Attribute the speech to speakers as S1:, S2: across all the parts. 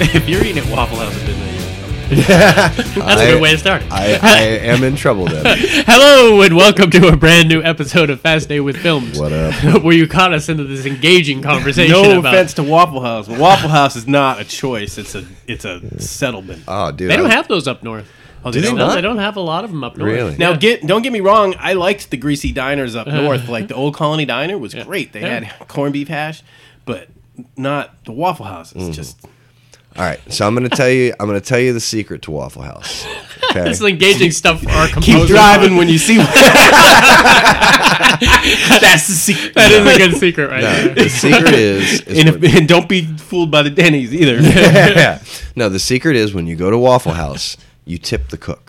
S1: if you're eating at Waffle House at midnight, you're in trouble.
S2: That's
S1: that's a good way to start. it.
S2: I, I am in trouble then.
S1: Hello and welcome to a brand new episode of Fast Day with Films.
S2: What up?
S1: where you caught us into this engaging conversation
S3: No
S1: about
S3: offense to Waffle House, but Waffle House is not a choice. It's a it's a settlement.
S2: Oh, dude.
S1: They don't
S2: I-
S1: have those up north. Oh,
S2: Do they
S1: don't?
S2: not?
S1: They don't have a lot of them up north.
S2: Really?
S3: Now,
S1: Yeah.
S3: get don't get me wrong. I liked the greasy diners up north. Like the Old Colony Diner was great. They
S1: Yeah.
S3: had corned beef hash, but not the Waffle House. It's just
S2: All right, so I'm gonna tell you. I'm gonna tell you the secret to Waffle House. Okay.
S1: this is engaging stuff. Our
S3: keep
S1: composer-
S3: driving when you see. one. That's the secret.
S1: That is a good secret, right?
S2: No,
S1: there.
S2: Uh, the secret is, is
S3: and,
S2: when-
S3: if, and don't be fooled by the Denny's either.
S2: no. The secret is when you go to Waffle House, you tip the cook.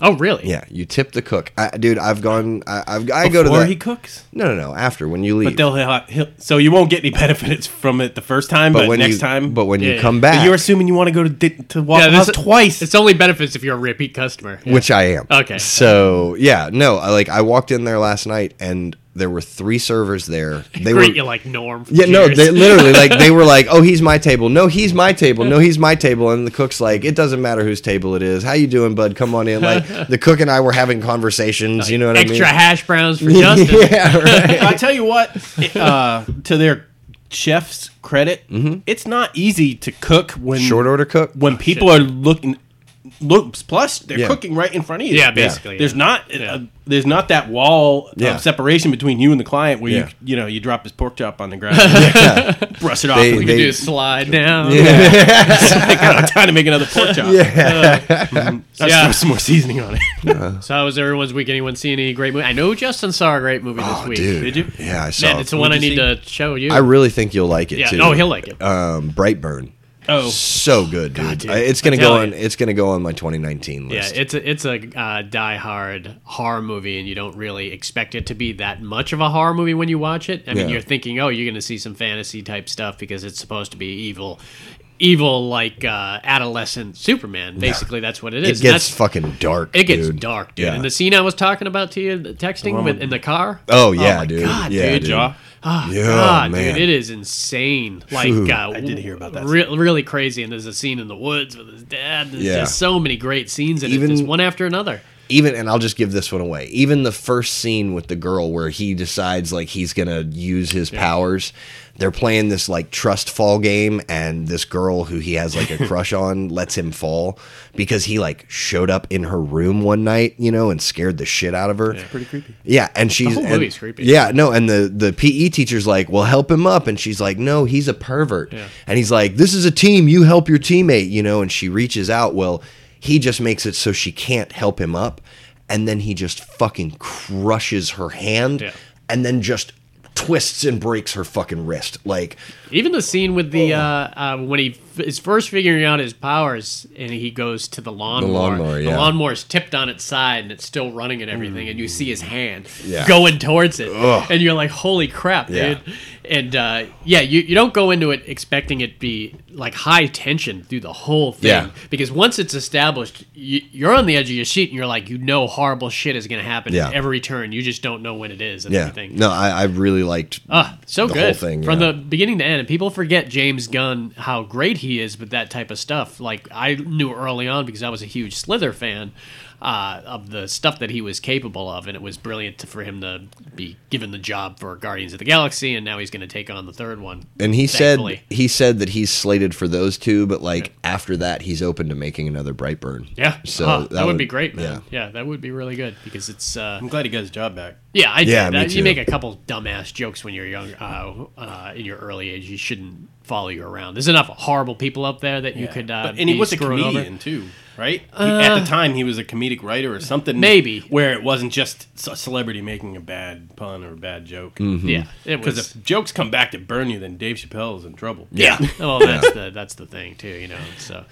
S1: Oh, really?
S2: Yeah, you tip the cook, I, dude. I've gone. I, I've, I go to
S3: Before
S2: that.
S3: he cooks,
S2: no, no, no. After when you leave,
S3: but they'll he'll, he'll- so you won't get any benefits from it the first time, but,
S2: when
S3: next
S2: you,
S3: time,
S2: but when
S1: Yeah,
S2: you
S1: yeah.
S2: come
S1: But
S2: back,
S3: You're assuming you want to go to di- to Waffle
S1: Yeah,
S3: House
S1: this-
S3: twice.
S1: It's only benefits if you're a repeat customer. Yeah.
S2: which I am.
S1: Okay.
S2: So yeah, no. I like. I walked in there last night, and there were three servers there. They
S1: Greet
S2: were
S1: you like Norm. from
S2: Yeah, no,
S1: Cheers.
S2: they literally like they were like, "Oh, he's my table. No, he's my table. No, he's my table." And the cook's like, "It doesn't matter whose table it is. How you doing, bud? Come on in." Like the cook and I were having conversations. you know what
S1: extra
S2: I mean?
S1: hash browns for Justin.
S2: yeah, right.
S3: I tell you what, it, uh, to their chef's credit, it's not easy to cook when
S2: Mm-hmm. Short order cook.
S1: Oh,
S3: when people are looking. Looks plus they're
S2: Yeah.
S3: cooking right in front of you.
S1: Yeah, basically,
S3: There's
S1: yeah.
S3: not
S1: Yeah.
S3: uh, there's not that wall
S2: Yeah.
S3: of separation between you and the client where
S2: Yeah.
S3: you you know you drop his pork chop on the ground, brush it off.
S2: They-
S1: You
S3: and we
S1: can
S2: they-
S1: do a slide down.
S3: think, "God, I'm trying to make another pork chop. Let's
S1: Yeah.
S3: throw some more seasoning on it.
S1: So how was everyone's week? Anyone see any great movie? I know Justin saw a great movie this
S2: Oh,
S1: week.
S2: dude.
S3: Did you?
S2: Yeah, I saw.
S1: Man, it's the one I
S3: What'd
S1: need
S3: you
S1: to show you.
S2: I really think you'll like it
S1: yeah.
S2: too.
S1: Oh, he'll like it.
S2: Um, Brightburn.
S3: oh,
S2: So good, dude.
S1: dude.
S2: I- It's gonna
S1: I'm
S2: go
S1: telling
S2: on. It's gonna go on my 2019
S1: Yeah,
S2: list.
S1: it's a, it's a uh, die-hard horror movie, and you don't really expect it to be that much of a horror movie when you watch it. I mean,
S2: Yeah.
S1: you're thinking, oh, you're going to see some fantasy type stuff because it's supposed to be evil, evil like uh, adolescent Superman. Basically, that's what it
S2: it
S1: is. And
S2: gets
S1: that's-
S2: fucking dark.
S1: it gets
S2: dude.
S1: dark, dude.
S2: Yeah.
S1: And the scene I was talking about to you, the texting with, in the car.
S2: Oh yeah,
S1: my
S2: dude.
S1: God,
S2: yeah,
S1: dude.
S3: jaw.
S1: Oh,
S2: Yeah,
S1: God,
S2: man.
S1: dude, it is insane. Like,
S2: Phew.
S1: uh,
S3: I did hear about that.
S1: Re- really crazy, and there's a scene in the woods with his dad. There's
S2: Yeah.
S1: just so many great scenes in
S2: Even-
S1: it, just one after another.
S2: even and I'll just give this one away. Even the first scene with the girl where he decides like he's gonna use his powers. They're playing this like trust fall game, and this girl who he has like a crush on lets him fall because he like showed up in her room one night, you know, and scared the shit out of her. Yeah,
S3: pretty creepy.
S2: and she's
S1: whole
S2: and-
S1: movie's creepy.
S2: Yeah, no, and the the PE teacher's like, "Well, help him up," and she's like, "No, he's a pervert." And he's like, "This is a team. You help your teammate," you know. And she reaches out. Well, he just makes it so she can't help him up, and then he just fucking crushes her hand,
S1: Yeah.
S2: and then just twists and breaks her fucking wrist. Like,
S1: Even the scene with the
S2: Oh.
S1: uh, uh, when he f- is first figuring out his powers, and he goes to the lawnmower.
S2: lawnmower, yeah.
S1: lawnmower's tipped on its side, and it's still running and everything. And you see his hand
S2: Yeah.
S1: going towards it, and you're like, "Holy crap,
S2: Yeah.
S1: dude!" And uh, yeah, you, you don't go into it expecting it be like high tension through the whole thing,
S2: Yeah.
S1: because once it's established, you, you're on the edge of your seat, and you're like, "You know, horrible shit is going to happen
S2: Yeah.
S1: at every turn. You just don't know when it is and
S2: yeah,
S1: everything."
S2: no, I, I really liked.
S1: Ah, so
S2: the
S1: good.
S2: whole thing,
S1: From
S2: yeah.
S1: the beginning to end. And people forget James Gunn how great he is with that type of stuff. Like I knew early on because I was a huge Slither fan uh, of the stuff that he was capable of, and it was brilliant to, for him to be given the job for Guardians of the Galaxy, and now he's going to take on the third one.
S2: and he
S1: thankfully.
S2: said he said that he's slated for those two, but like after that, he's open to making another Brightburn.
S1: "Yeah,
S2: so
S1: Ah, that, would, be great,
S2: Yeah.
S1: man. Yeah. that would be really good because it's." Uh,
S3: I'm glad he got his job back.
S1: Yeah, I
S2: Yeah,
S1: did.
S2: me
S1: Uh,
S2: too.
S1: You make a couple dumbass jokes when you're young, uh, uh, in your early age. You shouldn't follow you around. There's enough horrible people up there that you could. Uh,
S3: but, and he
S1: be
S3: was a
S1: screwing over. Uh,
S3: comedian too, right? He- At the time, he was a comedic writer or something.
S1: Maybe.
S3: where it wasn't just a celebrity making a bad pun or a bad joke. Because
S1: Yeah, it was.
S3: Mm. if jokes come back to burn you, then Dave Chappelle's in trouble.
S1: yeah. well, that's the that's the thing too, you know. So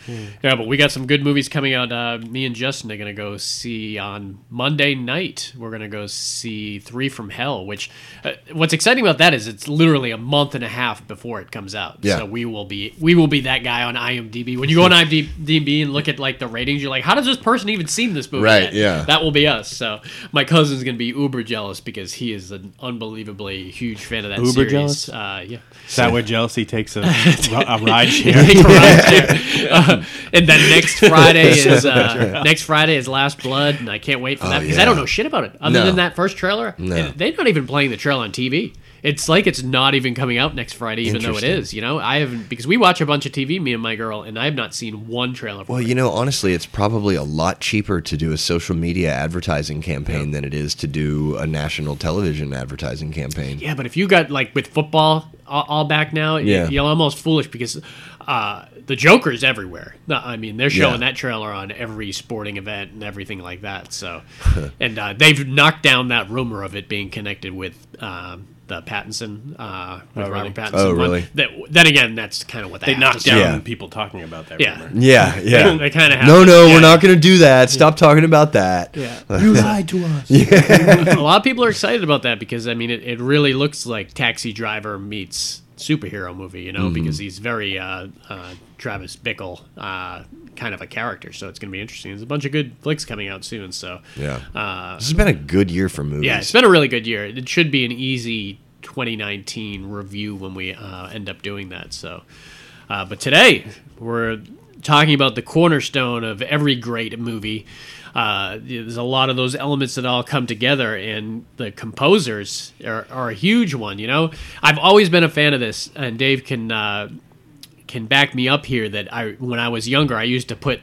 S1: yeah, but we got some good movies coming out. Uh, me and Justin are gonna go see on Monday night. We're gonna go see Three from Hell, which uh, what's exciting about that is it's literally a month and a half before it comes out.
S2: Yeah.
S1: So we will be we will be that guy on IMDb. When you go on IMDb and look at like the ratings, you're like, how does this person even seen this movie?
S2: Right,
S1: yet?
S2: yeah.
S1: That will be us. So my cousin's gonna be uber jealous because he is an unbelievably huge fan of that
S3: Uber
S1: series.
S3: jealous?
S1: Uh, yeah.
S3: Is that where jealousy takes a, a ride share?
S1: Take a ride there. Uh, and then next Friday is uh, next Friday is Last Blood, and I can't wait for that because I don't
S2: Oh, yeah.
S1: know shit about it other
S2: No.
S1: than that first trailer.
S2: No.
S1: and They're not even playing the trailer on TV. It's like it's not even coming out next Friday, even though it
S2: Interesting.
S1: is. You know, I haven't because we watch a bunch of TV, me and my girl, and I have not seen one trailer. For
S2: Well,
S1: it.
S2: you know, honestly, it's probably a lot cheaper to do a social media advertising campaign than it is to do a national television advertising campaign.
S1: Yeah, but if you got like with football all, all back now,
S2: Yeah.
S1: yeah. you're almost foolish because uh, the Joker's everywhere. No, I mean, they're showing
S2: Yeah.
S1: that trailer on every sporting event and everything like that. So, and uh, they've knocked down that rumor of it being connected with. Um, the Pattinson, uh, with
S3: Oh, really?
S1: Robert Pattinson.
S2: Oh,
S1: one.
S2: really?
S1: That, then again, that's kind of what they,
S3: They
S1: have
S3: knocked
S1: to
S3: down
S1: do.
S2: Yeah.
S3: people talking about that.
S1: Yeah.
S3: rumor.
S2: Yeah, yeah.
S1: They kinda have
S2: No,
S1: to-
S2: no,
S1: yeah.
S2: we're not going to do that. Stop talking about that.
S1: Yeah.
S3: You lied to us.
S1: a lot of people are excited about that because I mean it, it really looks like Taxi Driver meets superhero movie, you know, because he's very uh, uh, Travis Bickle uh, kind of a character. So it's going to be interesting. There's a bunch of good flicks coming out soon. So
S2: Yeah.
S1: uh,
S2: This has been a good year for movies.
S1: yeah, it's been a really good year. It should be an easy 2019 review when we uh, end up doing that. So, uh, but today we're talking about the cornerstone of every great movie. Uh, there's a lot of those elements that all come together, and the composers are, are a huge one. You know, I've always been a fan of this, and Dave can uh, can back me up here that I when I was younger I used to put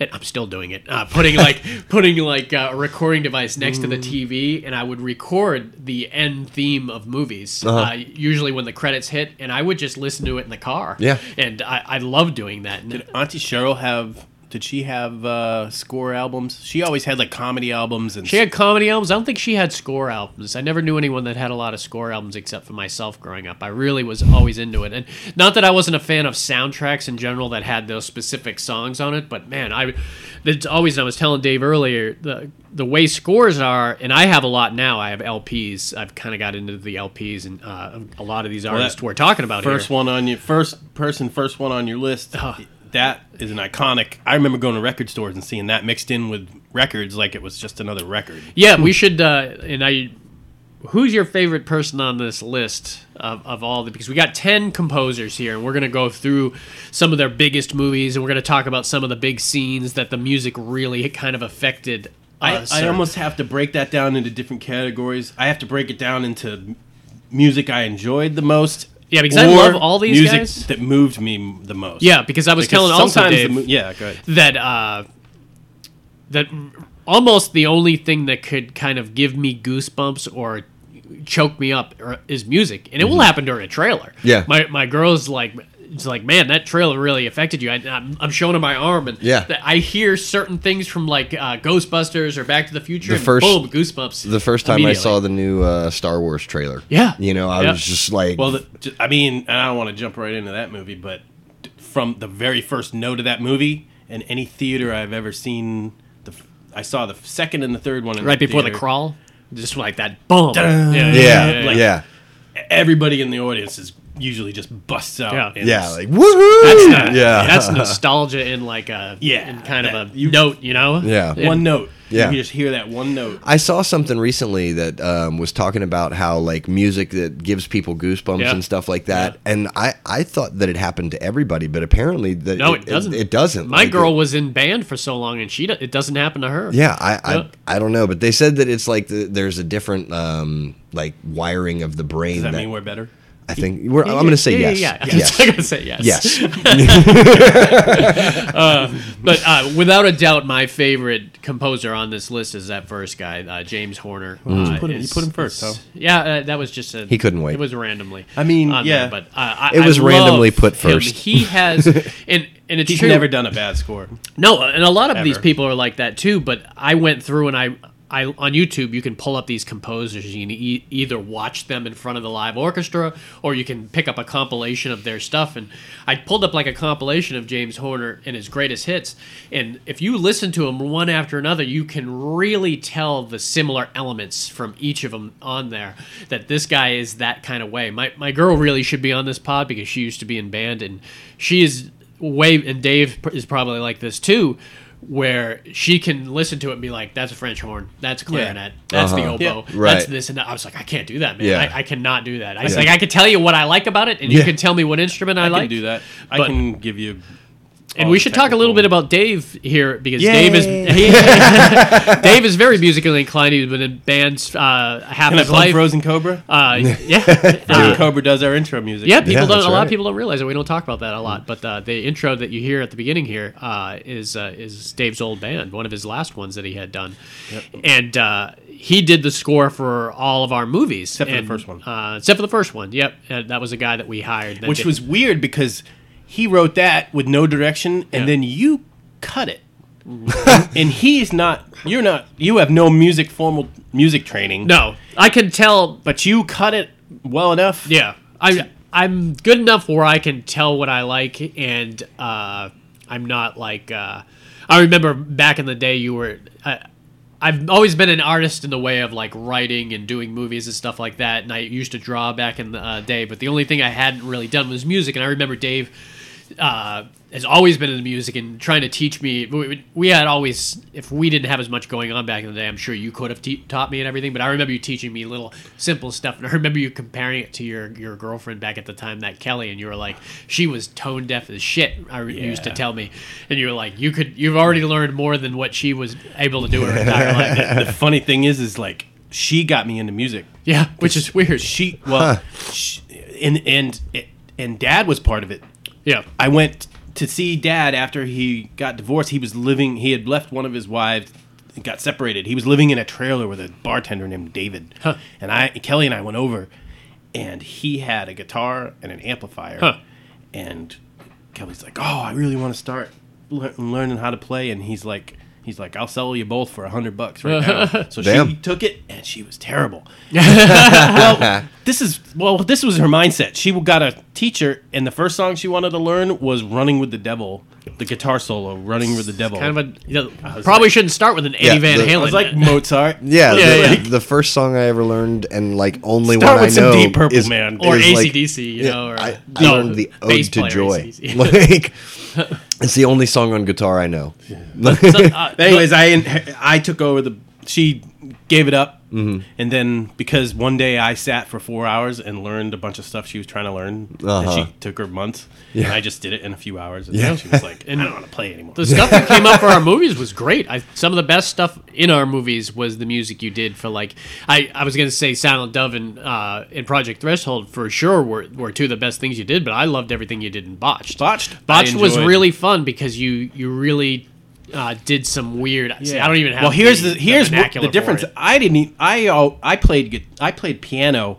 S1: and I'm still doing it uh, putting like putting like uh, a recording device next to the TV and I would record the end theme of movies uh usually when the credits hit and I would just listen to it in the car
S2: Yeah.
S1: and I, I love doing that and
S3: Did Auntie Cheryl have? Did she have uh, score albums? She always had like comedy albums and
S1: she had comedy albums I don't think she had score albums I never knew anyone that had a lot of score albums except for myself growing up I really was always into it and not that I wasn't a fan of soundtracks in general that had those specific songs on it but man I it's always I was telling Dave earlier the the way scores are and I have a lot now I have LPs I've kind of got into the LPs and uh, a lot of these artists
S3: that
S1: we're talking about
S3: first
S1: here
S3: one on your first person, first one on your list. That is an iconic. I remember going to record stores and seeing that mixed in with records like it was just another record.
S1: yeah we should uh, and I who's your favorite person on this list of, of all the because we got 10 composers here and we're going to go through some of their biggest movies and we're going to talk about some of the big scenes that the music really kind of affected
S3: I,
S1: us
S3: I
S1: or-
S3: almost have to break that down into different categories. I have to break it down into m- music I enjoyed the most.
S1: Yeah, because I
S3: or
S1: love all these
S3: music
S1: guys.
S3: that moved me m- the most.
S1: yeah because i was
S3: Because
S1: telling also
S3: sometimes the
S1: Dave,
S3: mo- yeah, go ahead.
S1: that uh that almost the only thing that could kind of give me goosebumps or choke me up or- is music and it will happen during a trailer
S2: Mm-hmm. Yeah.
S1: my my girl's like it's like man that trailer really affected you I, I'm, I'm showing her my arm and
S2: Yeah.
S1: th- i hear certain things from like uh, ghostbusters or back to the future
S2: The
S1: and
S2: first-
S1: boom goosebumps
S2: The first time I
S1: immediately.
S2: saw the new uh, Star Wars trailer.
S1: Yeah.
S2: You know, I
S1: Yeah.
S2: was just like,
S3: Well, the, j- I mean, and I don't want to jump right into that movie, but d- from the very first note of that movie and any theater I've ever seen, the f- I saw the f- second and the third one in
S1: right before the
S3: theater.
S1: crawl just like that boom yeah
S2: yeah, yeah.
S1: yeah,
S2: Like,
S3: like-
S2: yeah.
S3: Everybody in the audience is usually just busts out.
S1: Yeah.
S3: and s-
S2: like, woohoo! yeah.
S1: that's nostalgia in like a
S3: Yeah,
S1: in kind of
S3: that-
S1: a
S3: you-
S1: note you know
S2: Yeah.
S3: one note.
S2: Yeah.
S3: you can just hear that one note.
S2: I saw something recently that um, was talking about how like music that gives people goosebumps
S1: Yeah.
S2: and stuff like that, and I, I thought that it happened to everybody, but apparently that
S1: No, it doesn't.
S2: It, doesn't.
S1: My
S2: Like,
S1: girl
S2: it-
S1: was in band for so long, and she do- it doesn't happen to her.
S2: yeah, I, I
S1: Yeah.
S2: I don't know, but they said that it's like the, there's a different um, like wiring of the brain.
S3: Does that
S2: that-
S3: mean we're better?
S2: I think we're, I'm going to say
S1: yeah,
S2: yes.
S1: Yeah, yeah.
S2: Yes.
S1: I'm gonna say yes.
S2: Yes.
S1: but uh, without a doubt, my favorite composer on this list is that first guy, uh, James Horner. Uh,
S3: put him- you
S1: is-
S3: put him first,
S1: is-
S3: huh?
S1: Yeah, uh, that was just a.
S2: He couldn't wait.
S1: It was randomly.
S3: I mean,
S1: on
S3: yeah.
S1: there, but uh, I,
S2: It
S1: I
S2: was
S1: love
S2: randomly put
S1: him.
S2: first.
S1: He has, and and it's
S3: He's
S1: true.
S3: never done a bad score.
S1: No, and a lot of these
S3: Ever.
S1: people are like that too. But I went through and I, I on YouTube, you can pull up these composers. You can e- either watch them in front of the live orchestra, or you can pick up a compilation of their stuff. And I pulled up like a compilation of James Horner and his greatest hits. And if you listen to them one after another, you can really tell the similar elements from each of them on there. That this guy is that kind of way. My my girl really should be on this pod because she used to be in band and she is way and Dave pr- is probably like this too. where she can listen to it and be like, "That's a French horn. That's a clarinet. That's the
S2: Uh-huh.
S1: oboe.
S2: Yeah. Right.
S1: That's this." And that. I was like, "I can't do that, man.
S2: Yeah.
S1: I, I cannot do that." I was like, "I could tell you what I like about it, and you
S2: Yeah.
S1: can tell me what instrument I,
S3: I
S1: like."
S3: can do that. I
S1: but-
S3: can give you.
S1: And
S3: all
S1: we
S3: the
S1: should talk a little
S3: technical-
S1: bit about Dave here because
S2: Yay.
S1: Dave is he, Dave is very musically inclined. He's been in bands uh, half
S3: Can I
S1: his
S3: plug
S1: life.
S3: Frozen Cobra?
S1: Uh, yeah,
S3: Frozen Cobra does our intro music.
S1: Yeah, people
S2: Yeah,
S1: don't.
S2: that's
S1: A lot
S2: right.
S1: of people don't realize that we don't talk about that a lot. But uh, the intro that you hear at the beginning here uh, is uh, is Dave's old band, one of his last ones that he had done, and uh, he did the score for all of our movies,
S3: Except for the
S1: and,
S3: first one.
S1: Uh, except for the first one. Yep, and that was a guy that we hired, that
S3: which
S1: did-
S3: was weird because he wrote that with no direction, and
S1: Yeah.
S3: then you cut it. and, and he's not. You're not. You have no music formal music training.
S1: no. I can tell.
S3: but you cut it well enough.
S1: Yeah, I I'm good enough where I can tell what I like, and uh, I'm not like uh, I remember back in the day you were. I, I've always been an artist in the way of like writing and doing movies and stuff like that, and I used to draw back in the uh, day. But the only thing I hadn't really done was music, and I remember Dave uh, has always been into music and trying to teach me. We, we had always, if we didn't have as much going on back in the day, I'm sure you could have te- taught me and everything. But I remember you teaching me little simple stuff, and I remember you comparing it to your your girlfriend back at the time, that Kelly, and you were like, she was tone deaf as shit. I re- you used to
S3: Yeah.
S1: tell me, and you were like, you could, you've already learned more than what she was able to do her entire life.
S3: The funny thing is, is like she got me into music.
S1: Yeah, which is weird.
S3: She well, she, and and and dad was part of it.
S1: Yeah,
S3: I went to see dad after he got divorced. He was living, he had left one of his wives, got separated. He was living in a trailer with a bartender named David.
S1: Huh.
S3: And I, Kelly and I went over, and he had a guitar and an amplifier.
S1: Huh.
S3: And Kelly's like, Oh, I really want to start lear- learning how to play. And he's like, He's like, I'll sell you both for a hundred bucks right now. So she
S2: Damn.
S3: took it, and she was terrible well, this is well, this was her mindset. She got a teacher, and the first song she wanted to learn was "Running with the Devil," the guitar solo "Running with the Devil."
S1: kind of a you know, probably shouldn't start with an Eddie
S2: Yeah,
S1: Van
S2: the- I
S1: Halen. uh,
S3: I was like Mozart.
S2: Yeah,
S1: Yeah,
S2: the,
S1: yeah.
S2: the first song I ever learned, and like only
S3: Start
S2: one
S3: with
S2: I
S3: some
S2: know
S3: Deep Purple,
S2: is,
S3: man.
S1: or
S2: is, like,
S1: ACDC, you
S2: yeah,
S1: know. Or,
S2: I, I
S1: no,
S2: learned the Ode
S1: bass
S2: to
S1: player
S2: Joy.
S1: AC/DC.
S2: Like, it's the only song on guitar I know.
S1: Uh,
S3: Anyways, I in- I took over the. She gave it up,
S2: Mm-hmm.
S3: and then because one day I sat for four hours and learned a bunch of stuff she was trying to learn, and
S2: Uh-huh.
S3: she took her months, and I just did it in a few hours, and
S2: Yeah.
S3: then she was like, "I don't want to play anymore."
S1: the stuff that came up for our movies was great. I, some of the best stuff in our movies was the music you did for like I, I was gonna say Silent Dove and uh, and Project Threshold for sure were, were two of the best things you did, but I loved everything you did in Botched.
S3: Botched, I
S1: Botched was
S3: enjoyed.
S1: really fun because you you really uh, did some weird. See, I don't even have.
S3: Well, here's the, here's what- the,
S1: vernacular for
S3: difference.
S1: it.
S3: I didn't. e- I oh, I played gu- I played piano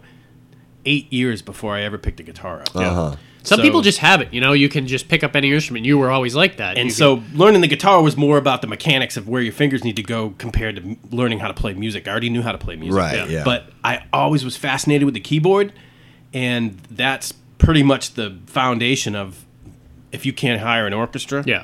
S3: eight years before I ever picked a guitar up.
S2: Uh-huh.
S1: Some
S3: So-
S1: people just have it. You know, you can just pick up any instrument. You were always like that.
S3: And
S1: You
S3: so learning the guitar was more about the mechanics of where your fingers need to go compared to m- learning how to play music. I already knew how to play music,
S2: Right, Yeah. yeah.
S3: But I always was fascinated with the keyboard, and that's pretty much the foundation of if you can't hire an orchestra,
S1: could- yeah.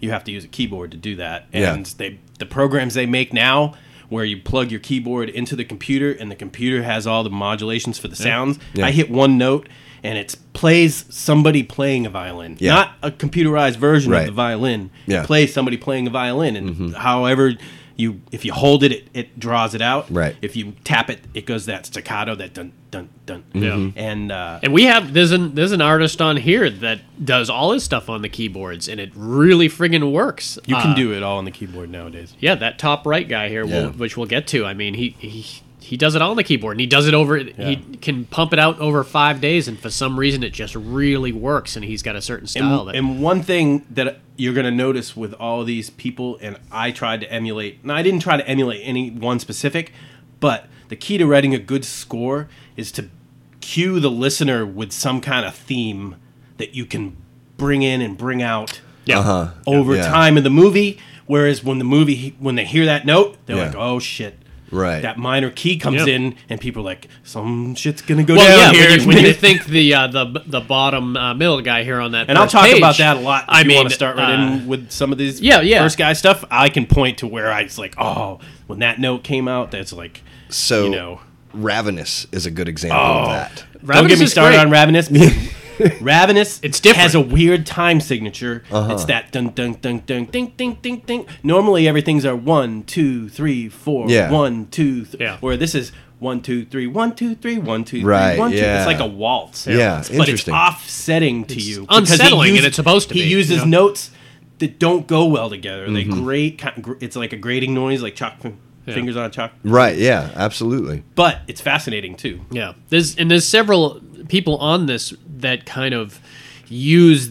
S3: you have to use a keyboard to do that.
S2: Yeah.
S3: And they the programs they make now where you plug your keyboard into the computer and the computer has all the modulations for the sounds.
S2: Yeah.
S3: I hit one note and it plays somebody playing a violin.
S2: Yeah.
S3: Not a computerized version
S2: Right.
S3: of the violin. It
S2: Yeah. Mm-hmm.
S3: plays somebody playing a violin and however you if you hold it, it it draws it out.
S2: Right.
S3: If you tap it, it goes that staccato, that dun dun dun.
S2: Mm-hmm.
S1: Mhm.
S3: And uh
S1: And we have there's an there's an artist on here that does all his stuff on the keyboards, and it really friggin' works.
S3: you
S1: Uh,
S3: can do it all on the keyboard nowadays.
S1: yeah, that top right guy here,
S2: Yeah.
S1: will, which we'll get to. I mean, he he he does it all on the keyboard, and he does it over. He can pump it out over five days, and for some reason, it just really works. And he's got a certain
S3: And,
S1: style that
S3: and one thing that you're going to notice with all these people, and I tried to emulate, and I didn't try to emulate any one specific, but the key to writing a good score is to cue the listener with some kind of theme that you can bring in and bring out
S1: yeah.
S3: Uh-huh. over
S2: Uh, Yeah.
S3: time in the movie. Whereas when the movie, when they hear that note, they're
S2: Yeah.
S3: like, oh shit.
S2: Right.
S3: That minor key comes
S1: Yeah.
S3: in, and people are like, some shit's going to go
S1: Well,
S3: down
S1: yeah,
S3: here.
S1: when you, when you think the uh, the the bottom uh, middle guy here on that,
S3: And I'll
S1: first
S3: talk about
S1: page,
S3: that a lot. If
S1: I
S3: you
S1: mean,
S3: want to start right
S1: uh,
S3: in with some of these
S1: Yeah, yeah.
S3: first guy stuff. I can point to where I was like, oh, when that note came out, that's like,
S2: So,
S3: you know, Oh.
S2: Ravenous is a good example of that.
S3: don't
S1: Ravenous
S3: get me
S1: is
S3: started
S1: great.
S3: on Ravenous. because Ravenous
S1: It's different.
S3: has a weird time signature.
S2: Uh-huh.
S3: It's that dun dun dun dun ding ding ding ding. Normally everything's are one two three four
S2: Yeah.
S3: one two th-
S1: Yeah.
S3: where this is one two three one two three one two three one two.
S2: Right, yeah.
S3: It's like a waltz.
S2: Yeah,
S3: It's- but it's
S2: interesting.
S3: offsetting to you. because he
S1: unsettling, and
S3: used-
S1: it's supposed to
S3: He
S1: be, you
S3: uses
S1: know?
S3: notes that don't go well together. They
S2: Mm-hmm.
S3: grate. kind- gr- It's like a grating noise, like chalk fin-
S1: Yeah.
S3: fingers on a chalk.
S2: Right. Yeah. Absolutely.
S3: But it's fascinating too.
S1: Yeah, there's and there's several people on this that kind of use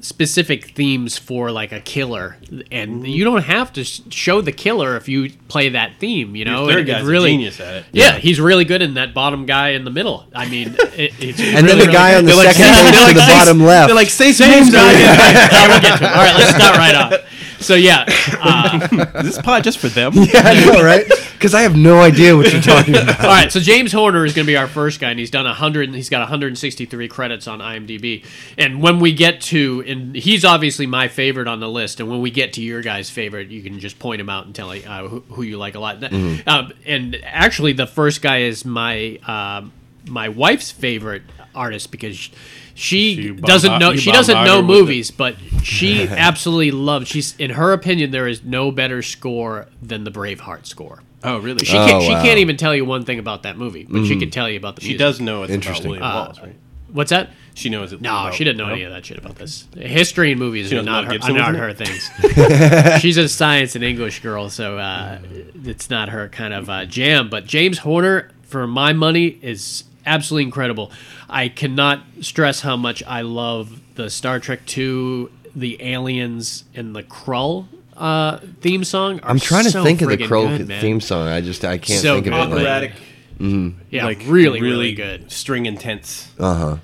S1: specific themes for like a killer,
S2: Mm-hmm.
S1: and you don't have to sh- show the killer if you play that theme. You know,
S3: Your third
S1: Oh, It- it
S3: guy's a
S1: really-
S3: genius at it.
S1: Yeah, he's really good in that bottom guy in the middle. I mean, it, it's
S2: And then
S1: really,
S2: the guy
S1: really
S2: on the
S1: good.
S2: second
S1: They're
S2: page to the
S1: "Say-
S2: bottom left."
S1: They're like, say some names. All right, we'll get to it. All right, let's start right off. So yeah, uh,
S3: Is this pod just for them?
S2: Yeah, I know, right? Because I have no idea what you're talking about.
S1: All right, so James Horner is going to be our first guy, and he's done 100. and He's got 163 credits on IMDb. And when we get to, and he's obviously my favorite on the list. And when we get to your guy's favorite, you can just point him out and tell uh, who, who you like a lot. Um, and actually, the first guy is my um my wife's favorite artist because. She,
S3: You bombard-
S1: doesn't know.
S3: you
S1: She doesn't
S3: bombard
S1: know
S3: her with it.
S1: movies, but she absolutely loves. She's in her opinion, there is no better score than the Braveheart score.
S3: Oh, really?
S1: She can't,
S2: Oh,
S1: she
S2: wow. Mm.
S1: can't even tell you one thing about that movie, but she can tell you about the
S3: She
S1: music.
S3: does know it's
S2: Interesting.
S3: about William Wallace, right?
S1: What's that?
S3: She knows it.
S1: Uh, No, she didn't know any of that shit about this. History and movies are
S3: doesn't
S1: not
S3: know
S1: her,
S3: Gibson
S1: are not
S3: was in
S1: her things. She's a science and English girl, so uh, it's not her kind of uh, jam. But James Horner, for my money, is absolutely incredible. I cannot stress how much I love the Star Trek II, the Aliens, and the Krull uh, theme song.
S2: I'm trying to think of the
S1: Krull
S2: Crow theme song. I just I can't
S1: So
S2: think of it.
S1: good.
S2: Like,
S3: Operatic,
S1: Yeah,
S3: like
S1: really, really good.
S3: string intense.
S2: uh huh.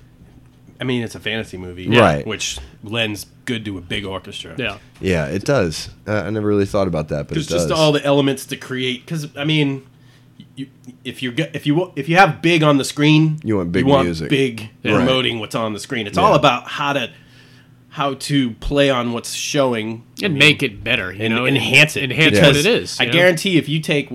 S3: I mean, it's a fantasy movie,
S2: Right.
S3: Which lends good to a big orchestra.
S1: Yeah.
S2: Yeah, it does. Uh, I never really thought about that, but it
S3: There's
S2: does.
S3: just all the elements to create. Because I mean, you, if you get- if you wa- if you have big on the screen,
S2: You want big music.
S3: big
S2: Yeah. Right.
S3: promoting what's on the screen. It's all
S2: Yeah.
S3: about how to how to play on what's showing
S1: and make it better, you
S3: and
S1: know,
S3: enhance it,
S1: enhance
S2: Yeah.
S1: what
S3: Because
S1: it is.
S3: I
S1: you know?
S3: guarantee if you take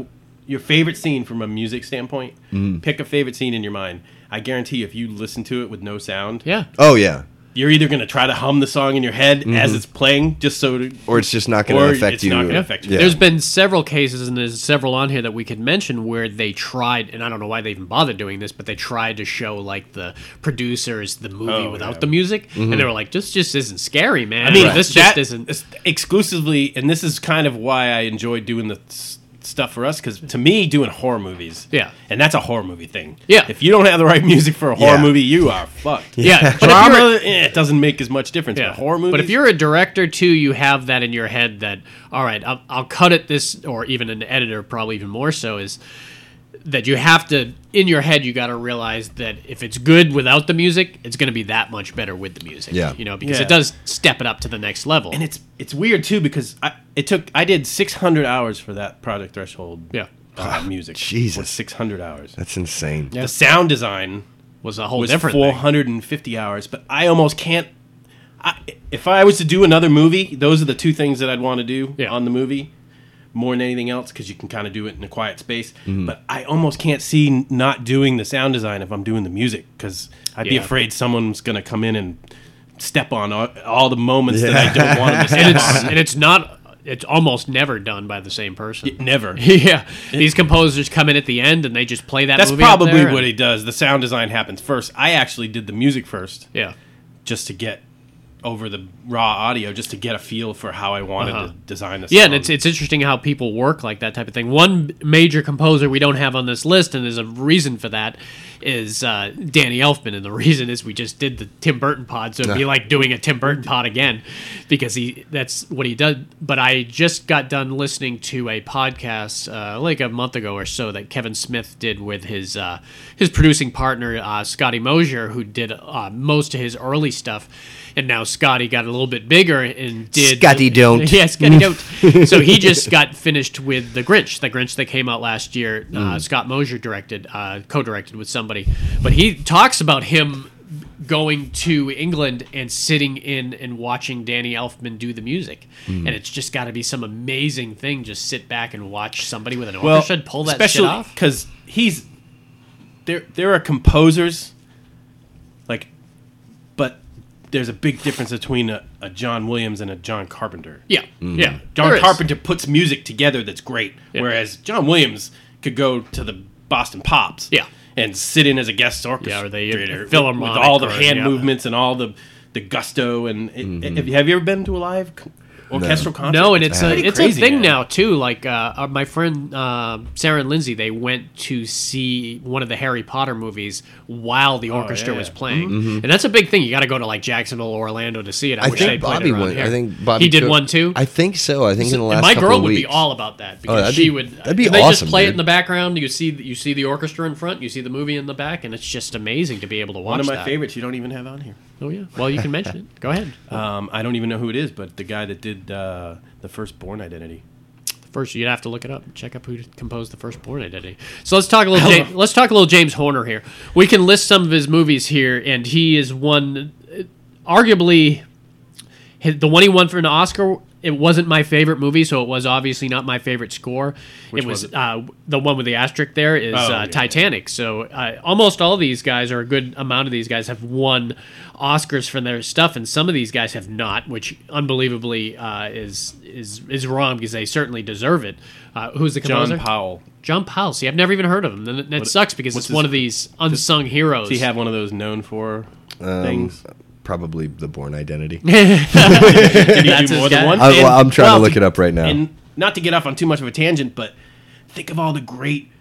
S3: your favorite scene from a music standpoint,
S2: Mm-hmm.
S3: pick a favorite scene in your mind. I guarantee if you listen to it with no sound,
S1: Yeah,
S2: oh yeah,
S3: you're either going to try to hum the song in your head as it's playing, just so to,
S2: Mm-hmm. or it's just not going
S3: Or
S2: to affect
S3: it's
S2: you.
S3: not gonna
S1: yeah.
S3: affect you.
S1: There's been several cases, and there's several on here that we could mention where they tried, and I don't know why they even bothered doing this, but they tried to show like the producers the movie
S3: Oh,
S1: without
S3: yeah.
S1: the music, and
S3: Mm-hmm.
S1: they were like, "This just isn't scary, man.
S3: I mean,
S1: Or, this
S3: that
S1: just isn't."
S3: is exclusively, and this is kind of why I enjoy doing the s- stuff for us because to me, doing horror movies,
S1: Yeah.
S3: and that's a horror movie thing.
S1: Yeah.
S3: if you don't have the right music for a horror
S2: Yeah.
S3: movie, you are fucked.
S1: yeah, but if you're-
S3: Drama, eh, it doesn't make as much difference. But horror movies,
S1: But if you're a director too, you have that in your head that all right, I'll, I'll cut it this, or even an editor probably even more so is that you have to in your head you got to realize that if it's good without the music, it's going to be that much better with the music.
S2: Yeah.
S1: you know because
S3: Yeah.
S1: it does step it up to the next level.
S3: and it's it's weird too because I it took I did 600 hours for that project threshold.
S1: Yeah.
S3: uh, music.
S2: Jesus.
S3: was 600 hours.
S2: That's insane.
S3: The sound design
S1: was a whole
S3: was
S1: different. thing.
S3: 450 hours, but I almost can't. I, if I was to do another movie, those are the two things that I'd want to do
S1: Yeah.
S3: on the movie more than anything else because you can kind of do it in a quiet space. But I almost can't see n- not doing the sound design if I'm doing the music because I'd be
S1: Yeah.
S3: afraid someone's going to come in and step on all, all the moments that I don't want them to
S1: and
S3: step
S1: it's
S3: on.
S1: and it's not. It's almost never done by the same person.
S3: Never.
S1: Yeah, these composers come in at the end and they just play that.
S3: That's
S1: movie up
S3: probably
S1: there and-
S3: what he does. The sound design happens first. I actually did the music first.
S1: Yeah,
S3: just to get over the raw audio, just to get a feel for how I wanted
S1: Uh-huh.
S3: to design this.
S1: Yeah, and it's it's interesting how people work like that type of thing. One major composer we don't have on this list, and there's a reason for that, is uh, Danny Elfman, and the reason is we just did the Tim Burton pod, so it'd be like doing a Tim Burton pod again, because he that's what he does. But I just got done listening to a podcast uh, like a month ago or so that Kevin Smith did with his uh, his producing partner uh, Scotty Mosier, who did uh, most of his early stuff. And now Scotty got a little bit bigger and did
S2: Scotty don't.
S1: yeah, Scotty Don't. So he just got finished with The Grinch, The Grinch that came out last year. Uh, Scott Mosier directed, uh, co-directed with somebody, but he talks about him going to England and sitting in and watching Danny Elfman do the music, and it's just got to be some amazing thing. Just sit back and watch somebody with an orchestra pull that shit off.
S3: because he's there. There are composers like, but there's a big difference between a, a John Williams and a John Carpenter.
S1: Yeah, yeah.
S3: John
S1: There is.
S3: Carpenter puts music together that's great,
S1: Yeah.
S3: whereas John Williams could go to the Boston Pops,
S1: Yeah.
S3: and sit in as a guest
S1: Yeah,
S3: orchestrator,
S1: or they-
S3: with, with
S1: Philharmonic
S3: all the
S1: or-
S3: hand
S1: yeah.
S3: movements and all the the gusto. And it, have, you, have you ever been to a live c- orchestral concert?
S1: No, and it's a
S3: pretty
S1: it's
S3: crazy,
S1: a thing
S3: man.
S1: now too. Like uh, uh, my friend uh, Sarah and Lindsay, they went to see one of the Harry Potter movies while the orchestra
S3: Oh, yeah,
S1: was
S3: yeah. Mm-hmm.
S1: playing, and that's a big thing. You got to go to like Jacksonville or Orlando to see it. I,
S2: Mm-hmm. I
S1: wish they
S2: think
S1: played
S2: Bobby
S1: it around
S2: went.
S1: here.
S2: I think Bobby
S1: he did
S2: took-
S1: one too.
S2: I think so. I think in the
S1: And
S2: last
S1: my
S2: couple
S1: girl
S2: of
S1: would be
S2: weeks. Oh,
S1: all about that because
S2: that'd
S1: she
S2: be-
S1: would.
S2: that'd be
S1: they
S2: awesome,
S1: just play it
S2: dude.
S1: in the background. You see you see the orchestra in front. You see the movie in the back, and it's just amazing to be able to watch.
S3: one of my
S1: that.
S3: favorites. You don't even have on here.
S1: Oh yeah. Well, you can mention it. Go ahead.
S3: Um, I don't even know who it is, but the guy that did uh, the first Born Identity.
S1: First, you'd have to look it up. Check up who composed the first Born Identity. So let's talk a little. James, let's talk a little James Horner here. We can list some of his movies here, and he is one, uh, arguably, hi- the one he won for an Oscar. It wasn't my favorite movie, so it was obviously not my favorite score. it was,
S3: was it?
S1: Uh, the one with the asterisk there is
S3: Oh,
S1: uh,
S3: yeah, yeah.
S1: Titanic. So uh, almost all these guys, or a good amount of these guys, have won Oscars for their stuff, and some of these guys have not, which unbelievably uh, is is is wrong because they certainly deserve it. Uh, who's the
S3: John
S1: composer?
S3: Powell.
S1: John Powell. See, I've never even heard of him. That, that sucks because
S3: what's
S1: it's
S3: his-
S1: one of these unsung heroes.
S3: Does he have one of those known for things?
S2: Probably the Born Identity.
S3: Did he
S1: That's
S3: do
S1: his
S3: more than
S1: guy.
S3: one?
S2: I,
S3: And-
S2: well, I'm trying
S3: well,
S2: to look it up right now.
S3: And not to get off on too much of a tangent, but think of all the great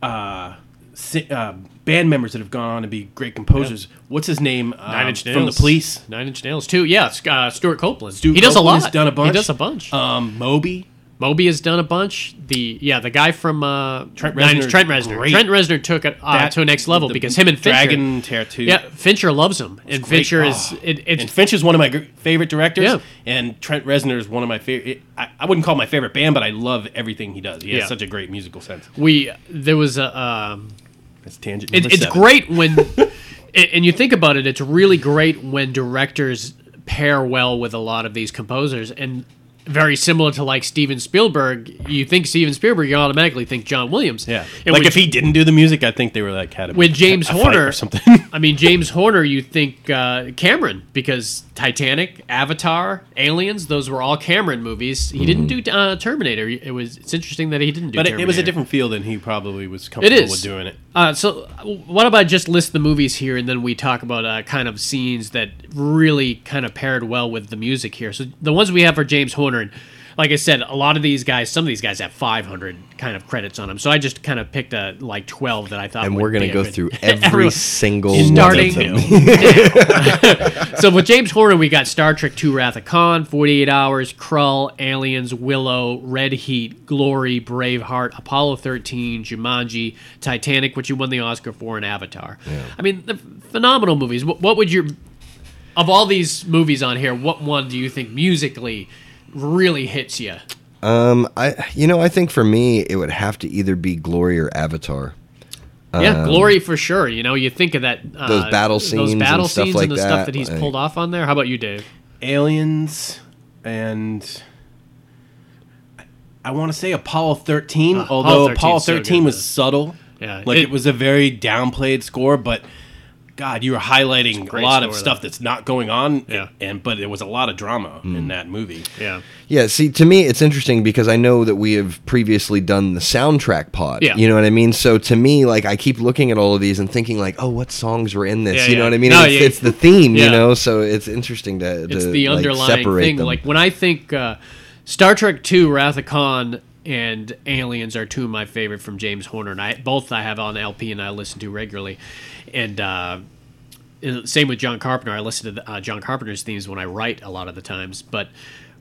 S3: uh, si- uh, band members that have gone on to be great composers. What's his name?
S1: Nine
S3: um,
S1: Inch Nails
S3: from the Police.
S1: Nine Inch Nails too. Yeah, it's, uh, Stuart Copeland.
S3: Stu
S1: he does a
S3: Copeland's
S1: lot.
S3: Done a bunch.
S1: He does a bunch.
S3: Um, Moby.
S1: Moby has done a bunch. The yeah, the guy from uh,
S3: Trent
S1: Nine Inch-
S3: Reznor's
S1: Trent Reznor.
S3: great.
S1: Trent Reznor took it uh,
S3: That-
S1: to a next level
S3: the
S1: because him and Fincher.
S3: Dragon Tattoo.
S1: Yeah, Fincher loves him, and
S3: Great.
S1: Fincher is
S3: Oh.
S1: it, it's
S3: and Finch is one of my gr- favorite directors,
S1: Yeah.
S3: and Trent Reznor is one of my favorite. I, I wouldn't call it my favorite band, but I love everything he does. He
S1: Yeah.
S3: has such a great musical sense.
S1: we there was a um,
S3: That's tangent.
S1: it,
S3: number
S1: it's
S3: seven.
S1: great when and and you think about it it's really great when directors pair well with a lot of these composers and very similar to like Steven Spielberg you think Steven Spielberg you automatically think John Williams
S3: Yeah,
S1: And
S3: like
S1: when-
S3: if he didn't do the music, I think they were like had a
S1: with James
S3: a fight
S1: Horner
S3: or something.
S1: I mean James Horner you think uh, Cameron because Titanic Avatar Aliens those were all Cameron movies he didn't do uh, Terminator it was it's interesting that he didn't do
S3: Hmm. But it,
S1: Terminator.
S3: it was a different feel than he probably was comfortable
S1: is.
S3: with doing it.
S1: Uh, so, uh, what about just list the movies here, and then we talk about uh, kind of scenes that really kind of paired well with the music here. So, the ones we have for James Horner, and like I said, a lot of these guys, some of these guys have 500 kind of credits on them. So, I just kind of picked a like 12 that I thought.
S2: and
S1: would
S2: we're gonna
S1: be a
S2: go
S1: good-
S2: through every single
S1: starting
S2: one of them.
S1: now. so with James Horner, we got Star Trek II: Wrath of Khan, Forty Eight Hours, Krull, Aliens, Willow, Red Heat, Glory, Braveheart, Apollo thirteen, Jumanji, Titanic, which you won the Oscar for, and Avatar. I mean, the phenomenal movies. What, what would your of all these movies on here? What one do you think musically really hits you?
S2: Um, I you know I think for me it would have to either be Glory or Avatar.
S1: Yeah, Glory for sure. You know, you think of that uh,
S2: Um, Those battle
S1: those
S2: scenes and
S1: battle
S2: stuff
S1: scenes,
S2: like
S1: and the stuff
S2: that,
S1: that he's
S2: like-
S1: pulled off on there. How about you, Dave?
S3: Aliens and I- I want to say Apollo 13,
S1: Ah,
S3: although
S1: Apollo 13 's
S3: Apollo
S1: so
S3: 13,
S1: good,
S3: was
S1: man.
S3: subtle.
S1: Yeah,
S3: like
S1: it-
S3: it, was a very downplayed score, but God, you were highlighting a,
S1: great
S3: lot of
S1: score,
S3: stuff
S1: though.
S3: that's not going on.
S1: Yeah.
S3: and but there was a lot of drama in that movie.
S1: Yeah.
S2: Yeah, see, to me, it's interesting because I know that we have previously done the soundtrack pod.
S1: Yeah.
S2: You know what I mean? So to me, like, I keep looking at all of these and thinking, like, oh, what songs were in this?
S1: Yeah,
S2: you know
S1: yeah.
S2: what I mean?
S1: No,
S2: it's,
S1: yeah.
S2: it's the theme,
S1: Yeah.
S2: you know? So it's interesting to, to
S1: it's the
S2: like,
S1: underlying
S2: separate
S1: thing.
S2: them.
S1: Like when I think uh, Star Trek II, Wrath of Khan, and Aliens are two of my favorite from James Horner, and I both I have on LP and I listen to regularly. And uh, and same with John Carpenter. I listen to the, uh, John Carpenter's themes when I write a lot of the times. But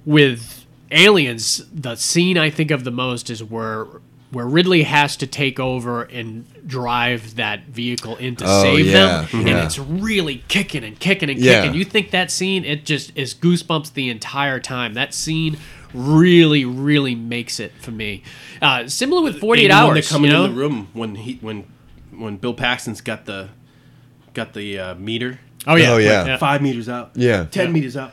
S1: with Aliens, the scene I think of the most is where where Ridley has to take over and drive that vehicle in to
S2: Oh,
S1: save
S2: yeah,
S1: them, and
S2: yeah.
S1: it's really kicking and kicking and
S2: Yeah.
S1: kicking. You think that scene? It just is goosebumps the entire time. That scene really, really makes it for me. Uh, similar with Forty Eight
S3: Even when they're
S1: Hours.
S3: coming
S1: you know?
S3: in the room when he when when Bill Paxton's got the got the uh, meter.
S1: Oh yeah,
S2: Oh, yeah.
S3: five meters out.
S2: Yeah.
S3: ten meters out.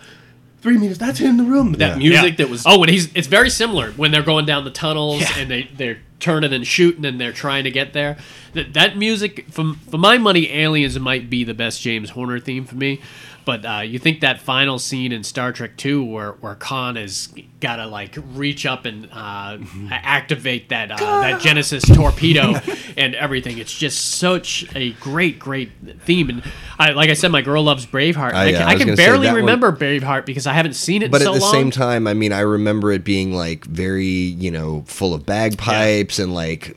S3: Three meters. That's in the room.
S2: Yeah.
S3: That music
S1: Yeah.
S3: that was
S1: oh, and he's it's very similar when they're going down the tunnels
S3: Yeah.
S1: and they they're turning and shooting and they're trying to get there. That that music, from for my money, Aliens might be the best James Horner theme for me. But uh, you think that final scene in Star Trek Two, where where Khan has got to like reach up and uh,
S2: Mm-hmm.
S1: activate that uh, that Genesis torpedo and everything. It's just such a great great theme. And I, like I said, my girl loves Braveheart.
S2: Ah,
S1: I,
S2: yeah,
S1: can,
S2: I
S1: I
S2: was
S1: can
S2: gonna say
S1: barely
S2: that one-
S1: remember Braveheart because I haven't seen it. in
S2: But
S1: so
S2: at the
S1: long.
S2: same time, I mean, I remember it being like very, you know, full of bagpipes and like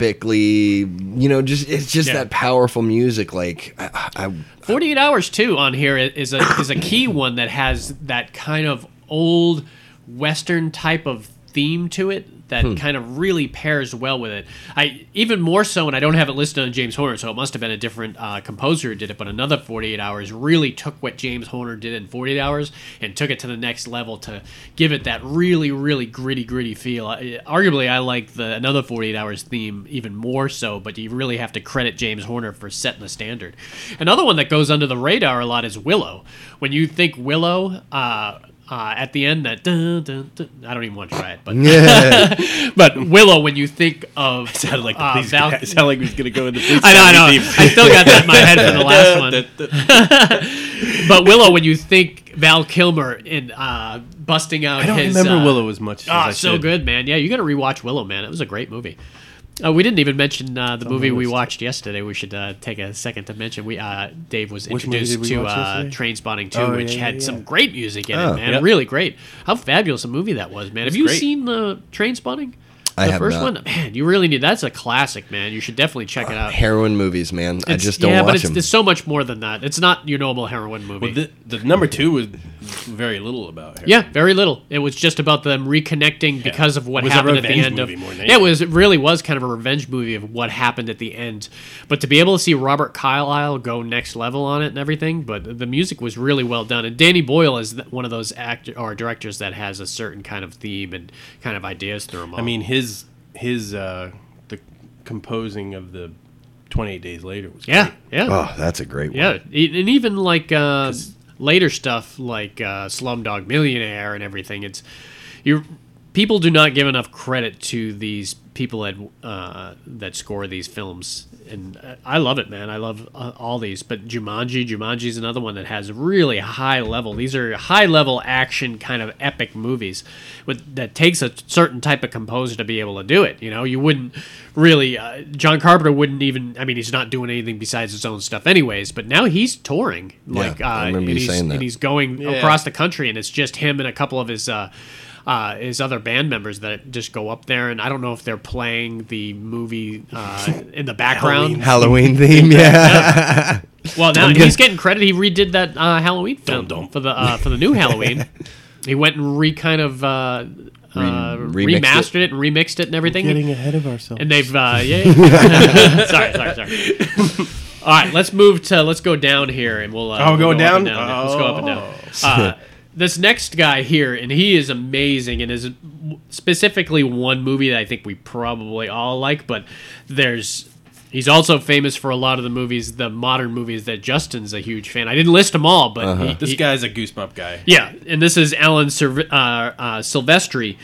S2: epically, you know, just it's just
S1: Yeah.
S2: that powerful music. Like, I, I,
S1: 48 hours too on here is a is a key one that has that kind of old western type of theme to it that kind of really pairs well with it. I even more so and I don't have it listed on James Horner so it must have been a different uh, composer who did it but another 48 hours really took what James Horner did in 48 hours and took it to the next level to give it that really really gritty gritty feel. I, arguably I like the another 48 hours theme even more so but you really have to credit James Horner for setting the standard. Another one that goes under the radar a lot is Willow. When you think Willow uh uh, at the end, that dun, dun, dun, I don't even want to try it, but but Willow, when you think of
S3: Sounded like the
S1: uh,
S3: police
S1: Val-
S3: guy. Sounded like he was gonna go in the police.
S1: I know, I know.
S3: academy deep.
S1: I still got that in my head from the last
S3: Da,
S1: one.
S3: da, da.
S1: But Willow, when you think Val Kilmer in uh, busting out,
S3: I don't
S1: his,
S3: remember
S1: uh,
S3: Willow as much. as
S1: Ah,
S3: I
S1: so
S3: should.
S1: good, man. Yeah, you got to rewatch Willow, man. It was a great movie. Uh, we didn't even mention uh, the movie we
S3: list.
S1: watched yesterday. We should uh, take a second to mention. We uh, Dave was
S3: Which movie
S1: introduced
S3: did we
S1: to
S3: watch
S1: uh,
S3: yesterday?
S1: Train Spotting Two,
S3: Oh, yeah,
S1: which
S3: yeah,
S1: had
S3: yeah.
S1: some great music in
S2: Oh.
S1: it, man.
S3: Yep.
S1: Really great. How fabulous a movie that was, man. Have you
S3: great.
S1: seen the Train Spotting?
S2: I
S1: the
S2: have
S1: first
S2: not.
S1: one, man. You really need. That's a classic, man. You should definitely check it out.
S2: heroin movies, man. I
S1: It's-
S2: just don't
S1: yeah, but
S2: watch
S1: it's,
S2: them.
S1: there's so much more than that. It's not your normal heroin movie.
S3: Well, the, the number two was very little about her.
S1: yeah, very little. It was just about them reconnecting because of what
S3: was a
S1: happened at the
S3: revenge
S1: end of.
S3: movie more than
S1: Yeah, it was. It really was kind of a revenge movie of what happened at the end. But to be able to see Robert Carlyle go next level on it and everything, but the music was really well done. And Danny Boyle is th- one of those actor or directors that has a certain kind of theme and kind of ideas through them. All.
S3: I mean his his uh, the composing of the Twenty Eight Days Later was
S1: yeah,
S3: great.
S1: yeah.
S2: oh, that's a great one.
S1: Yeah, e- and even like uh, later stuff like uh, Slumdog Millionaire and everything. It's you. People do not give enough credit to these people that uh, that score these films, and uh, I love it, man. I love uh, all these. But Jumanji, Jumanji is another one that has really high level. These are high level action kind of epic movies, with that takes a certain type of composer to be able to do it. You know, you wouldn't really. Uh, John Carpenter wouldn't even. I mean, he's not doing anything besides his own stuff, anyways. But now he's touring, like
S2: I
S1: uh,
S2: remember
S1: and
S2: you
S1: he's
S2: saying that.
S1: and he's going
S3: Yeah.
S1: across the country, and it's just him and a couple of his. Uh, uh, his other band members that just go up there, and I don't know if they're playing the movie uh, in the background.
S2: Halloween theme, yeah.
S1: Well, now he's getting credit. He redid that uh, Halloween film
S3: Dum-dum.
S1: for the uh, for the new Halloween. he went and re kind of uh, uh,
S2: remixed
S1: remastered it. and remixed it and everything.
S3: ahead of ourselves.
S1: and they've uh, yeah. yeah. sorry, sorry, sorry. All right, let's move to let's go down here and we'll. Uh,
S3: Oh,
S1: we'll
S3: go
S1: up
S3: down? Oh.
S1: and Let's go up and down. Uh, this next guy here, and he is amazing, and is specifically one movie that I think we probably all like. But there's, he's also famous for a lot of the movies, the modern movies that Justin's a huge fan. I didn't list them all, but he-
S3: this
S1: he-
S3: guy's a goosebump guy.
S1: yeah, and this is Alan Silv- uh, uh, Silvestri,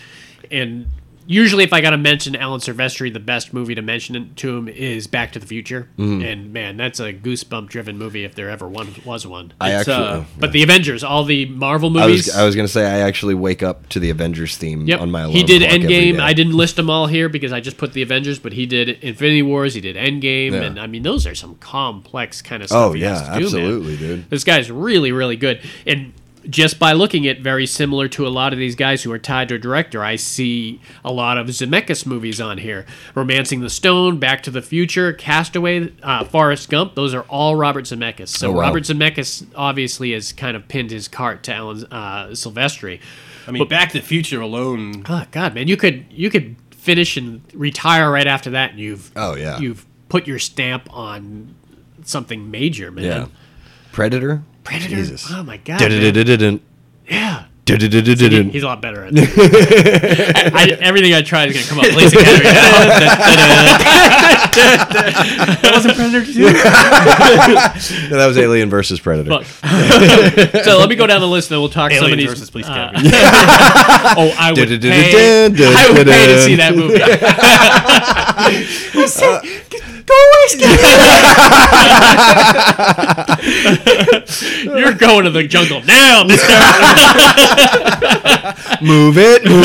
S1: and usually if I got to mention Alan Silvestri, the best movie to mention it to him is Back to the Future,
S2: Mm-hmm.
S1: and man, that's a goosebump-driven movie if there ever one was one.
S2: I
S3: It's,
S2: actually, oh,
S3: uh,
S1: but the Avengers, all the Marvel
S2: I
S1: movies.
S2: was, I was gonna say, I actually wake up to the Avengers theme
S1: Yep.
S2: on my alarm
S1: he did
S2: clock every
S1: Endgame.
S2: day.
S1: I didn't list them all here because I just put the Avengers, but he did Infinity Wars. He did Endgame,
S2: Yeah.
S1: and I mean those are some complex kind of stuff.
S2: Oh
S1: he
S2: yeah,
S1: has to do, man.
S2: absolutely, dude.
S1: This guy's really, really good. And just by looking at very similar to a lot of these guys who are tied to a director, I see a lot of Zemeckis movies on here. Romancing the Stone, Back to the Future, Castaway, uh, Forrest Gump, those are all Robert Zemeckis. So
S2: Oh, wow.
S1: Robert Zemeckis obviously has kind of pinned his cart to Alan uh, Silvestri.
S3: I mean, Back to the Future alone.
S1: Oh God, man, you could you could finish and retire right after that, and you've
S2: Oh, yeah.
S1: you've put your stamp on something major, man.
S2: Yeah, Predator.
S1: Predator.
S2: Jesus.
S1: Oh my God. man.
S2: Dun-dun-dun-dun-dun.
S1: Yeah. He- he's a lot better at that. I, I- everything I try is going to come up Police Academy. that wasn't Predator 2.
S2: No, that was Alien versus Predator.
S1: Fuck. so let me go down the list and then we'll talk some of
S3: Alien
S1: these.
S3: versus Police
S1: uh,
S3: Academy.
S1: oh, I would
S2: Du-du-du-du-du,
S1: pay, I would pay to
S2: du-du-du-du.
S1: see that movie.
S2: Go away, Skinner.
S1: You're going to the jungle now, mister.
S2: move it, move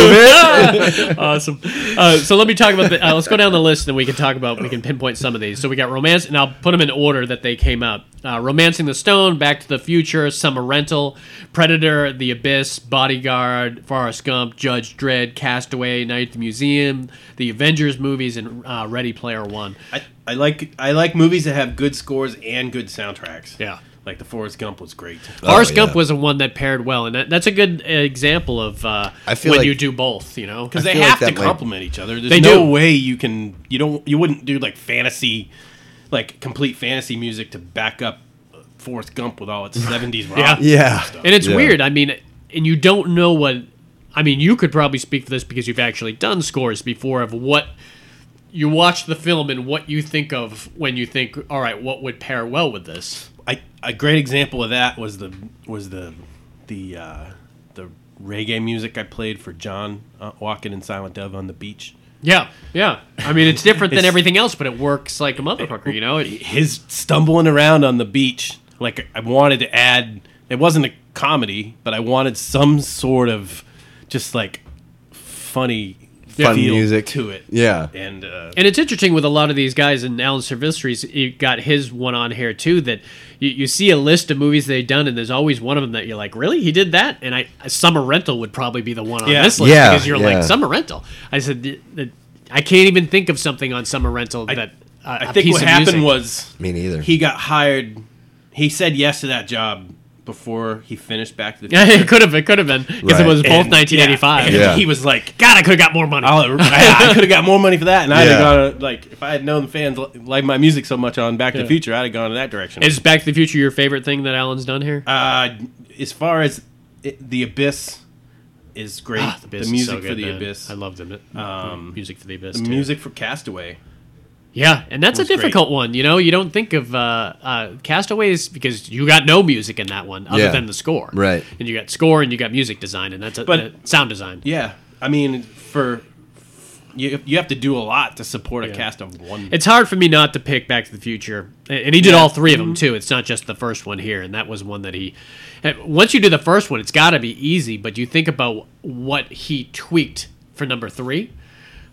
S2: it.
S1: awesome. Uh, so let me talk about the. Uh, let's go down the list, and then we can talk about. We can pinpoint some of these. So we got romance, and I'll put them in order that they came out. Uh, Romancing the Stone, Back to the Future, Summer Rental, Predator, The Abyss, Bodyguard, Forrest Gump, Judge Dredd, Castaway, Night at the Museum, The Avengers movies, and uh, Ready Player One.
S3: I, I like I like movies that have good scores and good soundtracks.
S1: Yeah.
S3: like the Forrest Gump was great.
S1: Forrest
S2: Oh, yeah.
S1: Gump was the one that paired well, and that, that's a good uh, example of uh,
S2: I feel
S1: when
S2: like-
S1: you do both. You know,
S2: I
S3: Because they
S2: feel like
S3: have
S2: that
S3: to
S2: might-
S3: complement each other. There's
S1: They
S3: no
S1: do.
S3: way you can you don't you wouldn't do like fantasy, like complete fantasy music to back up Forrest Gump with all its '70s rock.
S1: Yeah.
S2: Yeah.
S1: And it's
S2: Yeah.
S1: weird. I mean, and you don't know what. I mean, you could probably speak for this because you've actually done scores before of what you watch the film and what you think of when you think, all right, what would pair well with this?
S3: I, a great example of that was the was the the uh, the reggae music I played for John uh, walking in Silent Dove on the beach.
S1: Yeah, yeah. I mean, it's different than
S3: It's-
S1: everything else, but it works like a motherfucker, you know? It,
S3: His stumbling around on the beach, like I wanted to add. It wasn't a comedy, but I wanted some sort of just like funny
S2: Fun
S3: feel
S2: music.
S3: to it.
S2: Yeah.
S3: and uh,
S1: And it's interesting with a lot of these guys, and Alan Silvestris, you got his one on here too. That you, you see a list of movies they've done, and there's always one of them that you're like, really, he did that? And I, Summer Rental would probably be the one on
S3: Yeah.
S1: this list
S2: Yeah,
S1: because you're
S2: yeah.
S1: like Summer Rental. I said, "Th- th- I can't even think of something on Summer Rental that uh,
S3: I
S1: a
S3: think
S1: piece
S3: what
S1: of
S3: happened
S1: music.
S3: was
S2: Me neither.
S3: He got hired. He said yes to that job before he finished Back to the
S1: Yeah,
S3: Future.
S1: it could have. It could have been because
S2: Right.
S1: it was both
S3: And-
S1: 1985.
S3: yeah, and
S2: Yeah.
S3: He was like,
S1: God, I could have got more money.
S3: I'll, I, could have got more money for that, and I'd
S2: Yeah.
S3: have gone to, like if I had known the fans li- like my music so much on Back to
S1: Yeah.
S3: the Future, I'd have gone in that direction.
S1: Is Back to the Future your favorite thing that Alan's done here?
S3: uh, as far as it, the Abyss is great,
S1: Ah,
S3: the,
S1: Abyss is
S3: music
S1: so
S3: for
S1: good,
S3: the
S1: man.
S3: Abyss,
S1: I love the, um, music for the Abyss.
S3: the
S1: too.
S3: music for Castaway.
S1: Yeah, and that's a
S3: was great.
S1: difficult one. You know, you don't think of uh, uh, Castaways because you got no music in that one other
S2: Yeah.
S1: than the score,
S2: Right.
S1: And you got score and you got music design, and that's a,
S3: But-
S1: uh, sound design.
S3: Yeah, I mean for. You, you have to do a lot to support a
S1: Yeah.
S3: cast of one.
S1: It's hard for me not to pick Back to the Future, and and he did all three of them too. It's not just the first one here, and that was one that he. and Once you do the first one, it's got to be easy, but you think about what he tweaked for number three.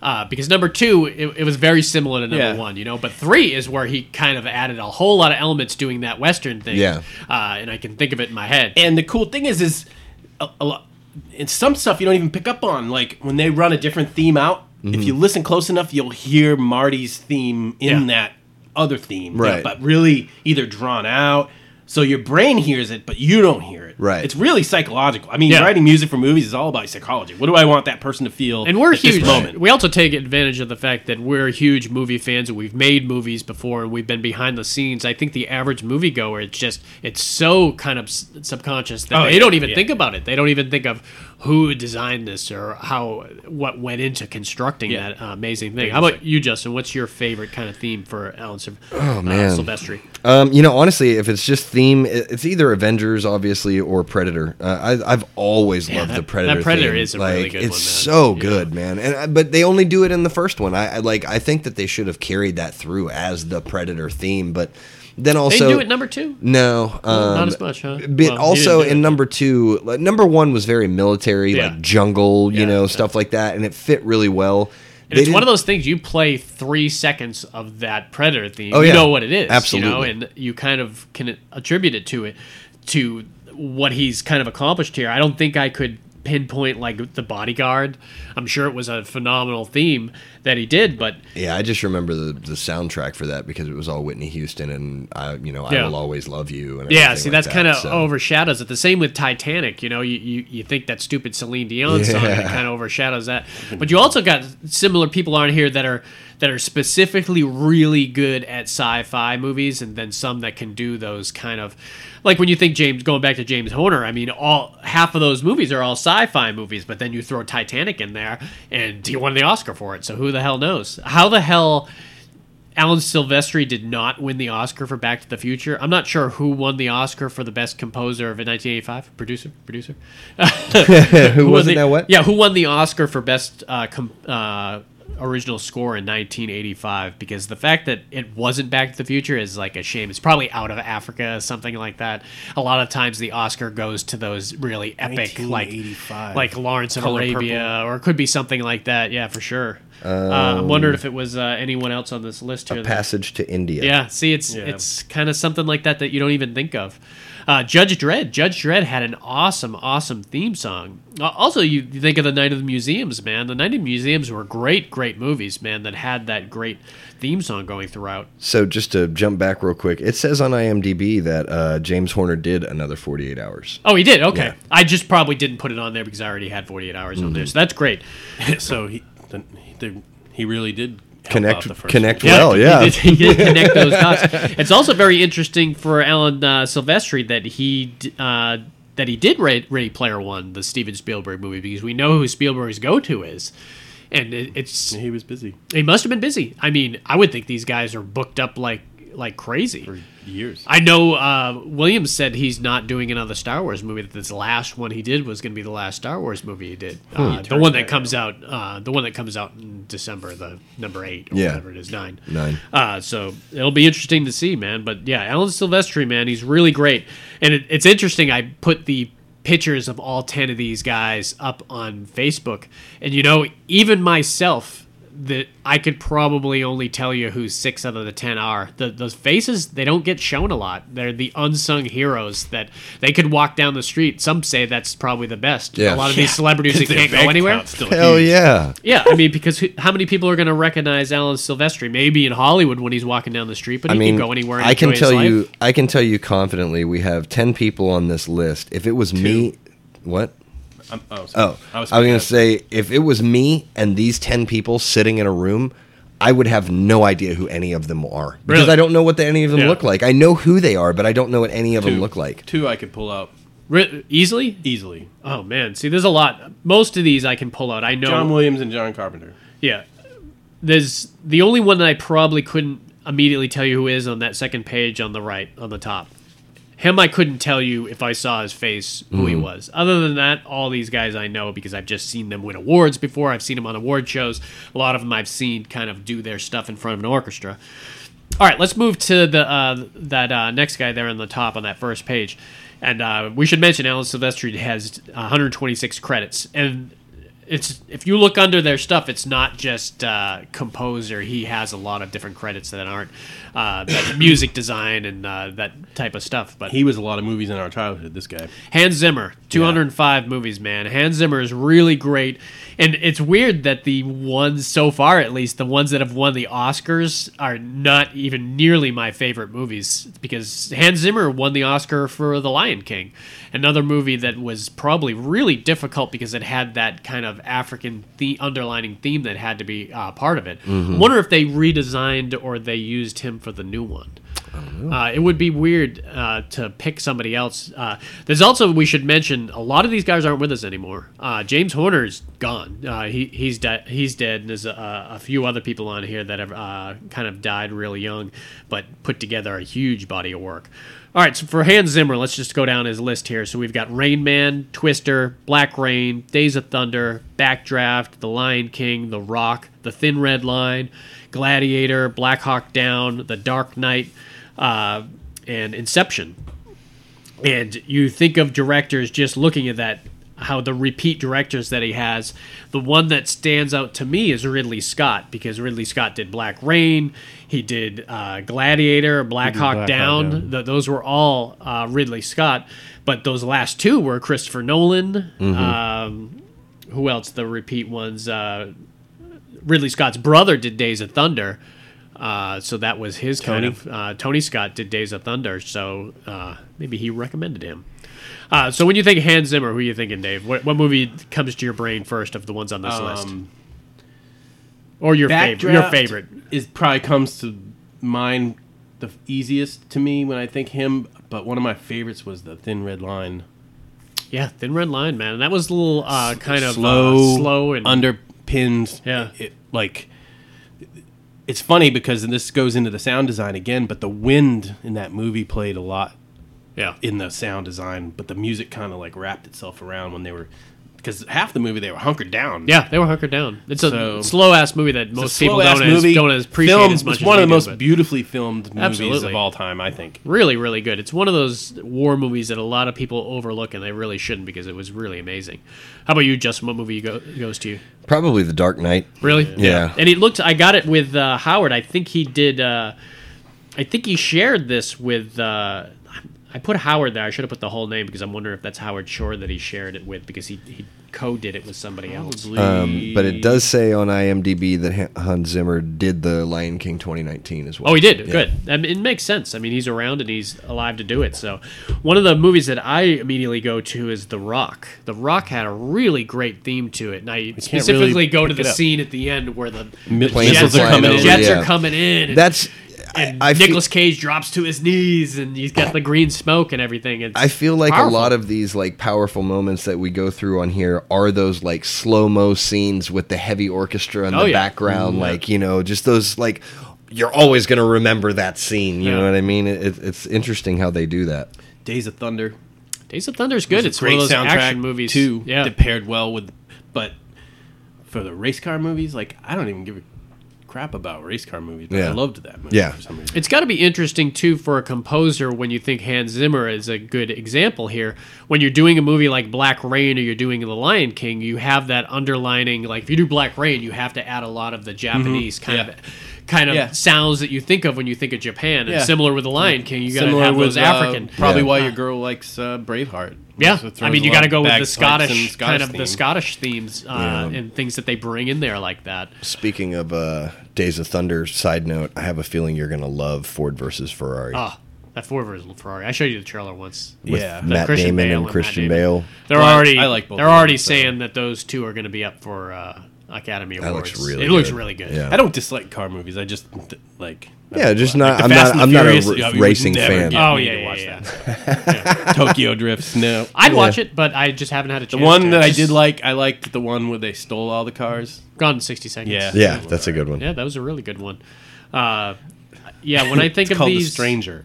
S1: Uh, because number two, it, it was very similar to number
S3: Yeah.
S1: one, you know. But three is where he kind of added a whole lot of elements doing that Western thing.
S2: Yeah.
S1: Uh, and I can think of it in my head.
S3: And the cool thing is, is a, a lot. And some stuff you don't even pick up on, like when they run a different theme out. If
S2: Mm-hmm.
S3: you listen close enough, you'll hear Marty's theme in
S1: Yeah.
S3: that other theme,
S2: Right.
S3: But really, either drawn out, so your brain hears it, but you don't hear it.
S2: Right.
S3: It's really psychological. I mean,
S1: Yeah.
S3: writing music for movies is all about psychology. What do I want that person to feel?
S1: and we're
S3: at this
S1: huge.
S3: moment.
S1: We also take advantage of the fact that we're huge movie fans and we've made movies before and we've been behind the scenes. I think the average moviegoer, it's just it's so kind of s- subconscious that
S3: Oh,
S1: they
S3: yeah,
S1: don't even
S3: yeah.
S1: think about it. They don't even think of who designed this or how what went into constructing
S3: Yeah.
S1: that uh, amazing thing. How about you, Justin? What's your favorite kind of theme for Alan Sil- uh,
S2: Oh, man.
S1: Silvestri?
S2: Um, you know, honestly, if it's just theme, it- it's either Avengers, obviously, or Predator. Uh, I, I've always loved
S1: that-
S2: the Predator.
S1: that Predator
S2: theme.
S1: is a
S2: like,
S1: really good
S2: It's
S1: one, man.
S2: so good, man. And I- but they only do it in the first one. I, I like. I think that they should have carried that through as the Predator theme. But then
S1: They
S2: also
S1: do it number two.
S2: no, um,
S1: not as much, huh?
S2: But
S1: Well, he didn't
S2: also
S1: do
S2: in
S1: it.
S2: number two, like, number one was very military,
S1: Yeah.
S2: like jungle, you
S1: Yeah,
S2: know,
S1: yeah.
S2: stuff like that, and it fit really well.
S1: And
S2: They
S1: it's one of
S2: didn't-
S1: those things you play three seconds of that predator theme.
S2: Oh,
S1: you
S2: yeah.
S1: know what it is. You know,
S2: Absolutely.
S1: and you kind of can attribute it to it to what he's kind of accomplished here. I don't think I could pinpoint like the bodyguard. I'm sure it was a phenomenal theme that he did, but
S2: Yeah, I just remember the, the soundtrack for that because it was all Whitney Houston and I, you know,
S1: Yeah.
S2: I will always love you. And
S1: yeah,
S2: everything
S1: see
S2: like
S1: that's oh,
S2: that,
S1: kind of
S2: so.
S1: overshadows it. The same with Titanic, you know, you, you, you think that stupid Celine Dion song
S2: Yeah.
S1: that kind of overshadows that. But you also got similar people on here that are that are specifically really good at sci-fi movies, and then some that can do those kind of like when you think James going back to James Horner. I mean, all half of those movies are all sci-fi movies, but then you throw Titanic in there, and he won the Oscar for it. So who the hell knows? How the hell? Alan Silvestri did not win the Oscar for Back to the Future. I'm not sure who won the Oscar for the best composer of 1985. Producer, producer.
S2: Who
S1: won
S2: wasn't
S1: the-
S2: that what?
S1: Yeah, who won the Oscar for best uh, com- uh, original score in 1985? Because the fact that it wasn't Back to the Future is like a shame. It's probably out of Africa, something like that. A lot of times the Oscar goes to those really epic, like
S3: 1985.
S1: like Lawrence of
S3: Color
S1: Arabia, or it could be something like that. Yeah, for sure.
S2: Um,
S1: uh, I'm wondering if it was uh, anyone else on this list here. that-
S2: Passage to India.
S1: yeah, see, it's
S3: Yeah.
S1: it's kind of something like that that you don't even think of. Uh, Judge Dredd. Judge Dredd had an awesome, awesome theme song. Uh, Also, you you think of the Night of the Museums, man. The Night of the Museums were great, great movies, man. That had that great theme song going throughout.
S2: So just to jump back real quick, it says on IMDb that uh, James Horner did another 48 hours.
S1: Oh, he did. Okay,
S2: Yeah.
S1: I just probably didn't put it on there because I already had 48 hours on there, so that's great.
S3: so he, the, the, he really did help out the
S2: Connect
S3: first
S2: connect
S3: one.
S2: well, yeah.
S1: He did, he did connect those dots. It's also very interesting for Alan uh, Silvestri that he d- uh, that he did rate Ready Player One, the Steven Spielberg movie, because we know who Spielberg's go to is, and it, it's
S3: He was busy
S1: he must have been busy. I mean, I would think these guys are booked up like like crazy.
S3: for years.
S1: I know uh, Williams said he's not doing another Star Wars movie. That this last one he did was going to be the last Star Wars movie he did. Uh, the one that comes out, uh, the one that comes out in December, the number eight or
S2: Yeah.
S1: whatever it is, nine.
S2: Nine.
S1: Uh, so it'll be interesting to see, man. But yeah, Alan Silvestri, man, he's really great. And it, it's interesting. I put the pictures of all ten of these guys up on Facebook, and you know, even myself, that I could probably only tell you who six out of the ten are. The those faces they don't get shown a lot. They're the unsung heroes that they could walk down the street. Some say that's probably the best. A
S2: Yeah.
S1: lot of these
S3: Yeah.
S1: celebrities that
S3: Their
S1: can't
S3: bank
S1: go anywhere.
S3: account's Still
S2: Hell
S3: huge.
S2: yeah.
S1: Yeah, I mean, because who, how many people are going to recognize Alan Silvestri? Maybe in Hollywood when he's walking down the street, but
S2: I
S1: he
S2: mean,
S1: can go anywhere. And
S2: I can
S1: enjoy his
S2: tell
S1: life.
S2: you, I can tell you confidently, we have ten people on this list. If it was me, what?
S3: I'm, oh, sorry.
S2: Oh, I was, gonna say, if it was me and these ten people sitting in a room, I would have no idea who any of them are because
S1: Really?
S2: I don't know what the, any of them
S1: Yeah.
S2: look like. I know who they are, but I don't know what any of
S3: two,
S2: them look like.
S3: two I could pull out
S1: Re- easily.
S3: easily.
S1: Oh man, see, there's a lot. Most of these I can pull out. I know.
S3: John Williams and John Carpenter.
S1: Yeah. There's the only one that I probably couldn't immediately tell you who is on that second page on the right, on the top. Him, I couldn't tell you if I saw his face who
S2: Mm-hmm.
S1: he was. Other than that, all these guys I know because I've just seen them win awards before. I've seen them on award shows. A lot of them I've seen kind of do their stuff in front of an orchestra. All right, let's move to the uh, that uh, next guy there on the top on that first page, and uh, we should mention Alan Silvestri has 126 credits, and it's if you look under their stuff, it's not just uh, composer. He has a lot of different credits that aren't uh, that music design and uh, that type of stuff. But
S3: He was a lot of movies in our childhood. This guy.
S1: Hans Zimmer, 205 movies, man. Hans Zimmer is really great. And it's weird that the ones so far, at least, the ones that have won the Oscars are not even nearly my favorite movies because Hans Zimmer won the Oscar for The Lion King, another movie that was probably really difficult because it had that kind of African the- underlining theme that had to be uh, part of it. wonder if they redesigned or they used him for the new one. Uh, it would be weird uh, to pick somebody else. Uh, there's also we should mention a lot of these guys aren't with us anymore. Uh, James Horner's gone. Uh, he he's dead. He's dead. And there's a, a few other people on here that have uh, kind of died really young, but put together a huge body of work. All right, so for Hans Zimmer, let's just go down his list here. So we've got Rain Man, Twister, Black Rain, Days of Thunder, Backdraft, The Lion King, The Rock, The Thin Red Line, Gladiator, Black Hawk Down, The Dark Knight uh, and Inception. And you think of directors just looking at that, how the repeat directors that he has. The one that stands out to me is Ridley Scott because Ridley Scott did Black Rain, he did uh, Gladiator, Black Hawk
S4: Black Hawk
S1: Down.
S4: Down.
S1: Th- those were all uh, Ridley Scott, but those last two were Christopher Nolan. Um, who else? The repeat ones. Uh, Ridley Scott's brother did Days of Thunder. Uh, so that was his kind of uh, Tony Scott did Days of Thunder, so uh, maybe he recommended him. Uh, so when you think Hans Zimmer, who are you thinking, Dave? What, what movie comes to your brain first of the ones on this list?
S3: Um,
S1: Or your favorite. Your
S3: Backdraft
S1: favorite.
S3: is probably comes to mind the easiest to me when I think him. But one of my favorites was the Thin Red Line.
S1: Yeah, Thin Red Line, man. And that was a little uh, kind of
S3: slow,
S1: uh, slow and
S3: underpinned.
S1: Yeah.
S3: it, like it's funny because and this goes into the sound design again, but the wind in that movie played a lot
S1: yeah.
S3: in the sound design, but the music kind of like wrapped itself around when they were because half the movie they were hunkered down.
S1: Yeah, they were hunkered down. It's
S3: So-
S1: a slow ass movie that
S3: It's a
S1: most people
S3: slow-ass
S1: don't as, don't as appreciate
S3: Filmed-
S1: as much.
S3: It's
S1: as
S3: one
S1: we
S3: of the
S1: do,
S3: most
S1: but
S3: beautifully filmed movies
S1: Absolutely.
S3: of all time, I think.
S1: really, really good. It's one of those war movies that a lot of people overlook and they really shouldn't because it was really amazing. How about you, Justin? What movie you go, goes to you?
S2: Probably The Dark Knight.
S1: Really?
S2: Yeah.
S1: And it looked. I got it with uh, Howard. I think he did. Uh, I think he shared this with. Uh, I put Howard there. I should have put the whole name because I'm wondering if that's Howard Shore that he shared it with because he, he co-did it with somebody else.
S2: Um, but it does say on IMDb that Han- Hans Zimmer did the Lion King 2019 as well.
S1: Oh, he did.
S2: Yeah.
S1: Good. I mean, it makes sense. I mean, he's around and he's alive to do it. So, one of the movies that I immediately go to is The Rock. The Rock had a really great theme to it, and I specifically
S3: really
S1: go to
S3: pick
S1: the
S3: it up.
S1: scene at the end where the, the
S3: Planes
S1: jets, are
S2: are flying
S1: coming, in,
S2: over,
S1: jets
S2: yeah.
S1: are coming in. and-
S2: That's.
S1: and
S2: I, I feel-
S1: Nicolas Cage drops to his knees, and he's got the green smoke and everything. It's,
S2: I feel like
S1: Powerful.
S2: a lot of these like powerful moments that we go through on here are those like slow mo scenes with the heavy orchestra in
S1: Oh,
S2: the
S1: yeah.
S2: background, like you know, just those like you're always gonna remember that scene. You
S1: Yeah.
S2: know what I mean? It, it, it's interesting how they do that.
S3: Days of Thunder.
S1: Days of Thunder is good. It's one of those action movies
S3: too.
S1: Yeah,
S3: that paired well with, but for the race car movies, like I don't even give a crap about race car movies. But I
S2: Yeah.
S3: loved that movie
S2: Yeah.
S3: for some reason.
S1: it's got to be interesting too for a composer when you think Hans Zimmer is a good example here. When you're doing a movie like Black Rain or you're doing The Lion King, you have that underlining. Like if you do Black Rain, you have to add a lot of the Japanese kind
S3: Mm-hmm. Yeah.
S1: of. Kind of
S3: Yeah.
S1: sounds that you think of when you think of Japan, and
S3: Yeah.
S1: similar with the Lion King, you got to
S3: Similar
S1: have
S3: with,
S1: those African.
S3: uh, probably
S2: Yeah.
S3: why your girl likes uh, Braveheart.
S1: Yeah,
S3: So it throws
S1: I mean, you
S3: a
S1: got
S3: lot
S1: to
S3: of
S1: go with the
S3: bagpipes and
S1: Scottish, kind of the
S3: theme.
S1: Scottish themes uh,
S2: Yeah.
S1: and things that they bring in there like that.
S2: Speaking of uh, Days of Thunder, side note, I have a feeling you're gonna love Ford versus Ferrari.
S1: Ah, that Ford versus Ferrari. I showed you the trailer once.
S2: with
S3: yeah.
S2: Matt
S1: Christian
S2: Damon
S1: Bale and
S2: and
S1: Matt
S2: Christian
S1: Damon.
S2: Bale.
S1: They're
S3: Well, I-
S1: already
S3: I like both
S1: they're
S3: of them,
S1: already
S3: so-
S1: saying that those two are going to be up for uh, Academy
S2: That
S1: Awards.
S2: looks really
S1: it looks
S2: good.
S1: really good.
S2: Yeah.
S3: I don't dislike car movies. I just th- like.
S2: Yeah, just not.
S3: the
S2: I'm
S3: Fast
S2: not.
S3: and
S2: I'm
S3: the
S2: not a
S3: Furious,
S2: r-
S3: yeah, we would
S2: racing
S3: never
S2: fan.
S3: get-
S1: Oh
S3: need
S1: yeah,
S3: to
S1: yeah,
S3: watch
S1: yeah.
S3: Tokyo Drifts. No,
S1: I'd watch it, but I just haven't had a
S3: the
S1: chance. to.
S3: one that I
S1: Just
S3: did like. I liked the one where they stole all the cars.
S1: Gone in sixty seconds.
S3: Yeah.
S2: Yeah, that's a good one.
S1: yeah, that was a really good one. Uh, yeah, when I think
S3: It's
S1: of
S3: called
S1: these,
S3: The Stranger.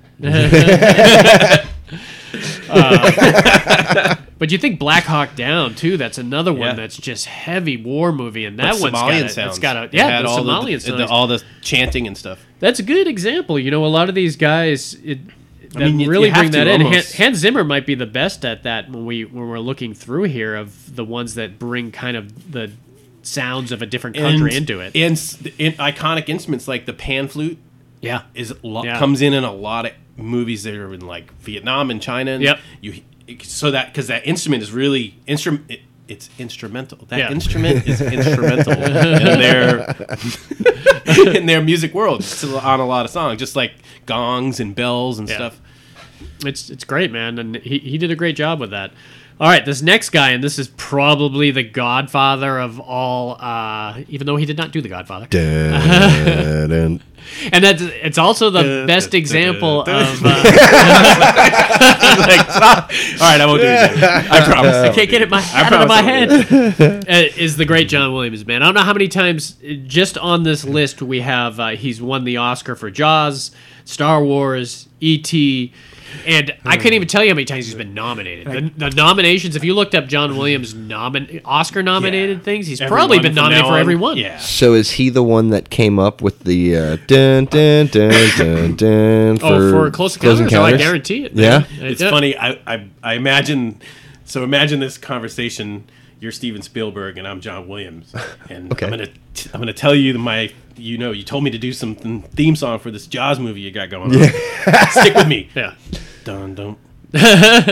S1: but you think Black Hawk Down too? That's another one
S3: Yeah.
S1: that's just heavy war movie, and that one's
S3: Somalian
S1: got a,
S3: sounds.
S1: It's got a
S3: It
S1: yeah,
S3: had
S1: the
S3: all the-
S1: Somalian
S3: the,
S1: sounds.
S3: all the chanting and stuff.
S1: That's a good example. You know, a lot of these guys, it, that
S3: mean, you- you
S1: really
S3: have
S1: bring
S3: to
S1: that in. Han,
S3: almost.
S1: Hans Zimmer might be the best at that when we when we're looking through here of the ones that bring kind of the sounds of a different country into it.
S3: And s- the in, iconic instruments like the pan flute
S1: Yeah,
S3: is a lot,
S1: Yeah.
S3: comes in in a lot of movies that are in like Vietnam and China. And
S1: Yep.
S3: You so that because that instrument is really instrument. It, it's instrumental. That
S1: Yeah.
S3: instrument is instrumental in their in their music world. It's on a lot of songs, just like gongs and bells and
S1: Yeah.
S3: stuff.
S1: it's it's great, man, and he he did a great job with that. All right, this next guy, and this is probably the godfather of all, uh, even though he did not do the Godfather.
S2: Dun-dun.
S1: And that's it's also the best example of. Uh,
S3: Like, stop. All right, I won't do it again. I promise. I
S1: can't
S3: won't
S1: get
S3: do
S1: it my, out of
S3: promise
S1: my
S3: I
S1: head.
S3: won't
S1: uh, is the great John Williams, man. I don't know how many times uh, just on this list we have uh, he's won the Oscar for Jaws, Star Wars, E.T., and I couldn't even tell you how many times he's been nominated. The, the nominations, if you looked up John Williams' nomin- Oscar nominated
S3: Yeah.
S1: things, he's
S3: Every
S1: probably
S3: one
S1: been
S3: from
S1: nominated
S3: now
S1: for
S3: on.
S1: every one.
S3: Yeah.
S2: So is he the one that came up with the uh, dun dun dun dun dun for,
S1: Oh, for Close Encounters? Oh, I guarantee it.
S2: Yeah,
S3: It's
S1: Yeah.
S3: funny. I, I I imagine. So imagine this conversation. You're Steven Spielberg and I'm John Williams, and
S2: Okay.
S3: I'm gonna t- I'm gonna tell you my you know you told me to do something theme song for this Jaws movie you got going on. Stick with me.
S1: Yeah.
S3: Dun dun.
S2: uh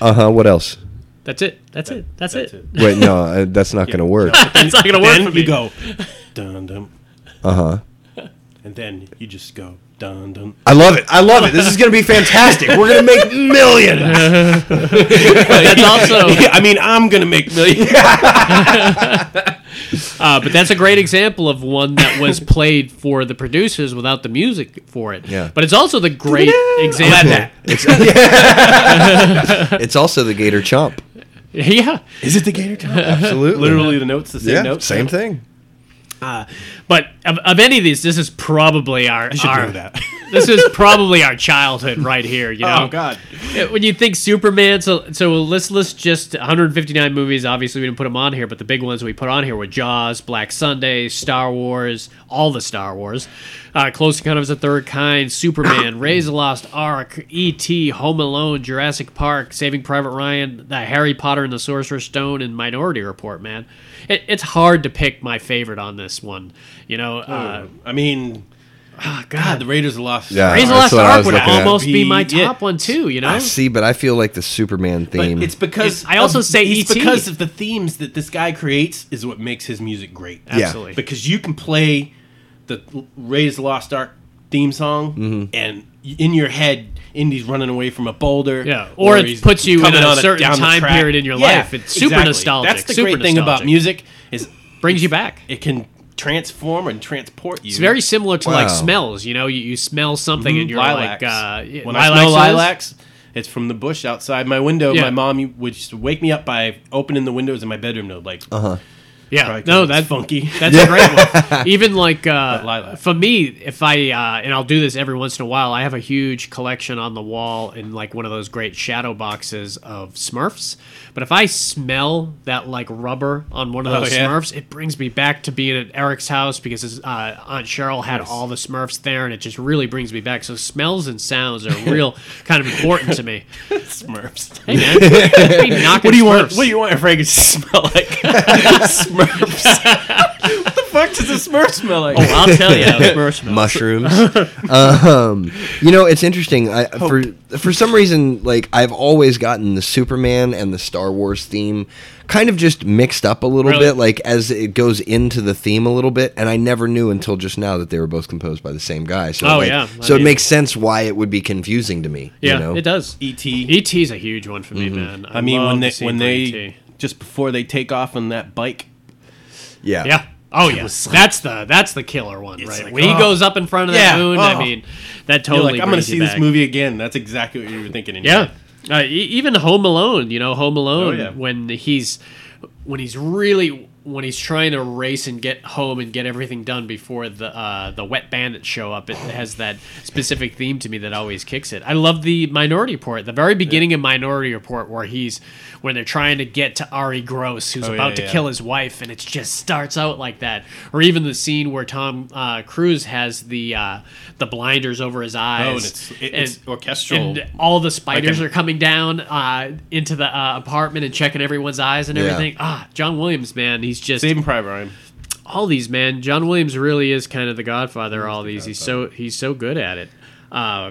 S2: huh. What else?
S1: That's it. That's it. That's,
S3: That's
S1: it.
S3: it.
S2: Wait, no, uh, that's not going to work.
S1: That's not gonna work
S3: Then
S1: for me.
S3: you go dun dun,
S2: Uh
S3: Uh-huh.
S2: huh.
S3: and then you just go dun dun.
S2: I love it. I love it. This is going to be fantastic. We're going to make millions.
S1: That's also
S3: I mean, I'm gonna make millions.
S1: Uh, but that's a great example of one that was played for the producers without the music for it.
S2: Yeah.
S1: But it's also the great
S3: Glad
S1: example.
S3: that.
S2: It's also the Gator Chomp.
S1: Yeah.
S3: Is it the gator time?
S2: Absolutely.
S3: Literally, the notes the same
S2: Yeah,
S3: notes.
S2: same thing.
S1: But of, of any of these, this is probably our.
S3: I should
S1: our
S3: know that.
S1: this is probably our childhood right here. You know,
S3: Oh God.
S1: Yeah, Uh, when you think Superman, so so let's list just 159 movies. Obviously, we didn't put them on here, but the big ones we put on here were Jaws, Black Sunday, Star Wars, all the Star Wars, uh, Close Encounters of the Third Kind, Superman, Raise the Lost Ark, E.T., Home Alone, Jurassic Park, Saving Private Ryan, The Harry Potter and the Sorcerer's Stone, and Minority Report. Man, it, it's hard to pick my favorite on this one. You know, uh,
S3: I mean,
S1: oh,
S3: God,
S1: God,
S3: the Raiders lost.
S2: Yeah.
S1: Raise the
S2: Uh,
S1: Lost
S2: that's what I
S1: Ark
S2: was
S1: would
S2: looking at.
S1: almost be my
S3: Yeah.
S1: top one too. You know,
S2: I see, but I feel like the Superman
S3: But
S2: theme.
S3: it's because
S1: I also
S3: of-
S1: say E
S3: it's
S1: E.T..
S3: because of the themes that this guy creates is what makes his music great.
S1: absolutely.
S3: Because you can play the Raiders Lost Ark theme song
S2: Mm-hmm.
S3: and in your head, Indy's running away from a boulder.
S1: Yeah, or it
S3: he's
S1: puts you
S3: coming
S1: in a
S3: on
S1: certain
S3: down the
S1: time
S3: track.
S1: period in your life. It's super nostalgic,
S3: That's the
S1: super
S3: great thing about
S1: nostalgic.
S3: music is
S1: brings you back.
S3: it can transform and transport you.
S1: It's very similar to
S2: Wow.
S1: like smells. You know, you, you smell something and you're
S3: Mm-hmm. Mm, lilacs.
S1: like, uh, yeah,
S3: when I smell lilacs, it's from the bush outside my window.
S1: Yeah.
S3: My mom would just wake me up by opening the windows in my bedroom. To, like,
S1: Yeah,
S3: probably 'cause
S1: no,
S3: it's
S1: that's
S3: funky.
S1: That's a great one. Even like uh,
S3: lilac.
S1: for me, if I uh, and I'll do this every once in a while, I have a huge collection on the wall in like one of those great shadow boxes of Smurfs. But if I smell that like rubber on one of
S3: Oh,
S1: those
S3: yeah.
S1: Smurfs, it brings me back to being at Eric's house because his uh, Aunt Cheryl had all the Smurfs there, and it just really brings me back. So smells and sounds are real kind of important to me.
S3: Smurfs.
S1: Hey man, what
S3: What do you want? What do you want your fragrance to smell like? Smurfs. what the fuck does a Smurf smell like?
S1: Oh, I'll tell you, how Smurf smells.
S2: mushrooms. um, you know, it's interesting. I, for for some reason, like I've always gotten the Superman and the Star Wars theme kind of just mixed up a little
S1: Really?
S2: bit, like as it goes into the theme a little bit. And I never knew until just now that they were both composed by the same guy. So,
S1: Oh,
S2: like,
S1: yeah.
S2: so
S1: I
S2: it
S1: mean-
S2: makes sense why it would be confusing to me.
S1: Yeah,
S2: you know?
S1: it does.
S3: E.T.
S1: ET is a huge one for me, man. I,
S3: E- Mm-hmm. I mean,
S1: love
S3: when
S1: the
S3: they
S1: scene
S3: when
S1: for
S3: they
S1: ET.
S3: just before they take off on that bike,
S2: Yeah,
S1: yeah. Oh yeah, that's the that's the killer one, right?
S3: like,
S1: when he
S3: oh.
S1: goes up in front of
S3: Yeah,
S1: the moon, I
S3: oh.
S1: mean, that
S3: you're
S1: totally.
S3: like, I'm gonna
S1: brings you
S3: see this
S1: back.
S3: movie again. That's exactly what you were thinking. In your
S1: Yeah, uh,
S3: head.
S1: e- even Home Alone. You know, Home Alone
S3: Oh, yeah.
S1: when he's when he's really when he's trying to race and get home and get everything done before the uh, the wet bandits show up. It has that specific theme to me that always kicks it. I love the Minority Report, the very beginning of Minority Report, where he's when they're trying to get to Ari Gross, who's
S3: Oh,
S1: about
S3: yeah,
S1: to
S3: yeah.
S1: kill his wife, and it just starts out like that. Or even the scene where Tom uh, Cruise has the uh, the blinders over his eyes.
S3: Oh, and it's it, it's
S1: and-
S3: orchestral.
S1: and all the spiders
S3: Like a-
S1: are coming down uh, into the uh, apartment and checking everyone's eyes and
S2: Yeah.
S1: everything. Ah, John Williams, man, he's just
S3: Saving Private Ryan.
S1: all these man. John Williams really is kind of the godfather. of all these, he's so he's so good at it. Uh,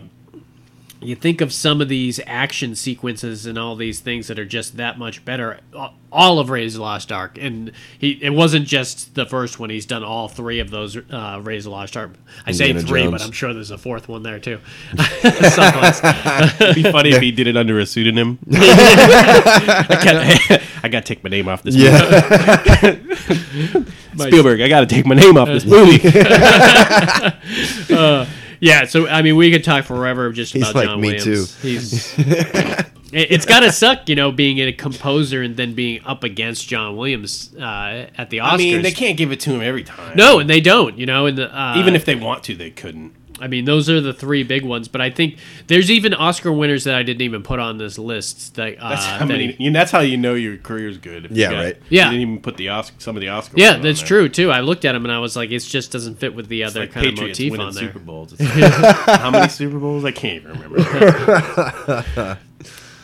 S1: you think of some of these action sequences and all these things that are just that much better. A- All of Ray's Lost Ark, and he it wasn't just the first one. He's done all three of those uh, Ray's Lost Ark. I say
S2: Indiana
S1: three, but
S2: Jones.
S1: I'm sure there's a fourth one there too. Someplace.
S3: It'd be funny if he did it under a pseudonym. I, can't, I gotta take my name off this
S2: Yeah,
S3: movie. Spielberg, I gotta take my name off this movie.
S1: Yeah, so I mean, we could talk forever just
S2: He's
S1: about
S2: like,
S1: John
S2: "Me
S1: Williams. He's It- it's got to suck, you know, being a composer and then being up against John Williams uh, at the Oscars.
S3: I mean, they can't give it to him every time.
S1: No, and they don't, you know. And the, uh,
S3: even if they want to, they couldn't.
S1: I mean, those are the three big ones. But I think there's even Oscar winners that I didn't even put on this list. That, uh,
S3: That's how
S1: that
S3: many.
S1: he-
S3: you know, that's how you know your career's good. if you
S2: Yeah,
S3: got-
S2: right.
S1: Yeah.
S3: You didn't even put the Oscar, some of the Oscar.
S1: yeah,
S3: ones on
S1: that's
S3: there.
S1: true too. I looked at him and I was like, it just doesn't fit with the
S3: It's
S1: other
S3: like
S1: kind
S3: Patriots
S1: of motif
S3: winning
S1: on there.
S3: Super Bowls. It's like, how many Super Bowls? I can't even remember.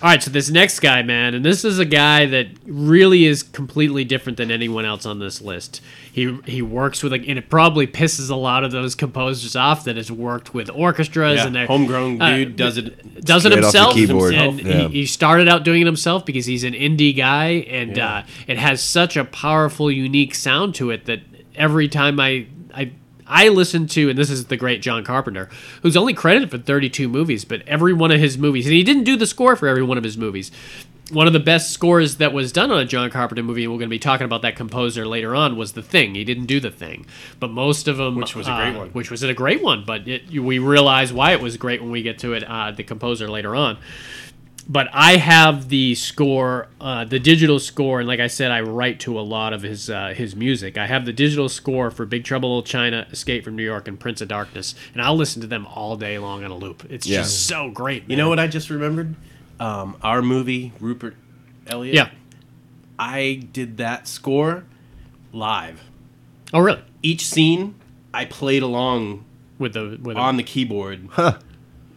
S1: All right, so this next guy, man, and this is a guy that really is completely different than anyone else on this list. He he works with, like, and it probably pisses a lot of those composers off that has worked with orchestras and
S3: yeah,
S1: their
S3: homegrown
S1: uh,
S3: dude does it.
S1: does it
S2: Straight
S1: himself,
S2: off the keyboard.
S1: and he,
S2: Yeah.
S1: he started out doing it himself because he's an indie guy, and uh, it has such a powerful, unique sound to it that every time I I I listen to, and this is the great John Carpenter, who's only credited for 32 movies, but every one of his movies, and he didn't do the score for every one of his movies. one of the best scores that was done on a John Carpenter movie, and we're going to be talking about that composer later on, was The Thing. He didn't do The Thing, but most of them,
S3: Which was a great
S1: uh,
S3: one.
S1: which was a great one. But it, we realize why it was great when we get to it. Uh, the composer later on, but I have the score, uh, the digital score, and like I said, I write to a lot of his uh, his music. I have the digital score for Big Trouble in Little China, Escape from New York, and Prince of Darkness, and I'll listen to them all day long on a loop. It's
S2: Yeah.
S1: just so great.
S3: You know what I just remembered? Um, our movie, Rupert Elliott.
S1: Yeah.
S3: I did that score live.
S1: Oh, really?
S3: Each scene, I played along
S1: With the with the-
S3: on the keyboard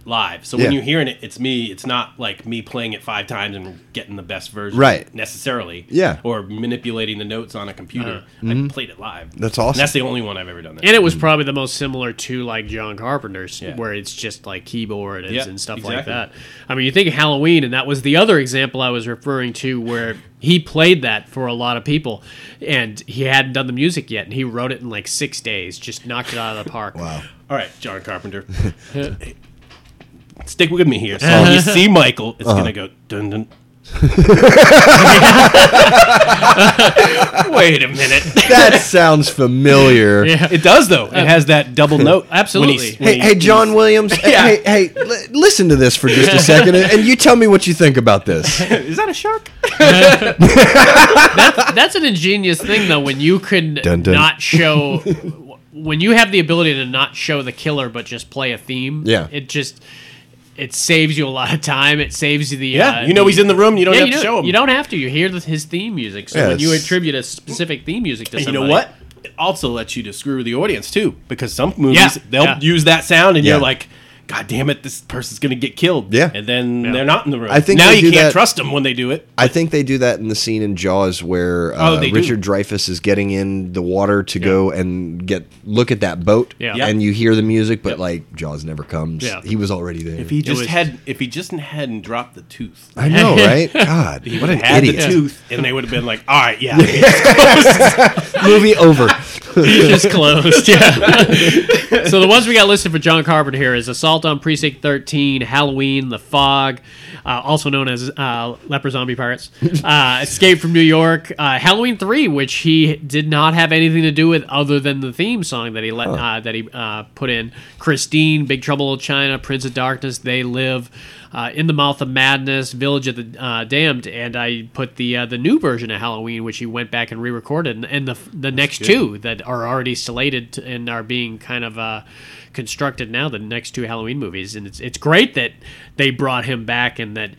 S3: live. So
S2: Yeah.
S3: when you're hearing it, it's me. It's not like me playing it five times and getting the best version,
S2: Right.
S3: Necessarily,
S2: Yeah. Mm-hmm.
S3: Or manipulating the notes on a computer. I played it live.
S2: That's awesome.
S3: And that's the only one I've ever done. That.
S1: And Uh-huh. it was probably the most similar to like John Carpenter's,
S3: Mm. Yeah.
S1: where it's just like keyboard and,
S3: Yeah,
S1: and stuff like
S3: exactly.
S1: that. I mean, you think of Halloween, and that was the other example I was referring to where he played that for a lot of people, and he hadn't done the music yet, and he wrote it in like six days, just knocked it out of the park.
S2: Wow.
S3: All right, John Carpenter. Stick with me here. So when you see Michael,
S2: Uh-huh.
S3: it's gonna go dun dun.
S1: Wait a minute. Uh,
S2: That sounds familiar.
S3: It does though. It has that double note.
S1: Absolutely.
S3: When he's- when
S2: Hey, hey, John Williams. Hey, hey, li- listen to this for just a second, and, and you tell me what you think about this.
S3: Is that a shark?
S1: That's an ingenious thing, though, when you can
S2: Dun, dun.
S1: not show. When you have the ability to not show the killer but just play a theme,
S2: Yeah.
S1: it just it saves you a lot of time. It saves you the
S3: Yeah.
S1: uh,
S3: you know
S1: the-
S3: he's in the room. You don't
S1: yeah,
S3: have
S1: you
S3: to
S1: don't,
S3: show him.
S1: You don't have to. You hear the, his theme music. So
S2: Yeah,
S1: when you
S2: it's-
S1: attribute a specific theme music to
S3: And you
S1: somebody,
S3: know what? It also lets you to screw the audience too, because some movies
S1: Yeah,
S3: they'll
S1: yeah.
S3: use that sound, and
S2: Yeah.
S3: you're like, "God damn it, this person's gonna get killed."
S2: Yeah.
S3: and then
S1: Yeah.
S3: they're not in the room.
S2: I think
S3: now
S2: they
S3: you
S2: do
S3: can't
S2: that-
S3: trust them when they do it.
S2: I think they do that in the scene in Jaws where uh,
S3: Oh, they do.
S2: Richard Dreyfuss is getting in the water to go and get look at that boat,
S1: Yeah.
S2: and you hear the music, but like Jaws never comes.
S1: Yeah.
S2: He was already there.
S3: If he just
S1: was-
S3: had, if he just hadn't dropped the tooth,
S2: I know, right? God, what an
S3: had
S2: idiot!
S3: the tooth, and they would have been like, "All right, yeah, yeah,
S2: Movie over.
S1: just closed. Yeah. so the ones we got listed for John Carpenter here is Assault on Precinct 13, Halloween, The Fog, uh, also known as uh, Leper Zombie Pirates, uh, Escape from New York, uh, Halloween 3, which he did not have anything to do with other than the theme song that he let uh, that he uh, put in. Christine, Big Trouble in Little China, Prince of Darkness, They Live. Uh, in the mouth of madness, village of the uh, damned, and I put the uh, the new version of Halloween, which he went back and re-recorded, and, and the the next
S3: good.
S1: two two that are already slated to- and are being kind of uh, constructed now. The next two Halloween movies, and it's it's great that they brought him back and that.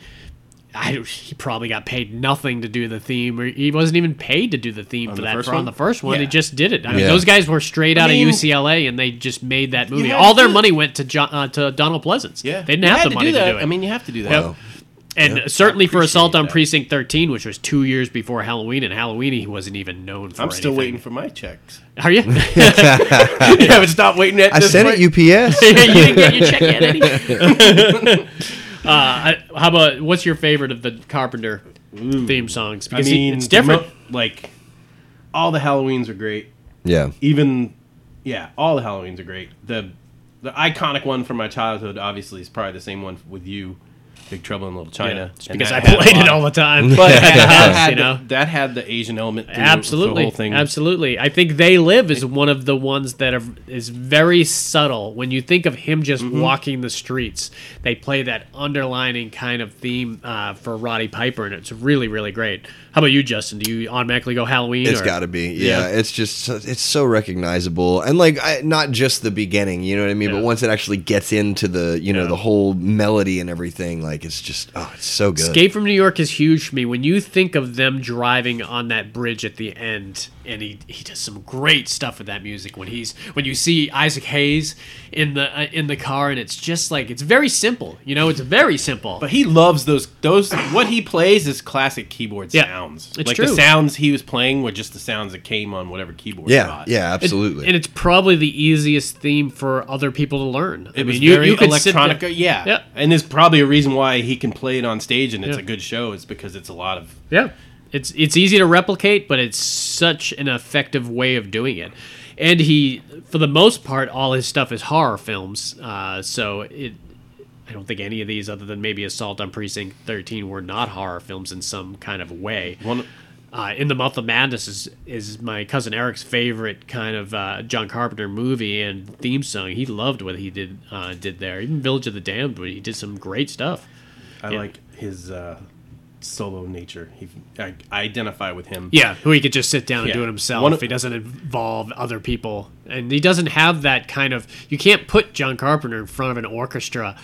S1: I, he probably got paid nothing to do the theme, or he wasn't even paid to do the theme for
S3: the
S1: that
S3: first
S1: for, on
S3: one?
S1: the first one. He
S3: Yeah.
S1: just did it. I mean,
S2: Yeah.
S1: those guys were straight out
S3: mean-
S1: of UCLA, and they just made that movie.
S3: had
S1: All
S3: to
S1: their
S3: do-
S1: money went to John, uh, to Donald Pleasance. they didn't
S3: You
S1: have
S3: had
S1: the money
S3: that.
S1: to do it.
S3: I mean, you have to do that.
S1: Yep. And certainly for
S3: appreciate
S1: Assault on
S3: that.
S1: Precinct 13, which was two years before Halloween, and Halloween he wasn't even known for
S3: I'm still
S1: anything.
S3: waiting for my checks.
S1: Are you?
S3: you haven't stopped waiting at
S2: I
S3: this
S2: sent
S3: point.
S2: it UPS.
S1: you didn't get your check yet, Eddie. uh, I- how about what's your favorite of the Carpenter theme songs?
S3: I
S1: Because he-
S3: mean,
S1: it's different.
S3: the mo- like, all the Halloweens are great.
S2: Yeah,
S3: even yeah, all the Halloweens are great. The the iconic one from my childhood, obviously, is probably the same one with you, Big Trouble in Little
S1: Yeah,
S3: China.
S1: just
S3: and
S1: because I
S3: that had a
S1: played it
S3: lot-
S1: all the time.
S3: But that,
S1: Yeah.
S3: had
S1: You know?
S3: the, that had the Asian element. through
S1: absolutely,
S3: the whole thing.
S1: absolutely. I think "They Live" is one of the ones that are, is very subtle. When you think of him just
S3: Mm-hmm.
S1: walking the streets, they play that underlining kind of theme uh, for Roddy Piper, and it's really, really great. How about you, Justin? Do you automatically go Halloween?
S2: It's
S1: or-
S2: got to be. Yeah, it's just so- it's so recognizable, and like I, not just the beginning, you know what I mean.
S1: Yeah.
S2: But once it actually gets into the you know
S1: Yeah.
S2: the whole melody and everything, like it's just oh, it's so good.
S1: Escape from New York is huge for me. When you think of them driving on that bridge at the end, and he, he does some great stuff with that music. When he's when you see Isaac Hayes in the uh, in the car, and it's just like it's very simple. You know, it's very simple.
S3: But he loves those those what he plays is classic keyboard
S1: Yeah,
S3: sounds.
S1: it's
S3: like
S1: true.
S3: the sounds he was playing were just the sounds that came on whatever keyboard. you
S2: Yeah,
S3: got.
S2: yeah,
S1: It-
S2: absolutely.
S1: and it's probably the easiest theme for other people to learn.
S3: It was very
S1: sit there-
S3: electronica, yeah.
S1: Yeah.
S3: And there's probably a reason why he can play it on stage and it's
S1: Yeah.
S3: a good show. It's because it's a lot of
S1: Yeah. It's it's easy to replicate, but it's such an effective way of doing it. And he, for the most part, all his stuff is horror films. Uh, so it I don't think any of these, other than maybe Assault on Precinct 13, were not horror films in some kind of way.
S3: One-
S1: uh, in the Mouth of Madness is is my cousin Eric's favorite kind of uh, John Carpenter movie and theme song. He loved what he did uh, did there. Even Village of the Damned, but he did some great stuff.
S3: I
S1: Yeah.
S3: like his uh, solo nature. He, I, I identify with him.
S1: Yeah, who he could just sit down and
S3: Yeah.
S1: do it himself.
S3: One of-
S1: he doesn't involve other people, and he doesn't have that kind of. You can't put John Carpenter in front of an orchestra,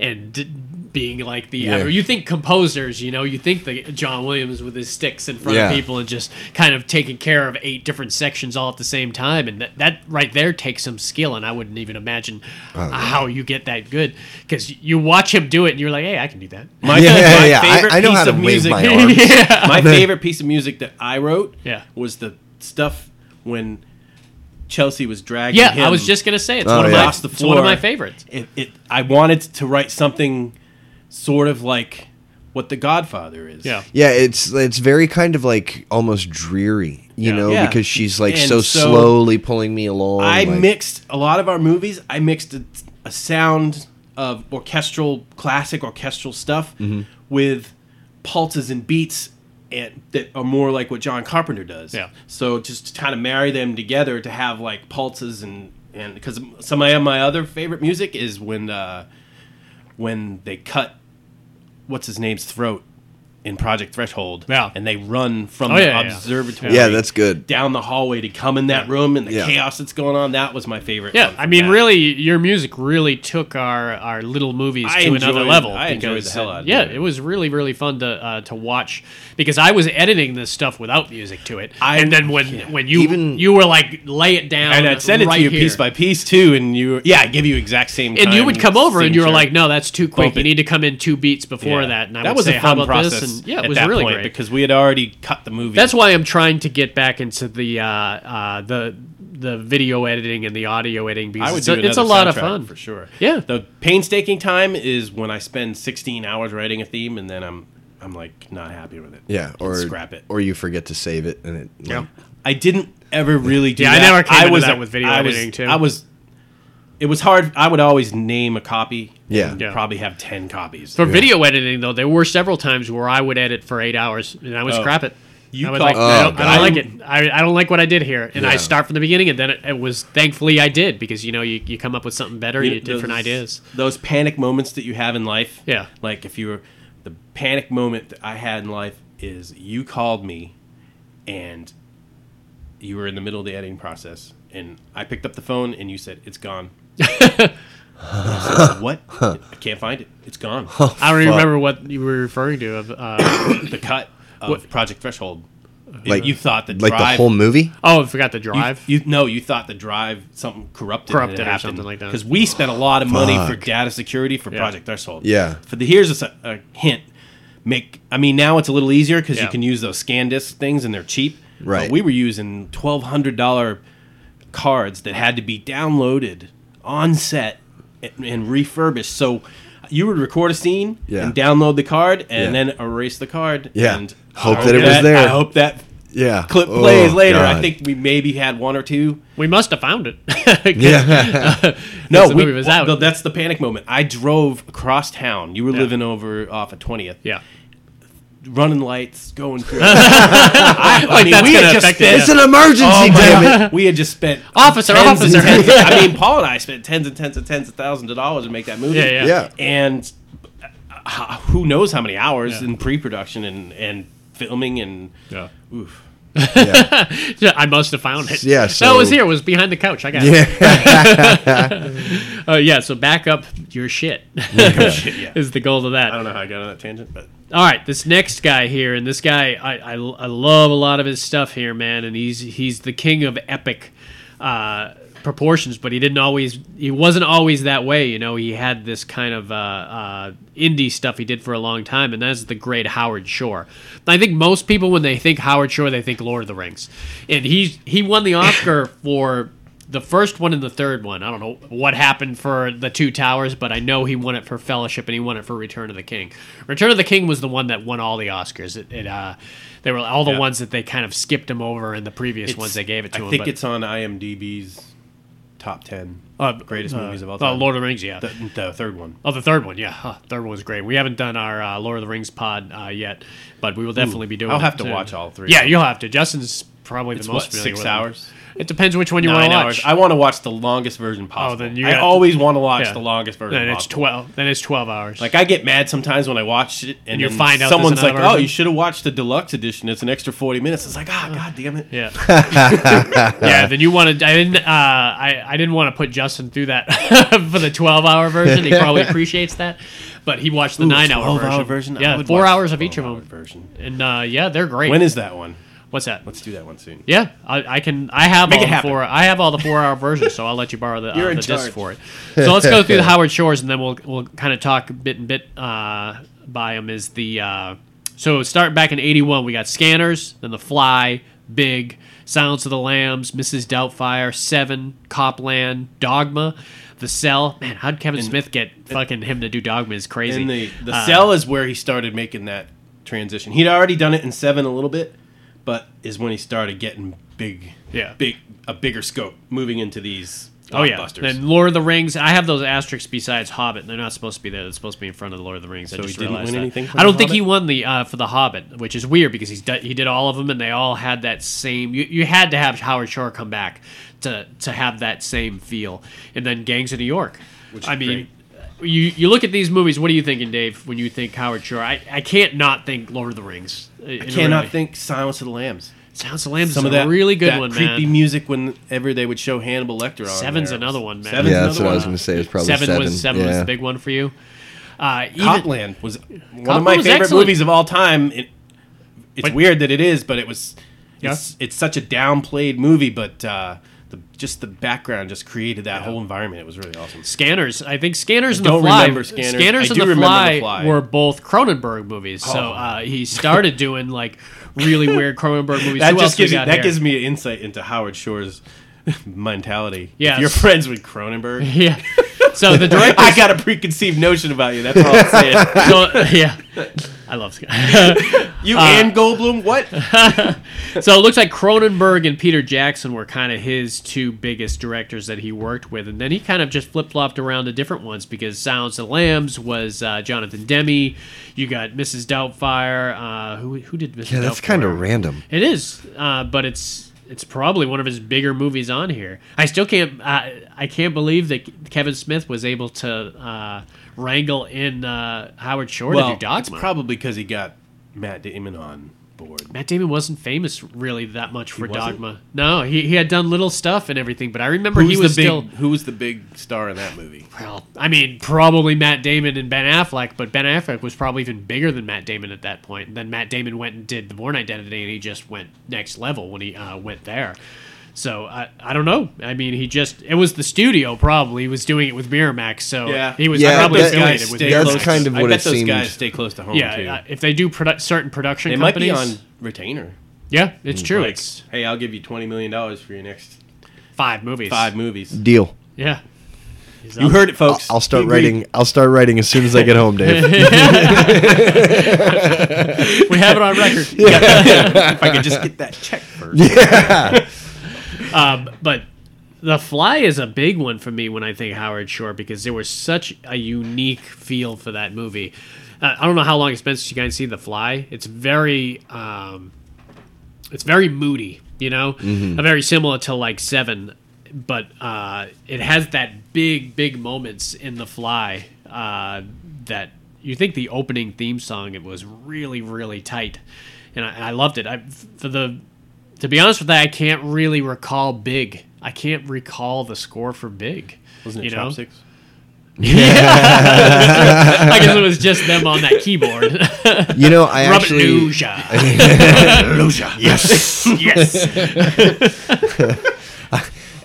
S1: and d- being like the.
S2: Yeah.
S1: You think composers, you know, you think the John Williams with his sticks in front
S2: Yeah.
S1: of people and just kind of taking care of eight different sections all at the same time, and that that right there takes some skill, and I wouldn't even imagine
S3: Oh,
S1: how you get that good because you watch him do it, and you're like, hey, I can do that.
S3: My,
S2: Yeah, yeah,
S3: my
S2: yeah. I-
S3: favorite
S2: I know
S3: piece
S2: how to
S3: of
S2: wave
S3: music.
S2: my arms.
S3: my favorite piece of music that I wrote
S1: Yeah.
S3: was the stuff when Chelsea was dragging
S1: Yeah,
S3: him
S1: I was just gonna say it's
S2: Oh,
S1: one of
S2: yeah.
S1: my
S3: across the
S1: it's
S3: floor.
S1: one of my favorites.
S3: It, it, I wanted to write something sort of like what The Godfather is.
S1: Yeah.
S2: Yeah, it's it's very kind of like almost dreary, you
S1: Yeah.
S2: know,
S3: Yeah.
S2: because she's like
S3: And
S2: so,
S3: so-
S2: slowly pulling me along.
S3: I
S2: like,
S3: mixed a lot of our movies. I mixed a, a sound of orchestral, classic orchestral stuff
S1: Mm-hmm.
S3: with pulses and beats and, that are more like what John Carpenter does.
S1: Yeah.
S3: So just to kind of marry them together to have like pulses and and because some of my other favorite music is when uh, when they cut what's his name's throat in Project Threshold.
S1: Yeah.
S3: And they run from
S1: Oh,
S3: the
S1: yeah, yeah, yeah.
S3: observatory
S2: Yeah, that's good.
S3: down the hallway to come in that room and the
S2: Yeah.
S3: chaos that's going on. That was my favorite.
S1: Yeah,
S3: one
S1: I
S3: from
S1: mean,
S3: that.
S1: really, your music really took our, our little movies
S3: I
S1: to another
S3: enjoyed-
S1: level.
S3: I enjoyed
S1: because,
S3: the hell out of
S1: Yeah,
S3: doing it.
S1: it was really really fun to uh, to watch because I was editing this stuff without music to it,
S3: I-
S1: and then when when you
S2: Even-
S1: you were like lay it down
S3: And I'd send it
S1: um, right
S3: to you
S1: here.
S3: piece by piece too, and you yeah, I give you exact same.
S1: And you
S3: time,
S1: would come over and you were
S3: signature.
S1: like, "No, that's too quick.
S3: Bump
S1: You
S3: it."
S1: need to come in two beats before
S3: Yeah.
S1: that." And I
S3: that
S1: would
S3: was
S1: say,
S3: a
S1: "How
S3: fun
S1: about
S3: process.
S1: this?" And yeah,
S3: at
S1: it was
S3: that
S1: really
S3: point
S1: great.
S3: because we had already cut the movie.
S1: That's why I'm trying to get back into the uh, uh, the the video editing and the audio editing because
S3: I would
S1: it's,
S3: do
S1: a, it's a
S3: another
S1: lot of
S3: soundtrack
S1: fun
S3: for sure.
S1: Yeah.
S3: the painstaking time is when I spend 16 hours writing a theme, and then I'm I'm like not happy with it.
S2: Yeah, or
S3: scrap it.
S2: or you forget to save it, and it yeah.
S3: I didn't ever really do
S1: Yeah, I
S3: that.
S1: never came into
S3: was
S1: that
S3: a-
S1: with video
S3: I was-
S1: editing, too.
S3: I was it was hard. I would always name a copy.
S2: Yeah.
S3: and
S1: Yeah.
S3: probably have 10 copies.
S1: For video editing, though, there were several times where I would edit for eight hours and I would
S3: Oh.
S1: scrap it.
S3: You
S1: I would
S3: call-
S1: like, I, don't,
S2: Oh,
S1: I don't like
S3: God.
S1: it. I, I don't like what I did here, and I
S2: Yeah.
S1: start from the beginning, and then it, it was thankfully I did because you know you, you come up with something better, you,
S3: You know,
S1: different
S3: those-
S1: ideas.
S3: Those panic moments that you have in life.
S1: Yeah.
S3: Like if you were the panic moment that I had in life is you called me and you were in the middle of the editing process and I picked up the phone and you said it's gone. I said, what? I can't find it. It's gone.
S1: I don't even
S2: fuck.
S1: remember what you were referring to. Of uh,
S3: the cut of
S1: What-
S3: Project Threshold.
S2: Like-
S3: Like you thought the
S2: like
S3: drive,
S2: the whole movie.
S1: oh, I forgot the
S3: you-
S1: drive.
S3: You, no, you thought the drive something corrupted,
S1: Corrupted or something like that.
S3: Because we spent a lot of money for
S2: Fuck.
S3: data security for Project Threshold.
S2: Yeah.
S3: For the here's a, s- a hint. Make I mean now it's a little easier because
S1: Yeah.
S3: you can use those scan disk things and they're cheap. But
S2: Right.
S3: we were using twelve hundred dollar cards that had to be downloaded on set and, and refurbished. So you would record a scene
S2: Yeah.
S3: and download the card and
S2: Yeah.
S3: then erase the card.
S2: Yeah.
S3: And
S2: Hope
S3: I
S2: that it was there.
S3: I hope that
S2: Yeah,
S3: clip
S2: Oh,
S3: plays later. I
S2: God.
S3: think we maybe had one or two.
S1: we must have found it.
S2: Yeah,
S3: No,
S1: the
S3: we-
S1: movie was out.
S3: no, that's the panic moment. I drove across town. You were
S1: Yeah.
S3: living over off of twentieth.
S1: yeah,
S3: running lights, going through. I, I
S1: Like,
S3: mean,
S1: that's
S3: we
S1: gonna
S3: had just
S1: affect it,
S3: spent-
S2: it's an emergency,
S3: Oh my
S2: damn it.
S3: God. We had just spent
S1: Officer,
S3: tens and
S1: officer.
S3: tens- I mean, Paul and I spent tens and tens and tens of thousands of dollars to make that movie.
S1: Yeah, yeah.
S2: Yeah.
S3: And uh, who knows how many hours
S1: Yeah.
S3: in pre-production and and filming and
S1: yeah.
S3: oof.
S1: I must have found it.
S2: Yeah,
S1: no,
S2: so-
S1: it was here. It was behind the couch. I got it.
S2: Yeah,
S1: Uh, yeah, so back up your shit
S3: Shit, yeah.
S1: is the goal of that.
S3: I don't know how I got on that tangent, but
S1: All right, this next guy here, and this guy, I, I, I love a lot of his stuff here, man, and he's he's the king of epic uh, proportions, but he didn't always, he wasn't always that way, you know. He had this kind of uh, uh, indie stuff he did for a long time, and that's the great Howard Shore. I think most people, when they think Howard Shore, they think Lord of the Rings, and he's he won the Oscar for the first one and the third one. I don't know what happened for the two towers, but I know he won it for Fellowship and he won it for Return of the King. Return of the King was the one that won all the Oscars. It, it uh, they were all the
S3: Yeah.
S1: ones that they kind of skipped him over in the previous ones they gave it to
S3: I
S1: him.
S3: think
S1: but-
S3: it's on IMDb's top ten
S1: Uh,
S3: greatest
S1: uh,
S3: movies of all
S1: oh,
S3: time.
S1: Lord of the Rings, yeah.
S3: the, the third one.
S1: Oh, the third one, yeah. Huh, third one was great. We haven't done our uh, Lord of the Rings pod uh, yet, but we will definitely be doing.
S3: I'll
S1: it
S3: have to
S1: soon.
S3: watch all three
S1: Yeah,
S3: of them.
S1: you'll have to. Justin's probably
S3: It's
S1: the most
S3: what,
S1: familiar
S3: six
S1: with them.
S3: hours?
S1: It depends which one you want
S3: Nine
S1: to
S3: hours.
S1: watch. Oh,
S3: I want to watch the longest version possible.
S1: then you
S3: I
S1: got-
S3: always want to watch
S1: Yeah.
S3: the longest version.
S1: Then it's
S3: possible.
S1: twelve. Then it's twelve hours.
S3: Like I get mad sometimes when I watch it and
S1: you
S3: then
S1: find out there's
S3: someone's like,
S1: another
S3: "Oh,
S1: version."
S3: you should have watched the deluxe edition. It's an extra forty minutes." It's like, "Ah, god damn it!"
S1: Yeah. yeah. Then you wanted. I didn't. Uh, I I didn't want to put Justin through that for the twelve-hour version. He probably appreciates that, but he watched the
S3: Ooh, a
S1: nine-hour
S3: 12 hour
S1: version.
S3: version? I
S1: Yeah,
S3: would
S1: four
S3: watch
S1: hours of
S3: the
S1: each of
S3: 12 hour
S1: them.
S3: version.
S1: And uh, yeah, they're great.
S3: When is that one?
S1: What's that?
S3: Let's do that one soon.
S1: Yeah, I, I can. I have
S3: Make
S1: all
S3: it
S1: the
S3: happen.
S1: four. I have all the four-hour versions, so I'll let you borrow the,
S3: You're
S1: uh,
S3: in
S1: the disc
S3: charge.
S1: for it. So let's go through the Howard Shores, and then we'll we'll kind of talk bit and bit uh, by them. Is the uh, so start back in '81? We got Scanners, then The Fly, Big, Silence of the Lambs, Mrs. Doubtfire, Seven, Copland, Dogma, The Cell. Man, how'd Kevin Smith get fucking him to do Dogma? Is crazy.
S3: And the the
S1: Uh,
S3: cell is where he started making that transition. He'd already done it in seven a little bit, but is when he started getting big,
S1: Yeah.
S3: big a bigger scope, moving into these.
S1: Oh yeah,
S3: blockbusters.
S1: then Lord of the Rings. I have those asterisks besides Hobbit. They're not supposed to be there. They're supposed to be in front of the Lord of the Rings. I
S3: So he
S1: just
S3: didn't
S1: realized
S3: win
S1: that.
S3: anything for
S1: I
S3: The
S1: don't think he
S3: Hobbit?
S1: won the uh, for the Hobbit, which is weird because he's done, he did all of them and they all had that same. You, you had to have Howard Shore come back to to have that same feel, and then Gangs of New York.
S3: Which
S1: I
S3: is
S1: mean. You, you look at these movies. What are you thinking, Dave? When you think Howard Shore, I, I can't not think Lord of the Rings. uh,
S3: I cannot think Silence of the Lambs.
S1: Sounds of the Lambs
S3: Some
S1: is
S3: of
S1: a
S3: that
S1: really good
S3: that
S1: one,
S3: creepy
S1: man.
S3: music whenever they would show Hannibal Lecter on.
S1: Seven's
S3: there.
S1: another one, man.
S3: Seven's
S2: Yeah,
S3: another
S2: that's what
S3: one.
S2: I was going to say. It's probably
S1: seven,
S2: seven.
S1: was seven was
S2: yeah.
S1: the big one for you. Uh, even,
S3: Copland was one of
S1: Copland
S3: my
S1: was
S3: favorite
S1: excellent.
S3: movies of all time. It, it's
S1: But-
S3: weird that it is, but it was. It's, it's such a downplayed movie, but uh, the, just the background just created that whole environment. It was really awesome.
S1: Scanners. I think Scanners and the
S3: don't
S1: Fly.
S3: remember Scanners. I
S1: and
S3: do
S1: the
S3: remember
S1: Fly,
S3: The Fly.
S1: were both Cronenberg movies. So
S3: Oh.
S1: uh, he started doing like really weird Cronenberg movies.
S3: That
S1: Who else
S3: just
S1: we
S3: gives you,
S1: got
S3: that
S1: here?
S3: gives me an insight into Howard Shore's mentality.
S1: Yes.
S3: if you're friends with Cronenberg.
S1: yeah. So the director.
S3: I got a preconceived notion about you. That's all I'm saying.
S1: so, yeah, I love Scanners. Uh,
S3: You and Goldblum, what?
S1: so it looks like Cronenberg and Peter Jackson were kind of his two biggest directors that he worked with, and then he kind of just flip flopped around to different ones because Silence of the Lambs was uh, Jonathan Demme. You got Mrs. Doubtfire. Uh, who who did Mrs.
S2: Yeah,
S1: Doubtfire?
S2: that's kind of random.
S1: It is, uh, but it's it's probably one of his bigger movies on here. I still can't uh, I can't believe that Kevin Smith was able to uh, wrangle in uh, Howard Shore to do
S3: it's
S1: Dogma.
S3: probably because he got Matt Damon on board.
S1: Matt Damon wasn't famous really that much for
S3: wasn't?
S1: Dogma. No, he, he had done little stuff and everything, but I remember
S3: Who's
S1: he was
S3: the big,
S1: still.
S3: Who was the big star in that movie?
S1: Well, I mean, probably Matt Damon and Ben Affleck, but Ben Affleck was probably even bigger than Matt Damon at that point. And then Matt Damon went and did The Bourne Identity, and he just went next level when he uh, went there. So I, I don't know. I mean, he just it was the studio probably. He was doing it with Miramax, so
S3: Yeah.
S1: he was
S2: Yeah,
S1: probably
S2: that-
S1: doing
S2: affiliated
S1: it with
S2: stay that's
S1: Miramax.
S3: close to-
S2: kind of
S3: I
S2: what
S3: bet
S2: it
S3: those
S2: seemed.
S3: guys stay close to home too.
S1: yeah, uh, if they do produ- certain production
S3: they might
S1: companies,
S3: be on retainer.
S1: yeah, it's true.
S3: Like,
S1: it's
S3: hey, I'll give you twenty million dollars for your next
S1: five movies.
S3: five movies.
S2: Deal.
S1: Yeah.
S3: You heard it,
S2: I'll,
S3: folks.
S2: I'll start
S3: He agreed.
S2: writing. I'll start writing as soon as I get home, Dave.
S1: we have it on record.
S3: if I could just get that check first.
S1: Um, but The Fly is a big one for me when I think Howard Shore because there was such a unique feel for that movie. Uh, I don't know how long it's been since you guys see The Fly. It's very, um, it's very moody, you know, Uh, very similar to like Seven, but uh, it has that big, big moments in The Fly uh, that you think the opening theme song it was really, really tight, and I, I loved it. I for the to be honest with that, I can't really recall Big. I can't recall the score for Big.
S3: Wasn't it
S1: you know?
S3: chopsticks?
S1: I guess it was just them on that keyboard. Robert
S2: you know, I actually.
S1: Luja.
S2: Yes.
S1: yes.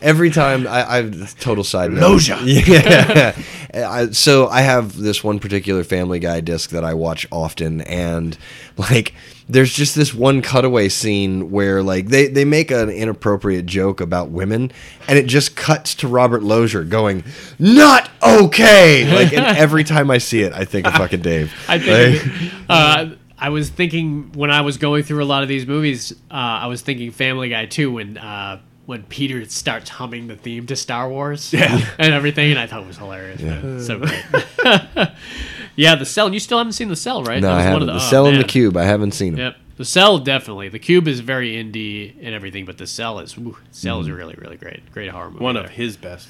S2: Every time I, I've total side note. Yeah. I, so I have this one particular Family Guy disc that I watch often, and like, there's just this one cutaway scene where like they they make an inappropriate joke about women, and it just cuts to Robert Lozier going, "Not okay." Like, and every time I see it, I think of fucking Dave.
S1: I think.
S2: Like,
S1: uh, I was thinking when I was going through a lot of these movies, uh, I was thinking Family Guy too. When uh, when Peter starts humming the theme to Star Wars yeah. and everything, and I thought it was hilarious. man. So good. yeah, the cell. You still haven't seen the cell, right?
S2: No,
S1: That
S2: I
S1: was
S2: haven't.
S1: one of
S2: the
S1: oh,
S2: Cell and the
S1: man.
S2: Cube. I haven't seen them.
S1: Yep. The cell definitely. The cube is very indie and everything, but the cell is whew, cell
S2: Mm-hmm.
S1: is really really great. Great horror movie.
S3: One
S1: there.
S3: of his best,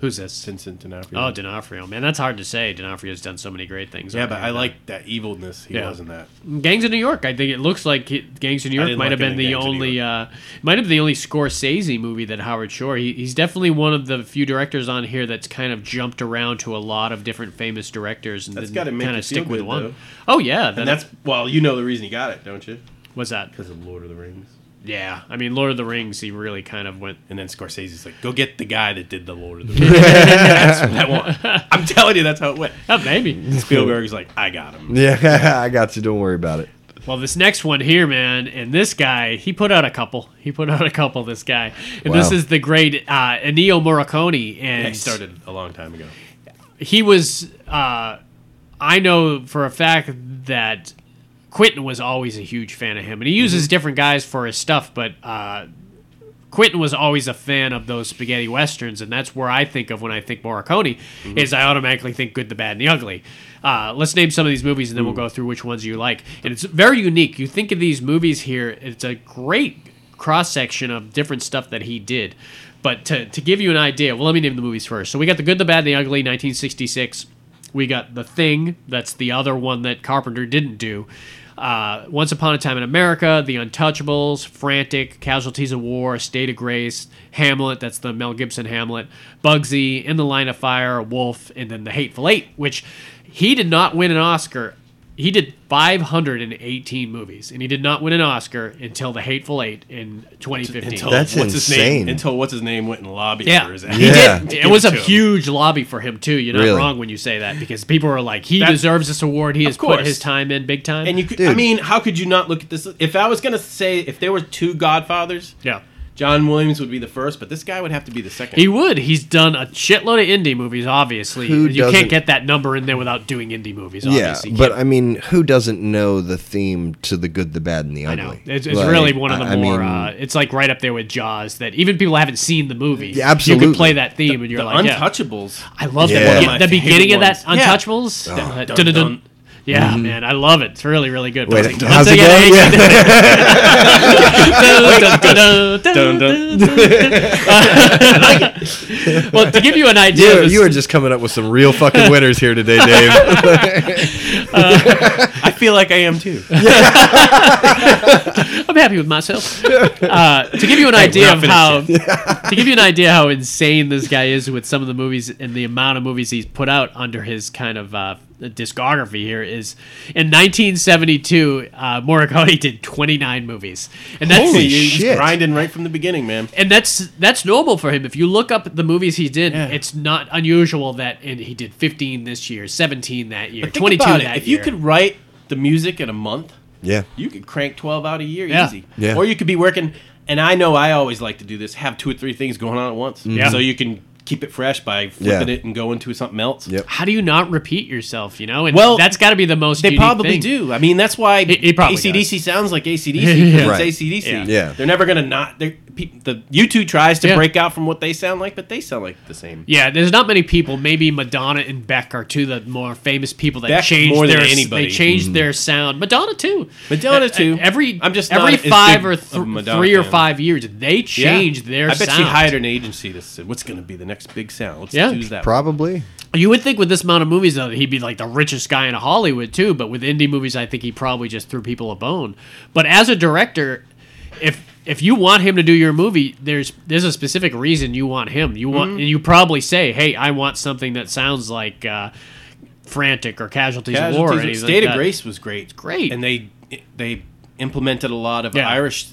S1: who's this?
S3: Vincent D'Onofrio.
S1: Oh, D'Onofrio. Man, that's hard to say. D'Onofrio's done so many great things.
S3: yeah, but I
S1: already.
S3: like that evilness he
S1: Yeah.
S3: was in that.
S1: Gangs of New York. I think it looks like it- Gangs of New
S3: I
S1: York
S3: didn't
S1: might
S3: like
S1: have
S3: it
S1: been
S3: in
S1: the
S3: Gangs of New
S1: only uh, might have been the only Scorsese movie that Howard Shore. He, he's definitely one of the few directors on here that's kind of jumped around to a lot of different famous directors and
S3: That's
S1: didn't
S3: gotta make
S1: kind
S3: you
S1: of stick
S3: feel
S1: with
S3: good,
S1: one.
S3: though.
S1: Oh yeah, that,
S3: And that's well, you know the reason he got it, don't you?
S1: what's that?
S3: Because of Lord of the Rings.
S1: Yeah, I mean Lord of the Rings. He really kind of went.
S3: And then Scorsese's like, "Go get the guy that did the Lord of the Rings." that's what I want. I'm telling you, that's how it went.
S1: Oh maybe.
S3: Spielberg's like, "I got him."
S2: Yeah, I got you. Don't worry about it.
S1: Well, this next one here, man, and this guy, he put out a couple. He put out a couple. This guy, and this
S2: Wow.
S1: is the great uh, Ennio Morricone, and
S3: He started a long time ago.
S1: he was uh, i know for a fact that quentin was always a huge fan of him and he uses different guys for his stuff but uh, quentin was always a fan of those spaghetti westerns and that's where i think of when i think morricone is i automatically think good the bad and the ugly uh, let's name some of these movies and then we'll go through which ones you like and it's very unique you think of these movies here it's a great cross section of different stuff that he did. But to, to give you an idea, well, let me name the movies first. So we got The Good, the Bad, and the Ugly, 1966. We got The Thing, that's the other one that Carpenter didn't do. Uh, Once Upon a Time in America, The Untouchables, Frantic, Casualties of War, State of Grace, Hamlet, that's the Mel Gibson Hamlet, Bugsy, In the Line of Fire, Wolf, and then The Hateful Eight, which he did not win an Oscar he did 518 movies, and he did not win an Oscar until The Hateful Eight in 2015.
S3: Until
S2: That's
S3: what's his
S2: insane.
S3: name? Until what's his name went and lobbied
S1: yeah,
S3: for his
S1: he
S2: Yeah.
S1: did.
S3: To
S1: It
S3: give
S1: was a
S3: to him.
S1: huge lobby for him too. You're not
S2: Really?
S1: wrong when you say that because people are like, he
S3: That-
S1: deserves this award. He has put
S3: course.
S1: his time in big time.
S3: And you, could, I
S2: Dude.
S3: mean, how could you not look at this? If I was gonna say, if there were two Godfathers,
S1: yeah,
S3: John Williams would be the first, but this guy would have to be the second.
S1: he would. He's done a shitload of indie movies. Obviously,
S2: Who
S1: you can't
S2: doesn't-
S1: get that number in there without doing indie movies.
S2: Yeah,
S1: Obviously. You
S2: but I mean, who doesn't know the theme to the good, the bad, and the
S1: I
S2: ugly?
S1: know it's, it's
S2: Like,
S1: really one of the
S2: I- I
S1: more.
S2: mean,
S1: uh, it's like right up there with Jaws. That even people who haven't seen the movie,
S2: Yeah,
S1: you
S2: absolutely.
S1: could play that theme, and you're
S3: the
S1: like, yeah.
S3: Untouchables.
S1: I love
S2: Yeah.
S1: that.
S2: One
S1: the
S2: of
S1: be- The
S3: my favorite
S1: beginning of that
S3: ones. Yeah.
S1: Untouchables. Dun, dun,
S3: dun,
S1: dun.
S3: dun.
S1: Yeah, man, I love it. It's really, really good.
S2: Wait,
S1: Once
S2: how's it
S1: again,
S2: going?
S1: I-
S2: Yeah.
S1: Dun, dun, dun, dun, dun. Well, to give you an idea,
S2: You,
S1: of the
S2: you are just coming up with some real fucking winners here today, Dave.
S3: I feel like I am too.
S1: I'm happy with myself. Uh, to give you an idea of
S3: we're
S1: how,
S3: not
S1: to give you an idea how insane this guy is with some of the movies and the amount of movies he's put out under his kind of uh, discography here is, in 1972, uh, Morricone did 29 movies, and that's
S2: Holy
S3: He's
S2: Shit.
S3: grinding right from the beginning, man.
S1: and that's that's normal for him. If you look up the movies he did,
S3: Yeah.
S1: it's not unusual that and he did 15 this year, 17 that year,
S3: Think
S1: 22
S3: about it.
S1: that
S3: If
S1: year.
S3: you could write the music in a month,
S2: yeah,
S3: you could crank 12 out a year
S1: Yeah.
S3: easy.
S2: Yeah.
S3: Or you could be working, and I know I always like to do this, have two or three things going on at once.
S1: Yeah.
S3: So you can keep it fresh by flipping
S2: Mm-hmm. Yeah.
S3: it and going to something else.
S2: Yep.
S1: how do you not repeat yourself? You know, and
S3: Well,
S1: that's got to be the most.
S3: They
S1: unique
S3: probably
S1: thing.
S3: do. I mean, that's why
S1: it probably
S3: ACDC sounds like ACDC. 'cause
S2: Right.
S3: It's ACDC.
S1: Yeah.
S2: Yeah.
S3: They're never going to not. they're- pe- The U2 tries to
S1: Yeah.
S3: break out from what they sound like, but they sound like the same.
S1: Yeah, there's not many people. Maybe Madonna and Beck are two of the more famous people that
S3: Beck
S1: changed
S3: more than
S1: their
S3: anybody. Mm.
S1: They changed their sound. Madonna too.
S3: Madonna,
S1: Uh,
S3: too.
S1: Every
S3: I'm just
S1: every
S3: not as
S1: five
S3: big
S1: or
S3: of a
S1: th-
S3: Madonna
S1: three or
S3: fan.
S1: five years they changed
S3: Yeah.
S1: their.
S3: I bet
S1: sound.
S3: she hired an agency that said, "What's going to be the next big sound? Let's
S1: Yeah.
S3: choose that."
S2: probably.
S1: You would think with this amount of movies though that he'd be like the richest guy in Hollywood too, but with indie movies I think he probably just threw people a bone. But as a director, if if you want him to do your movie, there's there's a specific reason you want him. You want
S3: Mm-hmm.
S1: and you probably say, "Hey, I want something that sounds like uh, Frantic or Casualties,
S3: Casualties
S1: of War." Or
S3: of-
S1: anything
S3: State
S1: like
S3: of
S1: that.
S3: Grace was great.
S1: Great.
S3: and they they implemented a lot of
S1: Yeah.
S3: Irish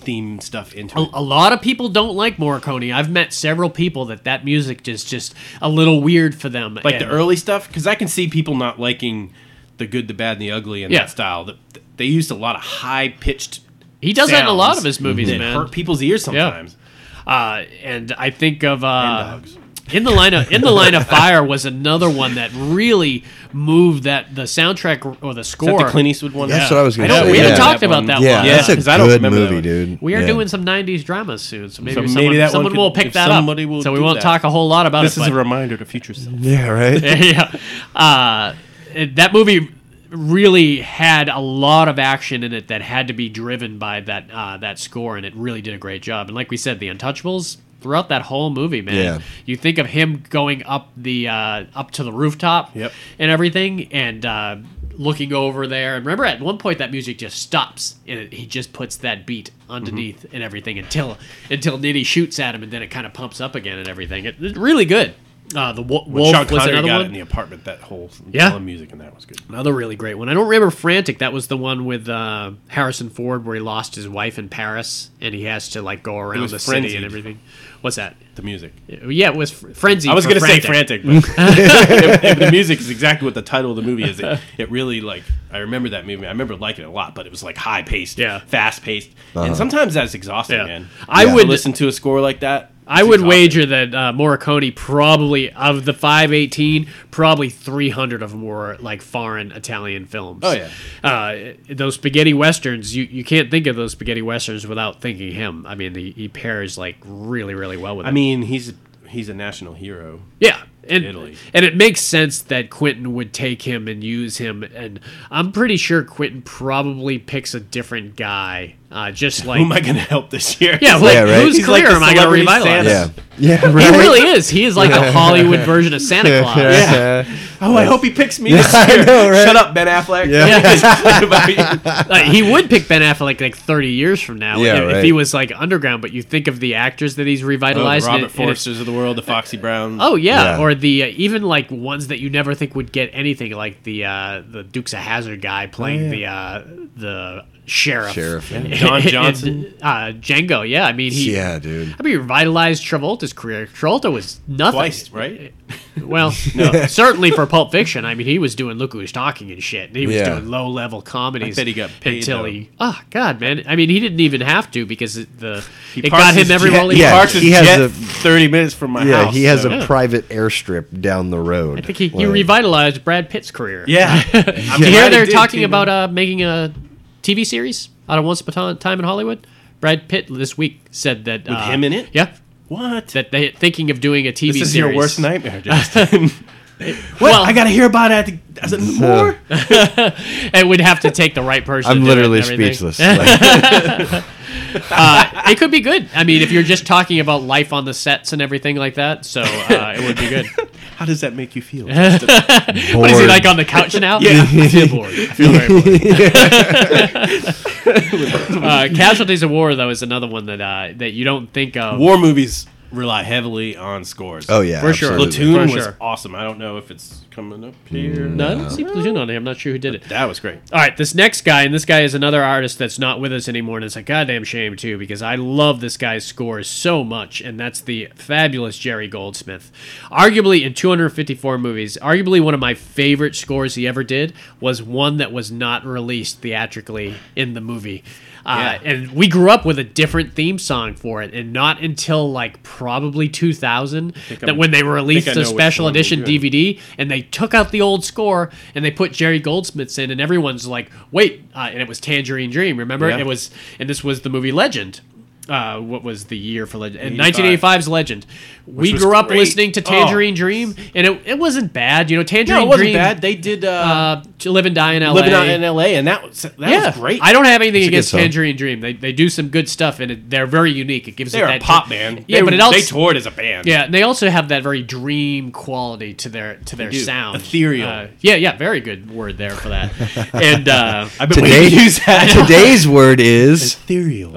S3: theme stuff into
S1: A,
S3: it.
S1: a lot of people don't like Morricone. I've met several people that that music is just a little weird for them.
S3: like the
S1: And-
S3: early stuff because I can see people not liking the good, the bad, and the ugly in
S1: Yeah.
S3: that style. Th- th- They used a lot of high pitched.
S1: he does that in a lot of his movies,
S3: that
S1: man.
S3: hurt people's ears sometimes.
S1: Uh, and I think of uh,
S3: dogs.
S1: In the line of in the line of fire was another one that really moved that the soundtrack or the
S3: Is
S1: score.
S3: that the Clint Eastwood one?
S2: That's what I was gonna
S1: I know,
S2: say.
S1: we
S2: yeah.
S1: haven't talked about that
S2: yeah,
S1: one.
S3: Yeah,
S2: that's a
S3: 'cause
S2: good
S3: I don't remember that
S2: movie,
S3: one.
S2: dude.
S1: We are
S2: Yeah.
S1: doing some '90s dramas soon, so maybe
S3: So maybe
S1: someone,
S3: that one
S1: someone
S3: could-
S1: will
S3: if
S1: pick that up.
S3: somebody will
S1: So we
S3: do
S1: won't
S3: that.
S1: talk a whole lot about
S3: This
S1: it.
S3: is
S1: but-
S3: a reminder to future self.
S2: Yeah, right.
S1: yeah. Uh, it- that movie really had a lot of action in it that had to be driven by that uh, that score, and it really did a great job. And like we said, the Untouchables throughout that whole movie, man.
S2: Yeah.
S1: You think of him going up the uh, up to the rooftop,
S3: Yep.
S1: and everything, and. Uh, Looking over there, and remember at one point that music just stops, and it, he just puts that beat underneath and everything until until Nitty shoots at him, and then it kind of pumps up again and everything. It, it's really good. Uh, the wo-
S3: When
S1: wolf
S3: Sean
S1: was
S3: Connery
S1: another
S3: got
S1: one.
S3: it in the apartment, that whole
S1: Yeah.
S3: all the music in that was good.
S1: Another really great one. I don't remember Frantic. That was the one with uh, Harrison Ford where he lost his wife in Paris and he has to like go around
S3: was
S1: the city
S3: Frenzied.
S1: and everything. What's that?
S3: The music.
S1: Yeah, it was fr- Frenzy.
S3: I was
S1: for
S3: gonna
S1: Frantic.
S3: say frantic, but if- if the music is exactly what the title of the movie is. It, it really like I remember that movie. I remember liking it a lot, but it was like high paced,
S1: Yeah.
S3: fast paced,
S2: Uh-huh.
S3: and sometimes that's exhausting,
S1: Yeah.
S3: man.
S1: I
S3: To
S1: would-
S3: listen to a score like that.
S1: I
S3: it's
S1: would
S3: exhausting.
S1: wager that uh, Morricone probably, of the 518, probably 300 of them were like foreign Italian films.
S3: Oh, yeah.
S1: Uh, those spaghetti westerns, you, you can't think of those spaghetti westerns without thinking him. I mean, he, he pairs like really, really well with
S3: I
S1: it.
S3: mean, he's he's a national hero.
S1: Yeah. And,
S3: Italy.
S1: and it makes sense that Quentin would take him and use him, and I'm pretty sure Quentin probably picks a different guy, uh, just like
S3: Who am I going to help this year?
S1: yeah,
S3: It's
S1: like,
S2: Yeah, right.
S1: who's
S3: Oh He's
S1: clear
S3: like the
S1: am I going to
S3: celebrity
S1: revitalize?
S3: Santa.
S2: Yeah. Yeah,
S1: He
S2: right.
S1: really is. He is like the Hollywood version of Santa Claus.
S3: Oh, I hope he picks me this year. Shut up, Ben Affleck.
S1: Yeah. Like, he would pick Ben Affleck like 30 years from now if,
S2: Yeah,
S1: if
S2: right.
S1: he was like underground. But you think of the actors that he's
S3: Oh, the
S1: revitalized. and
S3: Robert
S1: it- and it's-
S3: Forsters of the world, the Foxy Brown.
S1: Oh yeah,
S2: Yeah.
S1: or the uh, even like ones that you never think would get anything, like the uh, the Dukes of Hazard guy playing
S3: Oh,
S1: the uh, the sheriff,
S2: Sheriff, yeah.
S3: Don
S1: And,
S3: Johnson.
S1: uh, Django. Yeah, I mean he.
S2: Yeah, dude.
S1: I mean, he revitalized Travolta's career. Travolta was nothing.
S3: Twice, right?
S1: Well, no. certainly for Pulp Fiction. I mean, he was doing Look Who's Talking and shit. And he was
S2: Yeah.
S1: doing low level comedies.
S3: I bet he got paid,
S1: until
S3: though.
S1: he. Oh God, man! I mean, he didn't even have to because it, the it
S3: parks
S1: got
S3: his
S1: him every
S3: jet-
S1: role
S3: He
S1: he
S2: yeah,
S1: wanted.
S3: parks his
S2: he has
S3: jet
S2: the-
S3: 30 minutes from my
S2: Yeah,
S3: house.
S2: he has
S3: so-
S2: a private airstrip down the road.
S1: I think he, he revitalized Brad Pitt's career.
S3: Yeah. I'm
S1: Did you
S3: glad
S1: hear
S3: he
S1: they're
S3: did,
S1: talking
S3: too,
S1: about
S3: man.
S1: uh, making a TV series out of Once Upon a Time in Hollywood? Brad Pitt this week said that with
S3: him in it?
S1: Yeah,
S3: What?
S1: that they thinking of doing a TV
S3: this is
S1: series.
S3: your worst nightmare, Justin. what?
S1: Well-
S3: I got to hear about it. at the- I said, more?
S1: It would have to take the right person. to
S2: I'm
S1: do it and
S2: literally
S1: everything.
S2: speechless. Like,
S1: Uh, it could be good. I mean, if you're just talking about life on the sets and everything like that, so uh, it would be good.
S3: How does that make you feel? Justin?
S1: what is he
S2: bored.
S1: like on the couch now?
S3: Yeah.
S1: I feel bored. I feel very bored. uh, Casualties of War though is another one that uh, that you don't think of.
S3: War movies rely heavily on scores.
S2: Oh yeah,
S1: For sure.
S2: absolutely.
S3: Platoon
S1: For
S3: was
S1: sure.
S3: awesome. I don't know if it's coming up here.
S2: Mm.
S1: No, I don't see Platoon on here. I'm not sure who did it.
S3: That was great.
S1: All right, this next guy, and this guy is another artist that's not with us anymore, and it's a goddamn shame too, because I love this guy's scores so much, and that's the fabulous Jerry Goldsmith. Arguably, in 254 movies, arguably one of my favorite scores he ever did was one that was not released theatrically in the movie. Uh,
S3: Yeah.
S1: And we grew up with a different theme song for it, and not until like probably 2000 that
S3: I'm-
S1: when they released
S3: I know
S1: a
S3: which
S1: special
S3: one we're
S1: edition
S3: doing.
S1: DVD. DVD, and they took out the old score and they put Jerry Goldsmith's in, and everyone's like, "Wait!" Uh, and it was Tangerine Dream. Remember,
S3: Yeah.
S1: it was, and this was the movie Legend. Uh, what was the year for Legend?
S3: 85.
S1: 1985's Legend. we
S3: was
S1: grew up
S3: great. Oh.
S1: listening to Tangerine Dream, and it, it wasn't bad. You know, Tangerine
S3: No, it wasn't
S1: Dream.
S3: bad. They did uh,
S1: Uh, to live and die in L.A.
S3: living out in L.A. and that was that
S1: yeah,
S3: was great.
S1: I don't have anything against
S2: song.
S1: Tangerine Dream. They, they do some good stuff, and it, they're very unique. It gives it
S3: They're a
S1: that
S3: pop band.
S1: Yeah,
S3: they,
S1: but it also
S3: they toured as a band.
S1: yeah, and they also have that very dream quality to their to their
S3: do.
S1: sound,
S3: Ethereal.
S1: Uh, yeah, yeah, very good word there for that. and uh,
S3: I've been
S2: Today,
S3: waiting to use that.
S2: today's word is
S3: Ethereal.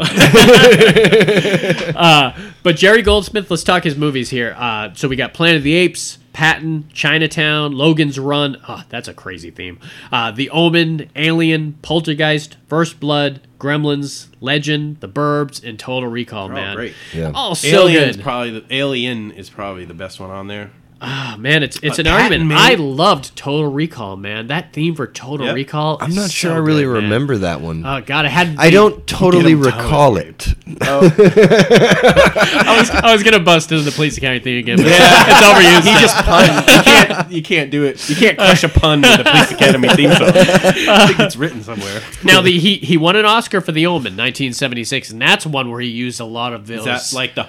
S1: but Jerry Goldsmith, let's talk his movies here. Uh, so we got Planet of the Apes, Patton, Chinatown, Logan's Run. Oh, that's a crazy theme. Uh, the Omen, Alien, Poltergeist, First Blood, Gremlins, Legend, The Burbs, and Total Recall. man,
S3: Oh, great.
S2: Yeah.
S1: all so
S3: Alien is
S1: good.
S3: probably the Alien is probably the best one on there.
S1: Oh, man, it's it's
S3: A
S1: an argument.
S3: patent made-
S1: I loved Total Recall, man. That theme for Total
S3: Yeah.
S1: Recall.
S2: I'm
S1: is
S2: not sure
S1: so
S2: I really
S1: good, man.
S2: remember that one.
S1: Oh God, I had.
S2: I don't
S3: Get
S2: totally
S3: 'em down,
S2: recall it.
S1: I was, I was gonna bust into the police academy thing again. But it's overused.
S3: He just punned. You can't. You can't do it. You can't crush a pun with the police academy theme song. I think it's written somewhere.
S1: now the he he won an Oscar for The Omen, 1976, and that's one where he used a lot of those.
S3: Is that like the?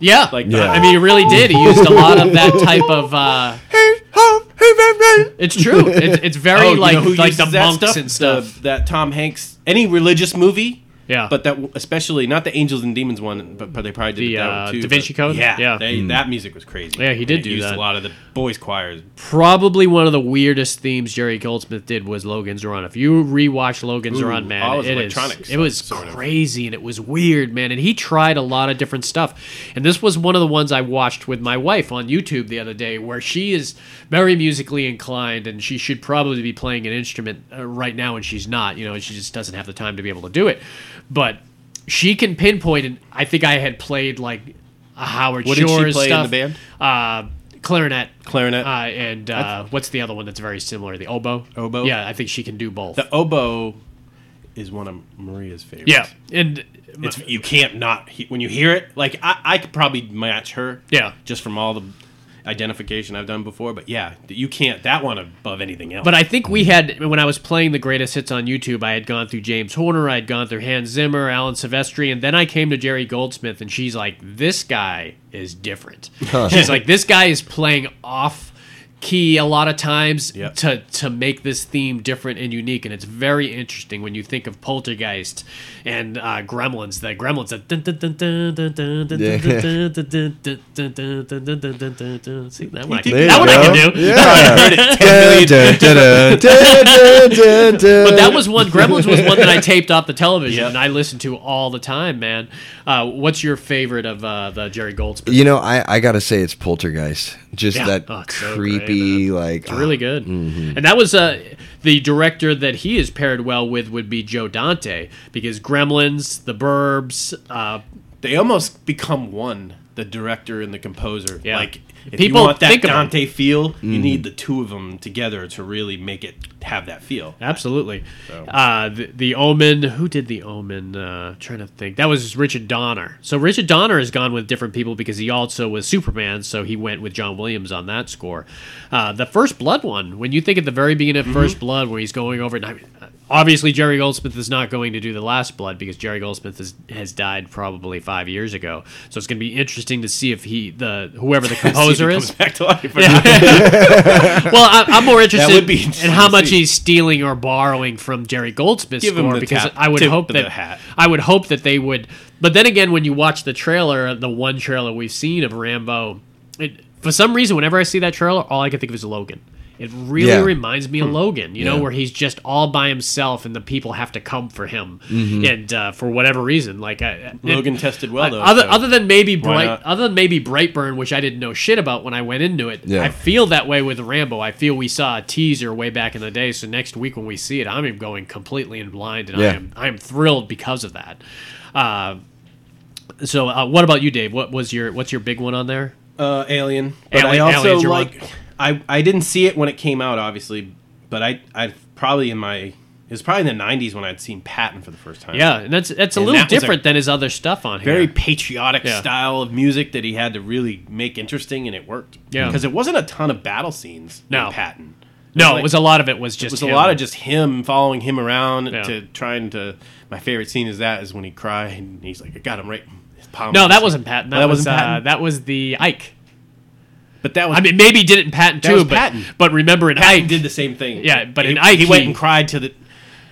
S1: yeah,
S3: like
S1: yeah.
S3: Yeah.
S1: I mean, he really did. He used a lot of that type of. uh It's true. It's, it's very
S3: Oh, you know
S1: like
S3: who
S1: like
S3: uses
S1: the
S3: that
S1: monks and stuff.
S3: The- that Tom Hanks, any religious movie.
S1: Yeah.
S3: but that especially not the Angels and Demons one, but they probably did
S1: The,
S3: that
S1: uh,
S3: one too.
S1: Da Vinci
S3: but-
S1: Code?
S3: Yeah,
S1: Yeah.
S3: they- that music was crazy.
S1: Yeah, he did
S3: And
S1: do
S3: it used
S1: that.
S3: a lot of the boys' choirs.
S1: Probably one of the weirdest themes Jerry Goldsmith did was Logan's Run. If you rewatch Logan's
S3: Ooh,
S1: Run, man,
S3: all
S1: it
S3: his
S1: is
S3: electronics,
S1: it was
S3: sort of.
S1: crazy and it was weird, man. And he tried a lot of different stuff. And this was one of the ones I watched with my wife on YouTube the other day, where she is very musically inclined and she should probably be playing an instrument uh, right now, and she's not. You know, she just doesn't have the time to be able to do it. But she can pinpoint, and I think I had played like a Howard
S3: What did she
S1: Shore
S3: play in
S1: stuff,
S3: the band?
S1: Uh, clarinet.
S3: Clarinet.
S1: Uh, and uh, what's the other one that's very similar? The oboe.
S3: Oboe?
S1: Yeah, I think she can do both.
S3: The oboe is one of Maria's favorites.
S1: yeah, and
S3: It's you can't not he- when you hear it. Like I, I could probably match her.
S1: Yeah.
S3: just from all the identification I've done before. But yeah, you can't that one above anything else.
S1: But I think we had when I was playing the greatest hits on YouTube, I had gone through James Horner, I had gone through Hans Zimmer, Alan Silvestri, and then I came to Jerry Goldsmith, and she's like, "This guy is different." She's like, "This guy is playing off key a lot of times
S3: Yep.
S1: to to make this theme different and unique." And it's very interesting when you think of Poltergeist and uh, Gremlins. The Gremlins, that dun dun dun dun dun dun dun
S2: Yeah.
S1: dun dun dun dun dun dun dun dun dun dun dun. See that one? I can-
S2: There
S1: That
S2: you
S1: one I can
S2: go.
S1: do.
S2: Yeah.
S1: But
S2: But
S1: that was one. Gremlins was one that I taped off the television
S3: Yep.
S1: and I listened to all the time, man. Uh, what's your favorite of uh, the Jerry Goldsmith?
S2: You know, I, I gotta say it's Poltergeist. Just
S1: Yeah.
S2: that
S1: Oh, it's so
S2: creepy, like
S1: It's
S2: uh,
S1: really good, and that was uh, the director that he is paired well with would be Joe Dante because Gremlins, The Burbs, uh,
S3: they almost become one. The director and the composer.
S1: Yeah.
S3: Like if
S1: People
S3: you want that
S1: think of 'em.
S3: Dante feel, you need the two of them together to really make it have that feel.
S1: absolutely, uh, the, the Omen. Who did the Omen? Uh, trying to think. That was Richard Donner. So Richard Donner has gone with different people because he also was Superman, so he went with John Williams on that score. Uh, the First Blood one, when you think at the very beginning of First Blood, where he's going over, and I mean, uh, obviously Jerry Goldsmith is not going to do the Last Blood because Jerry Goldsmith has, has died probably five years ago. So it's going to be interesting to see if he the whoever the composer
S3: See if it
S1: Oh, is
S3: comes back to life.
S1: well, I, I'm more interested
S3: would be
S1: in
S3: interesting
S1: how
S3: to
S1: much
S3: see.
S1: he's stealing or borrowing from Jerry Goldsmith's
S3: Give him
S1: score
S3: the
S1: because
S3: tap-
S1: I would
S3: tip
S1: hope
S3: of
S1: that
S3: the hat.
S1: I would hope that they would. But then again, when you watch the trailer, the one trailer we've seen of Rambo, it, for some reason, whenever I see that trailer, all I can think of is Logan. It really
S2: Yeah.
S1: reminds me of
S3: Hmm.
S1: Logan, you know,
S2: Yeah.
S1: where he's just all by himself and the people have to come for him,
S3: Mm-hmm.
S1: and uh, for whatever reason, like I,
S3: Logan
S1: it-
S3: tested well, though,
S1: Other,
S3: so-
S1: other than maybe bright,
S3: not?
S1: other than maybe Brightburn, which I didn't know shit about when I went into it.
S2: Yeah.
S1: I feel that way with Rambo. I feel we saw a teaser way back in the day, so next week when we see it, I'm going completely in blind, and I
S2: Yeah.
S1: am I am thrilled because of that. Uh, so, uh, what about you, Dave? What was your what's your big one on there?
S3: Uh, Alien. But
S1: Alien-
S3: I also
S1: Alien's your one.
S3: like. I I didn't see it when it came out, obviously, but I I probably in my it was probably in the '90s when I'd seen Patton for the first time.
S1: Yeah, and that's that's a
S3: And
S1: little
S3: that was a
S1: different than his other stuff on here.
S3: Very patriotic
S1: Yeah.
S3: style of music that he had to really make interesting, and it worked.
S1: Yeah.
S3: because it wasn't a ton of battle scenes.
S1: No.
S3: in Patton.
S1: no, it
S3: like-
S1: was a lot of it was just
S3: It was
S1: him.
S3: a lot of just him following him around
S1: Yeah.
S3: to trying to. My favorite scene is that is when he cried and he's like, "I got him right." His palm
S1: no.
S3: was
S1: That
S3: just-
S1: wasn't Patton.
S3: Oh,
S1: That, was
S3: wasn't
S1: Uh,
S3: Patton?
S1: that was the Ike.
S3: but that was
S1: I mean, maybe he did it in Patton
S3: That
S1: too,
S3: was
S1: but
S3: Patton.
S1: but remember in
S3: Patton
S1: Ike
S3: did the same thing.
S1: Yeah, but
S3: he,
S1: in Ike,
S3: he went
S1: he-
S3: and cried to the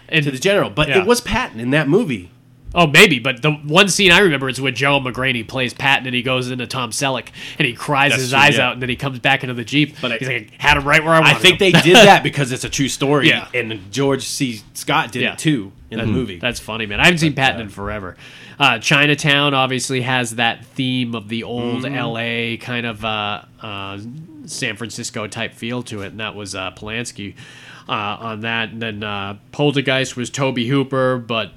S1: and-
S3: to the general. But
S1: Yeah.
S3: it was Patton in that movie.
S1: Oh, maybe, but the one scene I remember is when Gerald McGraney plays Patton and he goes into Tom Selleck and he cries
S3: That's
S1: his
S3: true,
S1: eyes
S3: yeah.
S1: out and then he comes back into the Jeep. But
S3: But I-
S1: he's like, had him right where I wanted
S3: I think
S1: him."
S3: they did that because it's a true story.
S1: Yeah.
S3: and George C. Scott did
S1: Yeah.
S3: it too in Mm-hmm. that movie.
S1: That's funny, man. I haven't seen Patton in forever. Uh, Chinatown obviously has that theme of the old
S3: Mm-hmm.
S1: LA kind of uh, uh, San Francisco type feel to it, and that was uh, Polanski uh, on that. And then uh, Poltergeist was Toby Hooper, but.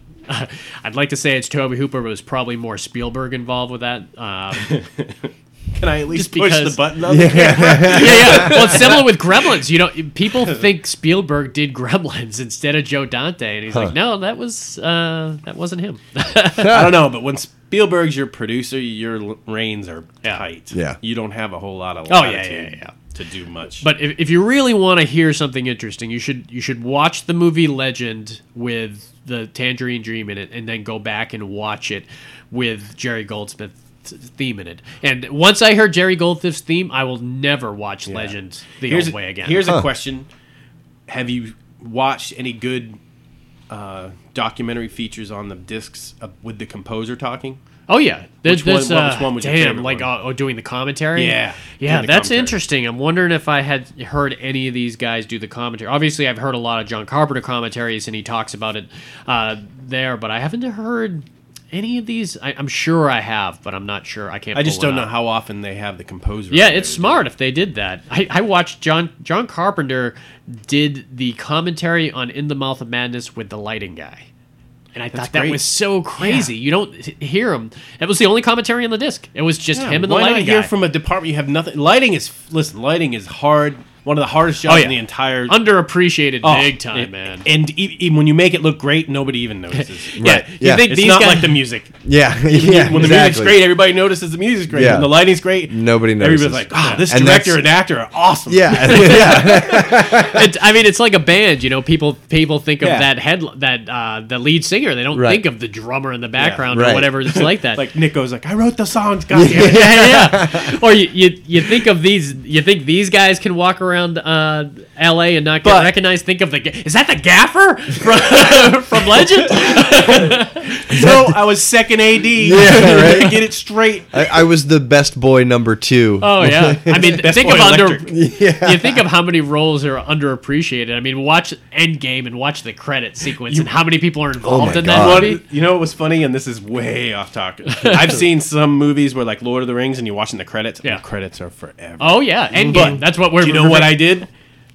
S1: I'd like to say it's Toby Hooper, but it was probably more Spielberg involved with that. Uh,
S3: Can I at
S1: Just
S3: least push
S1: because-
S3: the button? On the
S1: yeah, yeah. Well, it's similar with Gremlins. You know, people think Spielberg did Gremlins instead of Joe Dante, and he's like, no, that was uh, that wasn't him.
S3: I don't know, but when Spielberg's your producer, your l- reins are
S1: Yeah.
S3: tight.
S2: Yeah.
S3: you don't have a whole lot of
S1: Oh, yeah, yeah,
S3: latitude
S1: yeah.
S3: to do much.
S1: But if, if you really want to hear something interesting, you should you should watch the movie Legend with the Tangerine Dream in it, and then go back and watch it with Jerry Goldsmith's theme in it. And once I heard Jerry Goldsmith's theme, I will never watch Legend the
S3: here's
S1: old way again.
S3: Here's
S2: Huh.
S3: a question: Have you watched any good uh, documentary features on the discs of, with the composer talking?
S1: oh yeah, there's,
S3: Which one-
S1: there's,
S3: what-
S1: uh,
S3: which one was your
S1: damn
S3: favorite
S1: like
S3: one?
S1: uh, oh, doing the commentary.
S3: Yeah,
S1: yeah,
S3: doing the
S1: that's
S3: commentary.
S1: interesting. I'm wondering if I had heard any of these guys do the commentary. Obviously, I've heard a lot of John Carpenter commentaries, and he talks about it uh, there, but I haven't heard any of these. I, I'm sure I have, but I'm not sure. I can't.
S3: I just
S1: pull
S3: don't
S1: one
S3: know
S1: up.
S3: how often they have the composer.
S1: Yeah,
S3: on there
S1: it's
S3: to do
S1: smart if they did that. I, I watched John John Carpenter did the commentary on In the Mouth of Madness with the lighting guy, and I thought that
S3: great.
S1: was so crazy. You don't h- hear him. It was the only commentary on the disc. It was just
S3: Yeah,
S1: him and the
S3: why
S1: lighting
S3: not hear
S1: guy.
S3: from a department you have nothing? Lighting is listen. Lighting is hard. One of the hardest jobs
S1: Oh, yeah.
S3: in the entire
S1: Underappreciated
S3: Oh,
S1: big time,
S3: and-
S1: man.
S3: And e- even when you make it look great, nobody even notices.
S1: yeah, you
S2: yeah.
S1: think
S3: It's
S1: these
S3: not
S1: guys,
S3: like the music.
S2: Yeah, yeah.
S3: when the music's
S2: exactly.
S3: great, everybody notices the music's great.
S2: Yeah.
S3: When the lighting's great,
S2: Nobody notices.
S3: Everybody's like, "Ah, this
S2: And
S3: director
S2: that's-
S3: and actor are awesome."
S2: Yeah, yeah,
S1: It's- I mean, it's like a band. You know, people people think of
S3: Yeah.
S1: that head that uh, the lead singer. They don't
S2: Right.
S1: think of the drummer in the background or
S2: right.
S1: whatever. It's like that.
S3: Like Nick goes, "Like I wrote the songs, goddamn it."
S1: yeah, yeah. Or you, you you think of these you think these guys can walk around uh, L.A. and not get
S3: But-
S1: recognized? Think of the ga- is that the gaffer from, from Legend?
S3: No, I was second AD.
S2: Yeah, right.
S3: Get it straight.
S2: I, I was the best boy number two.
S1: Oh yeah. I mean,
S3: Best
S1: think
S3: Boy
S1: of under
S3: Electric.
S1: you think of how many roles are underappreciated. I mean, watch Endgame and watch the credit sequence and how many people are
S3: Oh
S1: involved
S2: my
S1: in
S2: God.
S1: that
S3: One,
S1: movie.
S3: Uh, you know what was funny, and this is way off topic. I've seen some movies where, like Lord of the Rings, and you're watching the credits. and
S1: Yeah.
S3: the credits are forever.
S1: Oh yeah, Endgame.
S3: But
S1: That's what we're.
S3: Do you know what I did?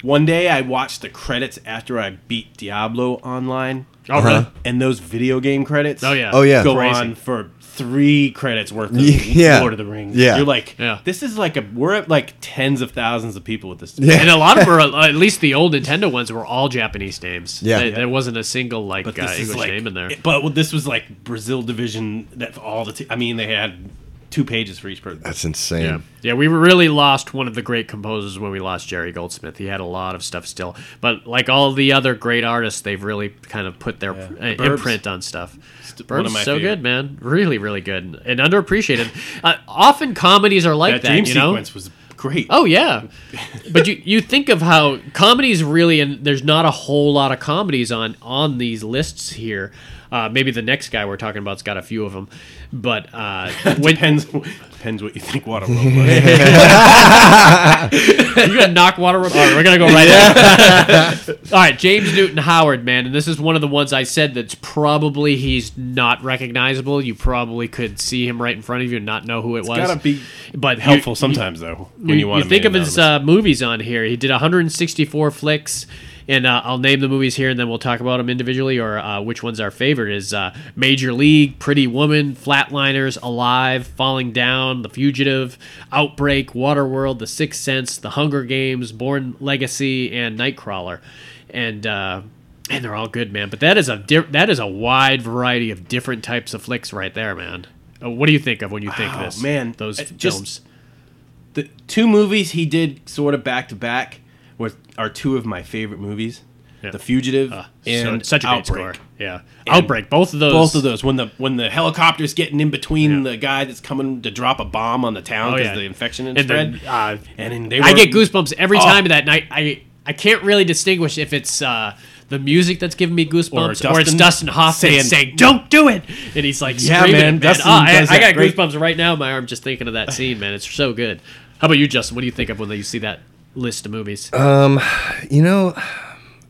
S3: One day I watched the credits after I beat Diablo online.
S1: Oh, really?
S3: And those video game credits.
S1: Oh, yeah.
S2: Oh, yeah.
S3: Go
S1: Crazy.
S3: on for three credits worth of
S2: Yeah.
S3: Lord of the Rings.
S2: Yeah.
S3: You're like,
S1: Yeah.
S3: this is like a we're at like tens of thousands of people with this.
S2: Yeah.
S1: And a lot of them, were, uh, at least the old Nintendo ones, were all Japanese names.
S2: Yeah.
S1: There- there wasn't a single like uh,
S3: But this
S1: English
S3: is like,
S1: name in there.
S3: it- but well, this was like Brazil division that for all the. T- I mean, they had two pages for each person.
S2: That's insane.
S1: Yeah. Yeah, we really lost one of the great composers when we lost Jerry Goldsmith. He had a lot of stuff still. But like all the other great artists, they've really kind of put their uh,
S3: The Burbs.
S1: imprint on stuff.
S3: one of
S1: Burbs
S3: my
S1: so
S3: favorite.
S1: good, man. Really, really good and underappreciated. uh, often comedies are like
S3: that
S1: that,
S3: dream
S1: you know?
S3: sequence was great.
S1: Oh yeah, but you you think of how comedies really and there's not a whole lot of comedies on on these lists here. Uh, maybe the next guy we're talking about's got a few of them, but uh, when
S3: depends depends what you think Waterworld was.
S1: You're gonna knock water. All right, we're gonna go right there. All right, James Newton Howard, man, and this is one of the ones I said that's probably he's not recognizable. You probably could see him right in front of you and not know who it was.
S3: gotta be
S1: but you-
S3: helpful sometimes though when you, want to
S1: think of his uh, movies on here. He did 164 flicks, and uh, I'll name the movies here, and then we'll talk about them individually or uh, which one's our favorite. Is uh, Major League, Pretty Woman, Flatliners, Alive, Falling Down, The Fugitive, Outbreak, Waterworld, The Sixth Sense, The Hunger Games, Born Legacy, and Nightcrawler, and. Uh, and they're all good, man. But that is a di- that is a wide variety of different types of flicks right there, man. Uh, what do you think of when you think
S3: Wow,
S1: this?
S3: man.
S1: those
S3: Uh,
S1: films.
S3: just- the two movies he did sort of back to back were are two of my favorite movies.
S1: Yeah.
S3: The Fugitive
S1: So-
S3: and
S1: such a great
S3: Outbreak.
S1: score. Yeah,
S3: And
S1: Outbreak. Both of those.
S3: Both of those when the when the helicopter's getting in between
S1: Yeah.
S3: the guy that's coming to drop a bomb on the town
S1: Oh,
S3: because
S1: yeah.
S3: the infection had
S1: And
S3: spread.
S1: then, uh,
S3: and then they
S1: I
S3: were-
S1: get goosebumps every
S3: Oh.
S1: time of that night. I I can't really distinguish if it's uh, the music that's giving me goosebumps or,
S3: Or
S1: it's
S3: Dustin
S1: Dustin Hoffman
S3: saying-
S1: saying "Don't do it," and he's like
S3: Yeah,
S1: screaming.
S3: man,
S1: Man, man.
S3: Dustin
S1: Oh, I,
S3: does
S1: I got
S3: that great-
S1: goosebumps right now. in My arm just thinking of that scene, man. It's so good. How about you, Justin? What do you think of when you see that list of movies?
S2: You know,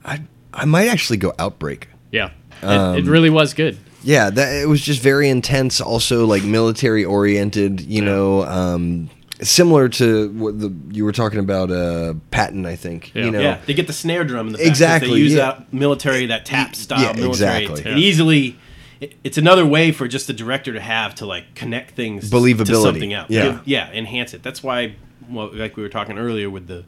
S2: I I might actually go outbreak.
S1: yeah, it, it really was good.
S2: Yeah, that it was just very intense. Also, like military oriented. You know, um, similar to what the you were talking about, uh, Patton. I think.
S1: Yeah.
S2: You know.
S3: Yeah, they get the snare drum in the back 'cause
S2: Exactly,
S3: They use
S2: yeah.
S3: that military, that tap style
S2: yeah,
S3: military.
S2: exactly.
S3: It easily it, it's another way for just the director to have to like connect things to
S2: Believability.
S3: something else.
S2: Yeah.
S3: Give- yeah, enhance it. That's why, well, like we were talking earlier with the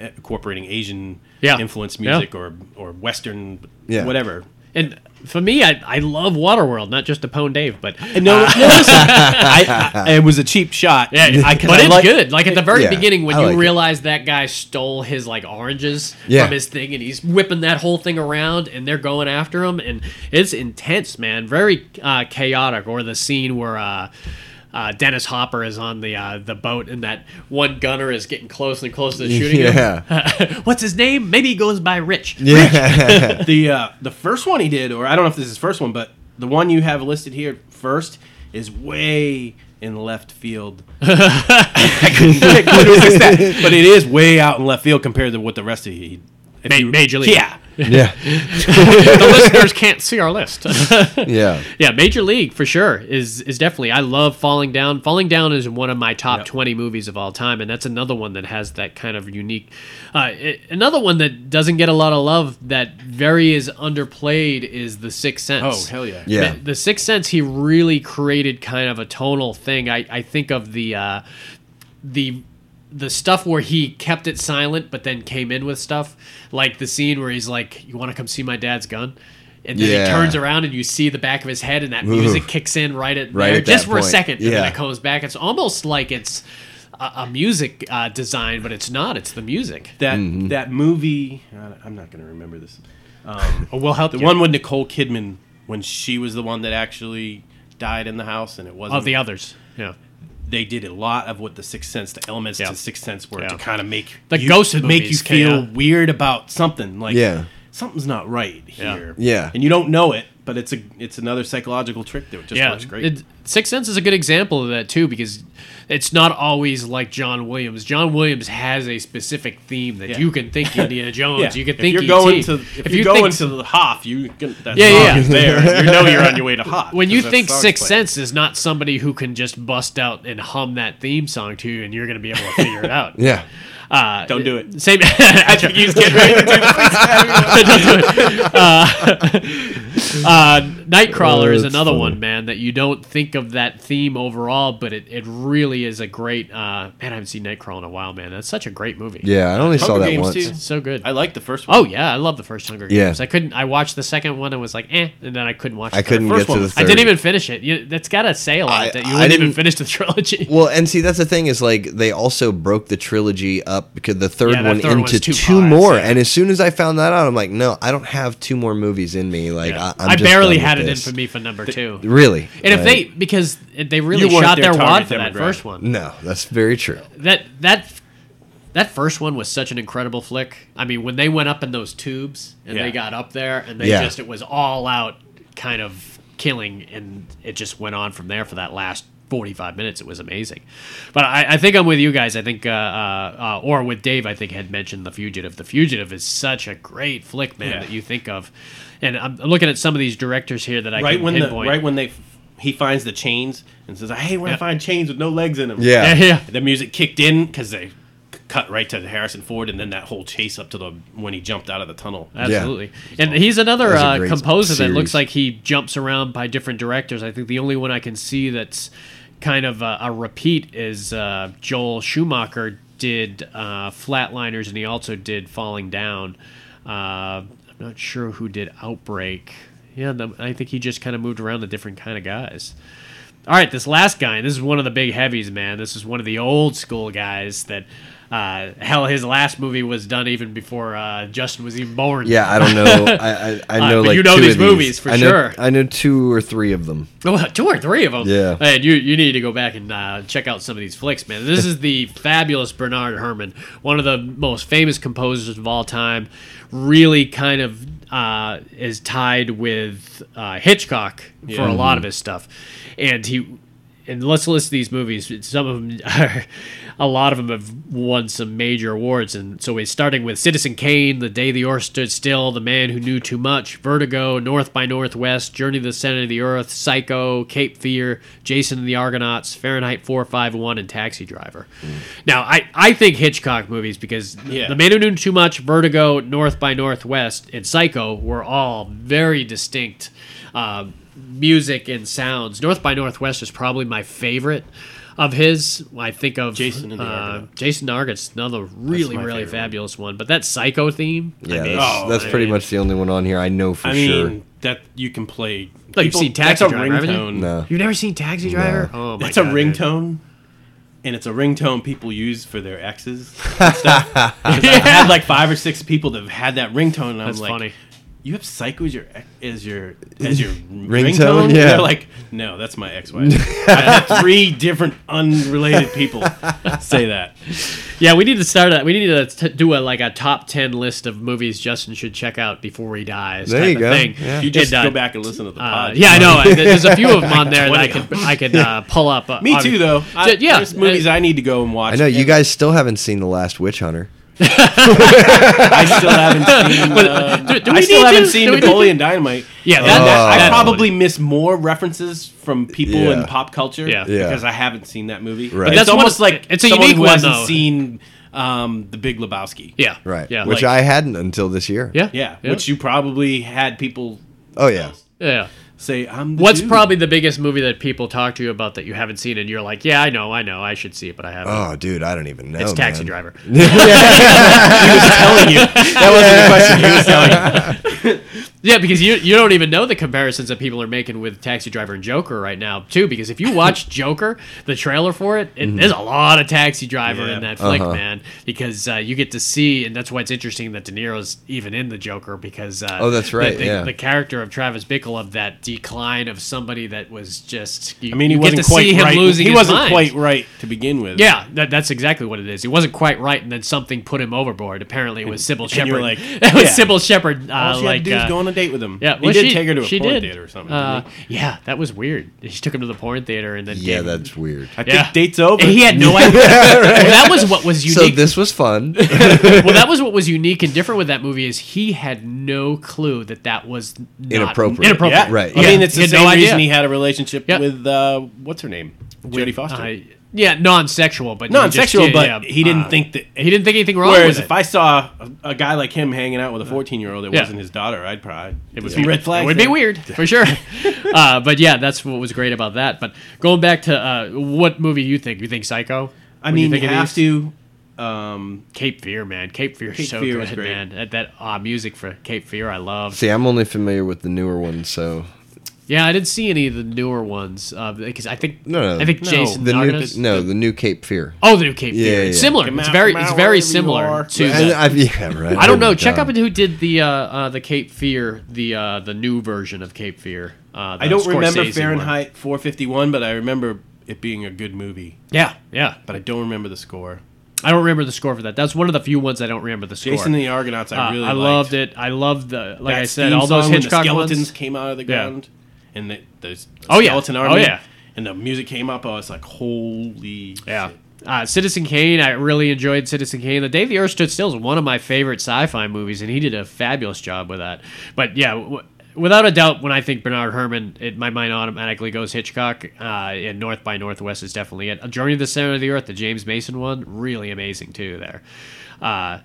S3: uh, incorporating Asian
S1: Yeah.
S3: influence
S1: Yeah.
S3: music or or Western
S2: Yeah.
S3: whatever.
S1: And for me, I, I love Waterworld, not just to Pone Dave, but
S3: No, no listen, I, I, it was a cheap shot.
S1: Yeah,
S3: I, 'cause
S1: but
S3: I
S1: it's
S3: like-
S1: good. Like at the very
S2: Yeah,
S1: beginning, when
S2: I
S1: you
S2: like it.
S1: realize that guy stole his like oranges
S2: Yeah.
S1: from his thing, and he's whipping that whole thing around, and they're going after him, and it's intense, man. Very uh, chaotic. Or the scene where. Uh, uh, Dennis Hopper is on the uh, the boat, and that one gunner is getting close and close to shooting him. What's his name? Maybe he goes by Rich.
S2: Yeah.
S3: the uh, the first one he did, or I don't know if this is his first one, but the one you have listed here first is way in left field. I couldn't- I couldn't resist that. But it is way out in left field compared to what the rest of he. if
S1: Ma-
S3: you-
S1: Major League.
S3: Yeah.
S2: yeah.
S1: the listeners can't see our list.
S2: Yeah.
S1: Yeah, Major League for sure is is definitely. I love Falling Down. Falling Down is one of my top
S3: Yep.
S1: twenty movies of all time, and that's another one that has that kind of unique. Uh, i another one that doesn't get a lot of love that very is underplayed is The Sixth Sense.
S3: Oh, hell yeah.
S2: Yeah.
S1: Ma- The Sixth Sense, he really created kind of a tonal thing. I, I think of the uh, the the stuff where he kept it silent but then came in with stuff, like the scene where he's like, You wanna come see my dad's gun? And then
S2: Yeah.
S1: he turns around and you see the back of his head and that music kicks in right at
S2: Right
S1: there
S2: at that
S1: just for a
S2: point.
S1: second. And
S2: Yeah.
S1: then it comes back. It's almost like it's a, a music uh, design, but it's not. It's the music.
S3: That that movie. I- I'm not going to remember this. Um,
S1: Oh, we'll help
S3: the
S1: you.
S3: one with Nicole Kidman when she was the one that actually died in the house, and it wasn't.
S1: of Oh, the others. Yeah.
S3: they did a lot of what the Sixth Sense, the elements
S1: Yeah.
S3: to Sixth Sense were
S1: Yeah.
S3: to kind of make
S1: The
S3: you,
S1: ghost
S3: make you
S1: movies,
S3: feel
S1: Kaya.
S3: weird about something. Like
S2: Yeah.
S3: something's not right here.
S2: Yeah.
S3: and you don't know it, but it's a it's another psychological trick that just works great.
S1: It, Sixth Sense is a good example of that too, because it's not always like John Williams. John Williams has a specific theme that
S3: Yeah.
S1: you can think Indiana Jones, you can think
S3: if you're
S1: E.T..
S3: going to if,
S1: you
S3: you're going
S1: think,
S3: to the Hoff, you can, that
S1: Yeah,
S3: song
S1: yeah.
S3: is there. You know you're on your way to Hoff
S1: when you
S3: 'cause that
S1: think
S3: song's
S1: Sixth
S3: playing.
S1: Sense is not somebody who can just bust out and hum that theme song to you, and you're going to be able to figure it out.
S2: Yeah.
S1: Uh,
S3: Don't do it.
S1: Same. I think you just get ready to do Uh, Nightcrawler is
S2: Oh, that's
S1: another
S2: funny.
S1: one, man, that you don't think of that theme overall, but it, it really is a great. Uh, man, I haven't seen Nightcrawler in a while, man. That's such a great movie.
S2: Yeah. I only saw
S3: Hunger
S2: that
S3: Games
S2: once.
S3: too.
S1: It's so good.
S3: I like the first one.
S1: oh yeah, I love the first Hunger
S2: Yeah.
S1: Games. I couldn't. I watched the second one and was like, eh, and then I couldn't watch. the
S2: I
S1: third
S2: couldn't
S1: one.
S2: get
S3: one.
S2: to the third.
S1: I didn't even finish it. You, that's got to say a lot
S2: I-
S1: that you
S2: I
S1: wouldn't even
S2: didn't-
S1: finish the trilogy.
S2: Well, and see, that's the thing is like they also broke the trilogy up because the third
S1: Yeah, that
S2: one
S1: third one's
S2: into
S1: two
S2: two,
S1: parts,
S2: more.
S1: yeah.
S2: And as soon as I found that out, I'm like, no, I don't have two more movies in me. Like,
S1: Yeah.
S2: I, I'm
S1: I
S2: just
S1: barely
S2: done
S1: had it
S2: with
S1: in
S2: this.
S1: for me for number two.
S2: Really?
S1: And if
S2: Right?
S1: they because they really
S3: You weren't
S1: shot
S3: their
S1: their wad
S3: target
S1: for that
S3: demographic.
S1: first one.
S2: no, that's very true.
S1: that that that first one was such an incredible flick. I mean, when they went up in those tubes and
S3: Yeah.
S1: they got up there and they
S2: Yeah.
S1: just it was all out kind of killing and it just went on from there for that last 45 minutes it was amazing but i, I think i'm with you guys i think uh, uh, uh, or with dave i think had mentioned the fugitive the fugitive is such a great flick man
S3: Yeah.
S1: that you think of and i'm I'm looking at some of these directors here that i
S3: right
S1: can
S3: when
S1: pinpoint
S3: the right when they f- he finds the chains and says, "I hate when
S1: Yeah.
S3: I find chains with no legs in them."
S2: Yeah.
S1: yeah, yeah.
S3: the music kicked in because they c- cut right to Harrison Ford, and then that whole chase up to the when he jumped out of the tunnel.
S1: Absolutely. And he's another
S2: That's a
S1: uh,
S2: great
S1: composer that looks
S2: series.
S1: like he jumps around by different directors. I think the only one I can see that's kind of a, a repeat is uh, Joel Schumacher did uh, Flatliners and he also did Falling Down. Uh, I'm not sure who did Outbreak. Yeah, the, I think he just kind of moved around the different kind of guys. All right, this last guy, and this is one of the big heavies, man. This is one of the old school guys that, uh, hell, his last movie was done even before uh, Justin was even born.
S2: Yeah, I don't know. I I, I know
S1: Uh, but
S2: like
S1: you know
S2: two
S1: these
S2: of
S1: movies for
S2: I know,
S1: sure.
S2: I know two or three of them.
S1: Well, two or three of them.
S2: Yeah.
S1: And you you need to go back and uh, check out some of these flicks, man. This is the fabulous Bernard Herrmann, one of the most famous composers of all time. Really kind of uh, is tied with uh, Hitchcock for a lot of his stuff, and he. And let's list these movies. Some of them, are, a lot of them have won some major awards. And so we're starting with Citizen Kane, The Day the Earth Stood Still, The Man Who Knew Too Much, Vertigo, North by Northwest, Journey to the Center of the Earth, Psycho, Cape Fear, Jason and the Argonauts, Fahrenheit 451, and Taxi Driver. Now, I, I think Hitchcock movies because
S3: Yeah.
S1: The Man Who Knew Too Much, Vertigo, North by Northwest, and Psycho were all very distinct. Um, music and sounds. North by Northwest is probably my favorite of his. I think of
S3: Jason and the
S1: uh,
S3: Argonauts.
S1: Jason and the Argonauts, another really
S3: my
S1: really
S3: favorite one.
S1: fabulous one. But that Psycho theme, I
S2: Yeah,
S1: mean,
S2: that's,
S3: oh,
S2: that's
S3: I
S2: pretty
S3: mean-
S2: much the only one on here I know for
S3: I
S2: sure.
S3: mean, that you can play.
S1: Look, you've
S3: people-
S1: seen
S3: that's
S1: Taxi
S3: a
S1: Driver, haven't you?
S3: ringtone.
S2: no.
S1: you've never seen Taxi Driver? Oh my
S3: That's a
S1: God, dude.
S3: ringtone, and it's a ringtone people use for their exes. And stuff. 'Cause I've had like five or six people that have had that ringtone, and
S1: That's
S3: I'm like,
S1: funny.
S3: "You have Psycho as your ex- as your as your
S2: Ringtone?
S3: ringtone?"
S2: Yeah.
S3: They're like, "No, that's my ex-wife." I've had three different unrelated people say that.
S1: Yeah, we need to start. A, we need to t- do a like a top ten list of movies Justin should check out before he dies.
S2: There
S1: type
S2: you
S1: of
S2: go.
S1: Thing.
S2: Yeah.
S3: You just
S1: And, uh,
S3: go back and listen to the
S1: Uh,
S3: pod.
S1: yeah, I know. Uh, There's a few of them on there that I could I could uh, pull up. Uh,
S3: Me
S1: on-
S3: too, though.
S1: Ju-
S3: I,
S1: yeah,
S3: there's movies
S1: uh,
S3: I need to go and watch.
S2: I know you
S3: and
S2: guys still haven't seen The Last Witch Hunter.
S3: I still haven't seen. uh,
S1: do- do
S3: I
S1: we
S3: still
S1: need
S3: haven't
S1: to?
S3: seen
S1: Do we need
S3: Napoleon Dynamite.
S1: Yeah,
S3: and
S1: that-
S3: I
S1: that-
S3: probably miss more references from people
S2: Oh. Yeah.
S3: in pop culture
S1: Yeah.
S2: Yeah.
S3: because I haven't seen that movie.
S2: Right.
S3: But
S2: That's
S3: that's
S1: one-
S3: almost like
S1: it's a
S3: someone
S1: unique
S3: who
S1: one,
S3: hasn't
S1: though.
S3: seen um, the Big Lebowski.
S1: Yeah.
S2: Right.
S1: Yeah.
S2: Which
S1: like-
S2: I hadn't until this year.
S1: Yeah.
S3: yeah, which you probably had people
S2: Oh yeah.
S1: Yeah.
S3: say, "I'm." The
S1: What's
S3: dude."
S1: probably the biggest movie that people talk to you about that you haven't seen, and you're like, "Yeah, I know, I know, I should see it, but I haven't."
S2: Oh dude, I don't even know.
S1: it's Taxi
S2: man.
S1: Driver.
S3: telling you?
S1: Yeah, because you you don't even know the comparisons that people are making with Taxi Driver and Joker right now, too. Because if you watch Joker, the trailer for it, it there's a lot of Taxi Driver
S3: Mhm. Yeah. Uh-huh.
S1: in that flick, man. Because uh, you get to see, and that's why it's interesting that De Niro's even in the Joker. Because uh,
S2: Oh, that's
S1: the-
S2: right,
S1: The,
S2: yeah.
S1: the character of Travis Bickle of that decline of somebody that was just. You,
S3: I mean, he
S1: you
S3: wasn't
S1: get to
S3: quite
S1: see him
S3: right.
S1: losing.
S3: he
S1: his
S3: wasn't
S1: mind.
S3: quite right to begin with.
S1: Yeah, that, that's exactly what it is. He wasn't quite right, and then something put him overboard. Apparently, it was Sybil
S3: and you
S1: Shepherd.
S3: were like,
S1: it was
S3: yeah.
S1: Sybil Shepherd. Uh,
S3: all she
S1: like,
S3: had to do
S1: uh,
S3: was go on a date with him.
S1: yeah,
S3: he
S1: well,
S3: did
S1: she-
S3: take her to a
S1: she
S3: porn
S1: did.
S3: theater or something.
S1: Uh,
S3: didn't he?
S1: yeah, that was weird. She took him to the porn theater and then
S2: Yeah,
S1: gave him-
S2: that's weird.
S3: I
S1: yeah.
S3: think dates over.
S1: And he had no idea. well, that was what was
S2: So
S1: unique.
S2: this was fun.
S1: well, that was what was unique and different with that movie is he had no clue that that was not
S2: Inappropriate.
S1: Inappropriate,
S3: Yeah,
S2: Right.
S3: I
S2: Yeah.
S3: mean, it's
S1: He
S3: the
S1: had
S3: same
S1: no idea.
S3: reason he had a relationship
S1: Yeah.
S3: with uh, what's her name, Jodie Foster.
S1: Uh, yeah, non-sexual, but he just-
S3: Non-sexual,
S1: yeah,
S3: but
S1: yeah,
S3: he didn't
S1: uh,
S3: think that.
S1: he didn't think anything wrong.
S3: Whereas
S1: with
S3: if I saw a, a guy like him hanging out with a 14 year old that
S1: Yeah.
S3: wasn't his daughter, I'd probably it
S1: would
S3: was some
S1: be-
S3: red flags.
S1: It would be
S3: there.
S1: weird for sure. uh, but yeah, that's what was great about that. But going back to uh, what movie you think? You think Psycho?
S3: I
S1: When you
S3: mean, you,
S1: think of these?
S3: have to. Um,
S1: Cape Fear, man. Cape Fear is
S3: Cape
S1: so
S3: Fear was
S1: good,
S3: great.
S1: man. That, that uh, music for Cape Fear, I love.
S2: See, I'm only familiar with the newer ones, so
S1: Yeah, I didn't see any of the newer ones uh, because I think
S2: no, no.
S1: I think
S2: no,
S1: Jason
S2: the new,
S1: Nargis-
S2: no, the new Cape Fear.
S1: Oh, the new Cape
S2: Yeah,
S1: Fear.
S2: yeah,
S1: It's
S2: yeah.
S1: similar.
S3: Come
S1: It's
S3: out,
S1: very
S3: come
S1: it's
S3: out
S1: very
S3: wherever you
S1: similar
S3: are.
S1: to.
S2: And
S1: the-
S2: I, yeah, right.
S1: I don't
S2: Oh
S1: know.
S2: my
S1: Check
S2: God.
S1: up who did the uh, uh, the Cape Fear, the uh, the new version of Cape Fear. Uh, the
S3: I don't
S1: Scorsese
S3: remember
S1: one.
S3: Fahrenheit 451, but I remember it being a good movie.
S1: Yeah, yeah.
S3: But I don't remember the score.
S1: I don't remember the score for that. That's one of the few ones I don't remember the score.
S3: Jason and the Argonauts, I
S1: Uh,
S3: really
S1: I
S3: liked.
S1: loved it. I loved the like
S3: That
S1: I said
S3: theme
S1: all those
S3: song when the
S1: Hitchcock
S3: skeletons
S1: ones.
S3: came out of the
S1: Yeah.
S3: ground, and the, the
S1: Oh, yeah.
S3: skeleton
S1: Oh,
S3: army,
S1: yeah.
S3: and the music came up. I was like, holy,
S1: Yeah.
S3: shit.
S1: Uh, Citizen Kane, I really enjoyed Citizen Kane. The Day the Earth Stood Still is one of my favorite sci-fi movies, and he did a fabulous job with that. But yeah, w- without a doubt, when I think Bernard Herrmann, it, my mind automatically goes Hitchcock. Uh, and North by Northwest is definitely it. A Journey to the Center of the Earth, the James Mason one, really amazing too. There. Uh,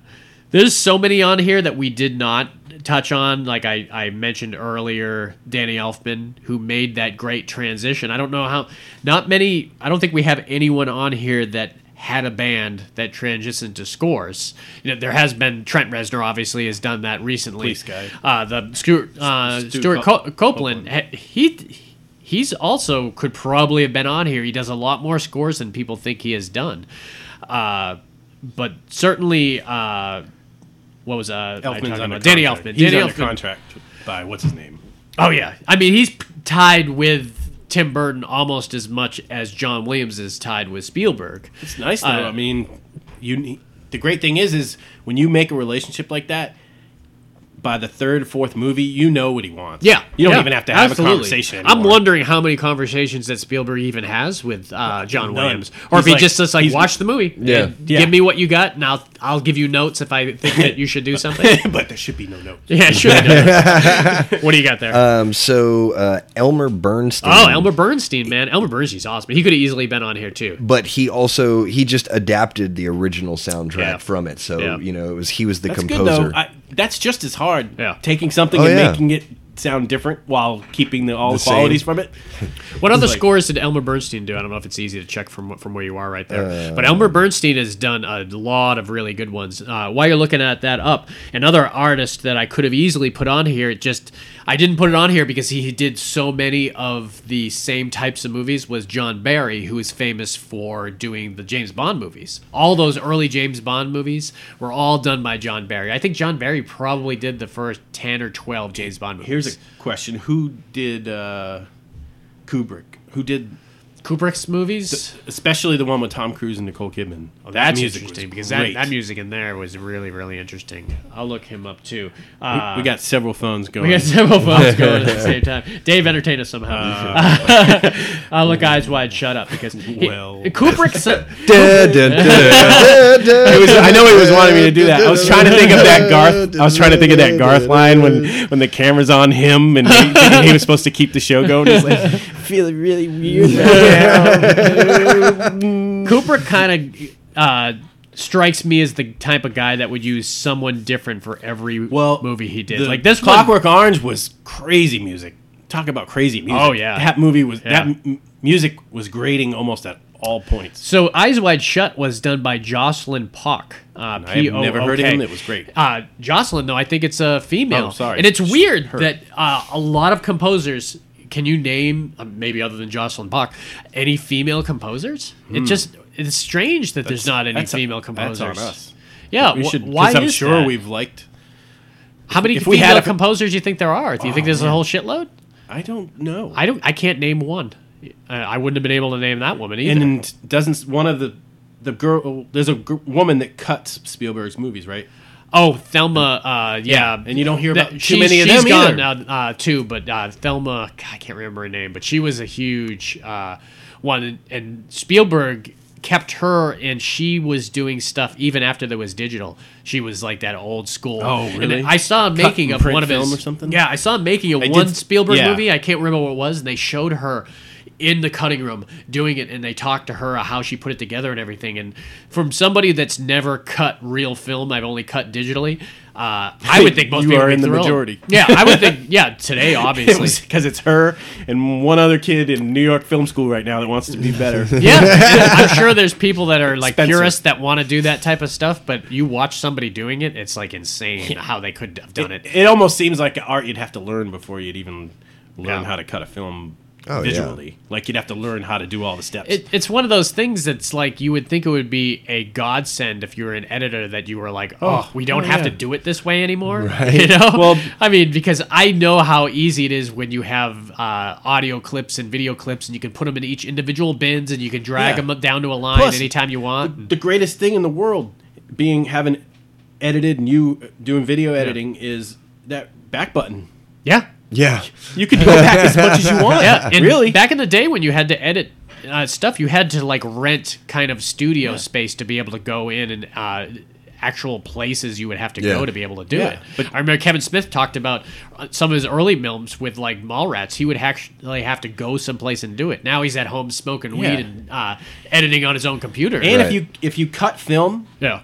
S1: there's so many on here that we did not touch on. Like I, I mentioned earlier, Danny Elfman, who made that great transition. I don't know how, not many, I don't think we have anyone on here that had a band that transitioned to scores. You know, there has been, Trent Reznor obviously has done that recently.
S3: Police guy.
S1: Uh, the Stuart, uh,
S3: Stu
S1: Stuart
S3: Cop-
S1: Co- Copeland, he- he, he's also could probably have been on here. He does a lot more scores than people think he has done. Uh, but certainly, uh, what was uh, I talking
S3: Elfman's on
S1: about? Danny Elfman.
S3: He's
S1: Danny
S3: under
S1: Elfman.
S3: contract by what's his name?
S1: Oh yeah, I mean he's p- tied with Tim Burton almost as much as John Williams is tied with Spielberg.
S3: It's nice though.
S1: Uh,
S3: I mean, you. need- The great thing is, is when you make a relationship like that. By the third, fourth movie, you know what he wants.
S1: Yeah,
S3: you don't
S1: yeah,
S3: even have to have
S1: absolutely.
S3: a conversation.
S1: I'm
S3: anymore.
S1: wondering how many conversations that Spielberg even has with uh, John
S3: None.
S1: Williams, or if
S3: He's
S1: he
S3: like-
S1: just says like,
S3: he's-
S1: "Watch the movie,
S2: Yeah.
S1: and
S3: Yeah.
S1: give me what you got, and I'll I'll give you notes if I think that you should do something."
S3: but there should be no note.
S1: yeah, sure. I know. what do you got there?
S2: Um, so uh, Elmer Bernstein.
S1: oh, Elmer Bernstein, man, Elmer Bernstein's awesome. He could have easily been on here too.
S2: But he also he just adapted the original soundtrack
S1: Yeah.
S2: from it. So
S1: Yeah.
S2: you know it was he was the
S3: That's
S2: composer.
S3: good though. I, that's just as hard.
S1: Yeah.
S3: Taking something
S2: Oh,
S3: and
S2: yeah.
S3: making it sound different while keeping the, all the,
S2: The same.
S3: qualities from it.
S1: What other
S3: like-
S1: scores did Elmer Bernstein do? I don't know if it's easy to check from from where you are right
S3: Uh,
S1: there. but Elmer Bernstein has done a lot of really good ones. Uh, while you're looking at that up, another artist that I could have easily put on here, it just I didn't put it on here because he did so many of the same types of movies. Was John Barry, who is famous for doing the James Bond movies. All those early James Bond movies were all done by John Barry. I think John Barry probably did the first ten or twelve James Bond movies.
S3: Here's a question: Who did uh, Kubrick? Who did
S1: Kubrick's movies.
S3: especially the one with Tom Cruise and Nicole Kidman?
S1: Oh,
S3: That
S1: that's
S3: music was
S1: interesting because that,
S3: great.
S1: that music in there was really, really interesting. I'll look him up too. Uh,
S3: we got several phones going.
S1: we got several phones going at the same time. Dave, entertain us somehow. Uh, I'll look eyes wide shut up because he-
S3: Well.
S1: Kubrick's.
S2: Da, da, da, da, da,
S3: He was- I know he was wanting me to do that. I was trying to think of that Garth. I was trying to think of that Garth line when, when the camera's on him and he, thinking he was supposed to keep the show going. He's like, feeling really weird.
S1: Kubrick kind of uh, strikes me as the type of guy that would use someone different for every
S3: Well,
S1: movie he did.
S3: the
S1: Like this one-
S3: Clockwork Orange was crazy music. Talk about crazy music.
S1: Oh, yeah.
S3: that movie was
S1: Yeah.
S3: that m- music was grating almost at all points.
S1: So Eyes Wide Shut was done by Jocelyn Pock. Uh,
S3: I have never heard of
S1: P-O-O-K.
S3: him. It was great.
S1: Uh, Jocelyn, though, I think it's a female.
S3: Oh, sorry.
S1: And it's weird that uh, a lot of composers. Can you name uh, maybe other than Jocelyn Bach any female composers? It just it's strange that there's not any
S3: Hmm. that's a-
S1: female
S3: that's
S1: composers.
S3: on us.
S1: Yeah,
S3: We
S1: wh-
S3: should. 'cause
S1: why
S3: I'm
S1: is
S3: sure
S1: that?
S3: we've liked.
S1: How many
S3: if
S1: female
S3: we had a- Oh,
S1: composers do you think there are? Do you think there's a whole shitload?
S3: I don't know.
S1: I don't. I can't name one. Uh, I wouldn't have been able to name that woman either.
S3: and, and doesn't one of the the girl? There's a gr- woman that cuts Spielberg's movies, right?
S1: Oh, Thelma. Uh, yeah,
S3: and you don't hear about too
S1: she's-
S3: many of
S1: she's
S3: them
S1: gone
S3: either.
S1: now, uh, too, but uh, Thelma. God, I can't remember her name, but she was a huge uh, one, and, and Spielberg kept her, and she was doing stuff even after there was digital. She was like that old school.
S3: Oh,
S1: and
S3: really?
S1: I saw a
S3: Cut
S1: making
S3: and
S1: of
S3: print
S1: one of his
S3: film or something?
S1: Yeah, I saw a making of
S3: I did
S1: one
S3: s-
S1: Spielberg
S3: yeah.
S1: movie. I can't remember what it was, and they showed her in the cutting room doing it and they talked to her how she put it together and everything and from somebody that's never cut real film i've only cut digitally uh, i would think most
S3: You
S1: people would
S3: are
S1: be
S3: in the
S1: thrilled.
S3: majority.
S1: yeah i would think yeah today
S3: It
S1: obviously
S3: was because it's her and one other kid in New York Film School right now that wants to be better.
S1: yeah, yeah, i'm sure there's people that are like
S3: Spencer.
S1: purists that want to do that type of stuff but you watch somebody doing it it's like insane how they could have done it,
S3: It almost seems like art you'd have to learn before you'd even learn
S1: Yeah.
S3: how to cut a film
S2: Oh, yeah.
S3: visually. Like you'd have to learn how to do all the steps.
S1: It, it's one of those things that's like you would think it would be a godsend if you were an editor that you were like, oh, we don't
S3: oh,
S1: have to
S3: yeah.
S1: do it this way anymore. You know?
S3: Well-
S1: I mean, because I know how easy it is when you have uh, audio clips and video clips, and you can put them in each individual bins, and you can drag
S3: Yeah.
S1: them down to a line
S3: Plus-
S1: anytime you want.
S3: the greatest thing in the world, being having edited and you doing video editing, is that back button.
S1: yeah.
S2: Yeah.
S3: You could go back as much as you want.
S1: Yeah, and
S3: really.
S1: Back in the day when you had to edit uh, stuff, you had to like rent kind of studio space to be able to go in and uh, actual places you would have to
S2: Yeah.
S1: go to be able to do
S3: Yeah,
S1: it. But I remember Kevin Smith talked about uh, some of his early films with like Mallrats. He would actually have to go someplace and do it. Now he's at home smoking
S3: Yeah.
S1: weed and uh, editing on his own computer.
S3: and if
S2: Right.
S3: you if you cut film,
S1: yeah,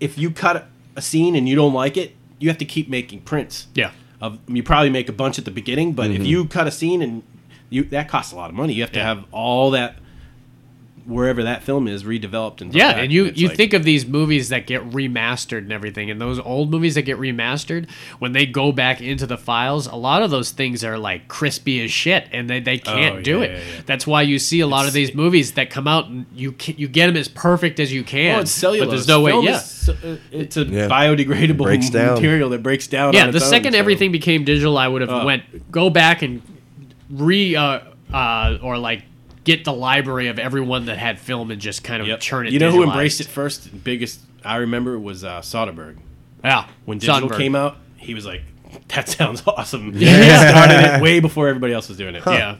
S3: if you cut a scene and you don't like it, you have to keep making prints.
S1: yeah.
S3: of you probably make a bunch at the beginning, but if you cut a scene and you that costs a lot of money. You have to
S1: Mm-hmm. Yeah.
S3: have all that wherever that film is redeveloped and
S1: Yeah,
S3: back,
S1: and you
S3: it's
S1: you
S3: like-
S1: think of these movies that get remastered and everything, and those old movies that get remastered, when they go back into the files, a lot of those things are like crispy as shit, and they, they can't do
S3: Oh, yeah,
S1: it.
S3: yeah, yeah.
S1: That's why you see a lot of
S3: It's-
S1: these movies that come out and you can, you get them as perfect as you can,
S3: oh, it's cellulose.
S1: but there's no way.
S3: Film
S1: Yeah,
S3: is, uh, it's a
S2: Yeah.
S3: biodegradable
S2: Breaks down.
S3: material that breaks down.
S1: yeah.
S3: on
S1: The
S3: its own,
S1: second
S3: so- Oh.
S1: everything became digital, I would have went go back and re uh, uh or like get the library of everyone that had film and just kind of
S3: Yep.
S1: churn it.
S3: You know who
S1: digitalized.
S3: embraced it first? Biggest I remember was uh, Soderbergh.
S1: Yeah,
S3: When digital
S1: Soderbergh.
S3: came out, he was like, "That sounds awesome."
S1: Yeah.
S3: he started it way before everybody else was doing it.
S1: Yeah.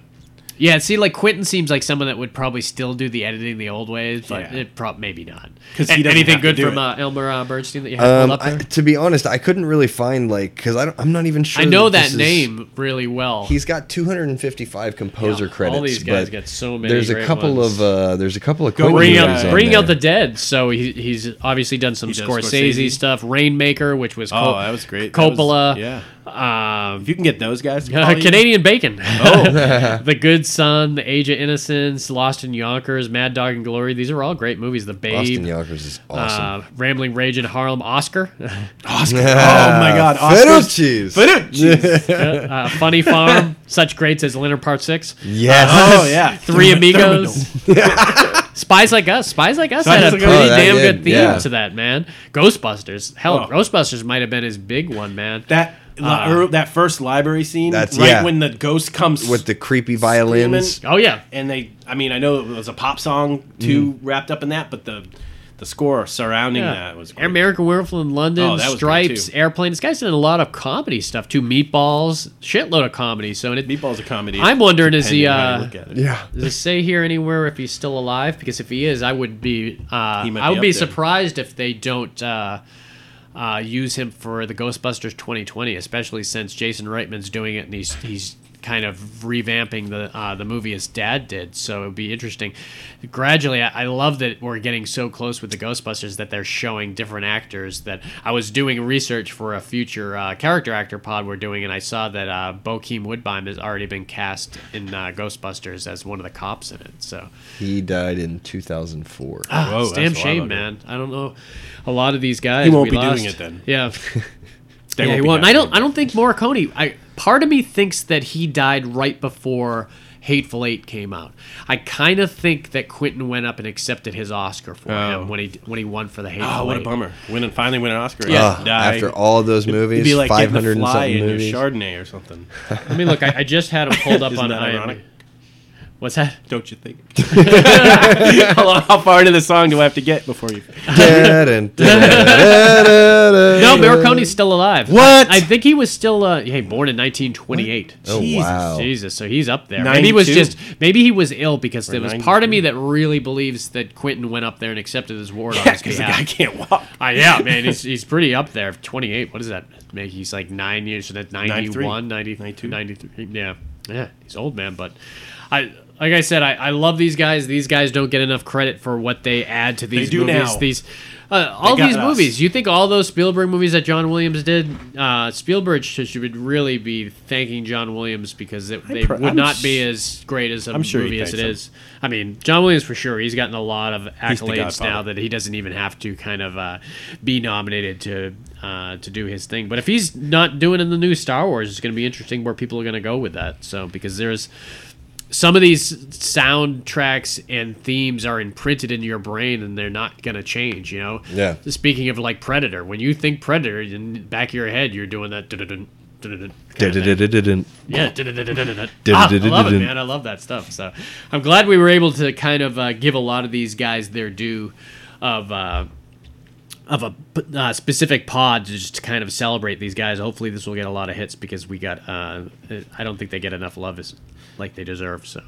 S1: Yeah, see, like Quentin seems like someone that would probably still do the editing the old ways, but
S3: Yeah.
S1: it prob maybe not.
S3: 'Cause he
S1: A-
S3: doesn't
S1: anything
S3: have to
S1: good
S3: do
S1: from
S3: it.
S1: uh, Elmer uh, Bernstein that you have
S2: Um,
S1: pulled up
S2: I,
S1: there?
S2: to be honest, I couldn't really find like because I don't, I'm not even sure.
S1: I, know
S2: this
S1: that
S2: is-
S1: name really well.
S2: He's got 255 composer
S1: Yeah, all
S2: credits.
S1: these guys
S2: but
S1: got so many
S2: There's a
S1: great
S2: couple
S1: ones.
S2: of uh, there's a couple of
S3: Go
S2: quick
S1: bringing
S2: movies
S1: out,
S2: on
S1: bringing out the
S2: there.
S1: dead. So he, he's obviously done some
S3: does
S1: Scorsese,
S3: Scorsese.
S1: stuff, Rainmaker, which was
S3: Oh, that was great. That was-
S1: Coppola,
S3: yeah.
S1: Um,
S3: If you can get those guys, to
S1: uh,
S3: call you-
S1: Canadian Bacon.
S3: Oh.
S1: the Good Son, The Age of Innocence, Lost in Yonkers, Mad Dog and Glory. These are all great movies. The Babe,
S2: Austin Yonkers is awesome.
S1: uh, Rambling Rage in Harlem, Oscar,
S3: Oscar. Oh my God,
S2: Feta
S3: Oscar.
S2: cheese.
S1: uh, Funny Farm, such greats as Leonard Part Six,
S2: Yes.
S3: Oh yeah,
S1: Three Amigos, Spies Like Us. Spies Like Us
S3: Spies
S1: had a
S3: Like Us.
S1: pretty
S2: Oh, that
S1: damn
S2: did,
S1: good theme
S2: yeah.
S1: to that man. Ghostbusters, hell,
S3: Oh.
S1: Ghostbusters might have been his big one, man.
S3: That li-
S1: Uh,
S3: er, that first library scene,
S2: That's-
S3: right
S2: yeah.
S3: when the ghost comes
S2: With the creepy violins.
S1: oh yeah,
S3: and they i mean i know it was a pop song
S2: Mm.
S3: too wrapped up in that but the the score surrounding
S1: Yeah.
S3: that was great.
S1: American Werewolf in London,
S3: Oh, that was great,
S1: Stripes,
S3: too.
S1: Airplane. This guy's done a lot of comedy stuff too. Meatballs, shitload of comedy. So and it,
S3: meatballs a comedy
S1: I'm wondering is he
S3: depending on how you
S1: uh,
S3: look at it.
S2: Yeah.
S1: does it say here anywhere if he's still alive? Because if he is, I would be uh,
S3: He might
S1: I
S3: be
S1: would
S3: up
S1: be
S3: there.
S1: surprised if they don't uh, uh, use him for the Ghostbusters 2020, especially since Jason Reitman's doing it and he's he's kind of revamping the uh, the movie his dad did. So it would be interesting. Gradually, I, I love that we're getting so close with the Ghostbusters that they're showing different actors. That I was doing research for a future uh, character actor pod we're doing, and I saw that uh, Bokeem Woodbine has already been cast in uh, Ghostbusters as one of the cops in it. So.
S2: He died in 2004.
S3: Whoa,
S1: It's a Ah, damn
S3: that's a lot
S1: shame,
S3: of it.
S1: man. I don't know. A lot of these guys.
S3: He won't
S1: we
S3: be doing
S1: lost.
S3: it then.
S1: Yeah.
S3: They
S1: Yeah,
S3: won't
S1: he
S3: be
S1: won't. And I
S3: happy.
S1: don't. I don't think Morricone. I part of me thinks that he died right before Hateful Eight came out. I kind of think that Quentin went up and accepted his Oscar for
S3: Oh.
S1: him when he when he won for the Hateful
S3: oh what a
S1: Eight.
S3: bummer win and finally win an oscar
S1: Yeah.
S2: Ugh, Oh, after all of those movies,
S3: it'd be like getting the
S2: 500 and
S3: fly
S2: something
S3: in
S2: movies.
S3: your chardonnay or something
S1: I mean, look, I, I just had him pulled up
S3: Isn't
S1: on
S3: that
S1: IMDb.
S3: ironic?
S1: What's that?
S3: don't you think how, how far into the song do i have to get before you
S1: No,
S2: no,
S1: Morricone's still alive.
S2: What?
S1: I think he was still. Uh, hey, born in 1928.
S2: Oh,
S3: Jesus.
S2: wow.
S1: Jesus, so he's up there. Maybe he
S3: 92.
S1: was just maybe he was ill because there was part of
S3: 93.
S1: me that really believes that Quentin went up there and accepted his ward on
S3: yeah
S1: his
S3: because the guy
S1: behalf.
S3: can't walk
S1: Ah, yeah, man, he's, he's pretty up there. 28, what does that make? He's like nine years, so that's 91, 90,
S3: 92.
S1: 93. Yeah, yeah, he's old, man. But I, like I said, I, I love these guys. These guys don't get enough credit for what they add to these
S3: do
S1: movies.
S3: now.
S1: These uh, all
S3: got
S1: these
S3: us.
S1: movies. You think all those Spielberg movies that John Williams did? Uh, Spielberg should, should really be thanking John Williams because it, they
S3: pr-
S1: would
S3: I'm
S1: not
S3: s-
S1: be as great as a
S3: I'm sure he
S1: movie as it
S3: thanks him.
S1: is. I mean, John Williams for sure. He's gotten a lot of
S3: the
S1: accolades
S3: godfather.
S1: now that he doesn't even have to kind of uh, be nominated to uh, to do his thing. But if he's not doing in the new Star Wars, it's going to be interesting where people are going to go with that. So because there's some of these soundtracks and themes are imprinted in your brain and they're not going to change. You know.
S2: Yeah.
S1: Speaking of like Predator, when you think Predator, in the back of your head, you're doing that. dun-dun-dun, dun-dun-dun kind of thing. Yeah, dun-dun-dun-dun-dun-dun. Ah, I love it, man. I love that stuff. So I'm glad we were able to kind of uh, give a lot of these guys their due of uh, of a uh, specific pod to just kind of celebrate these guys. Hopefully, this will get a lot of hits because we got. Uh, I don't think they get enough love as like they deserve. So,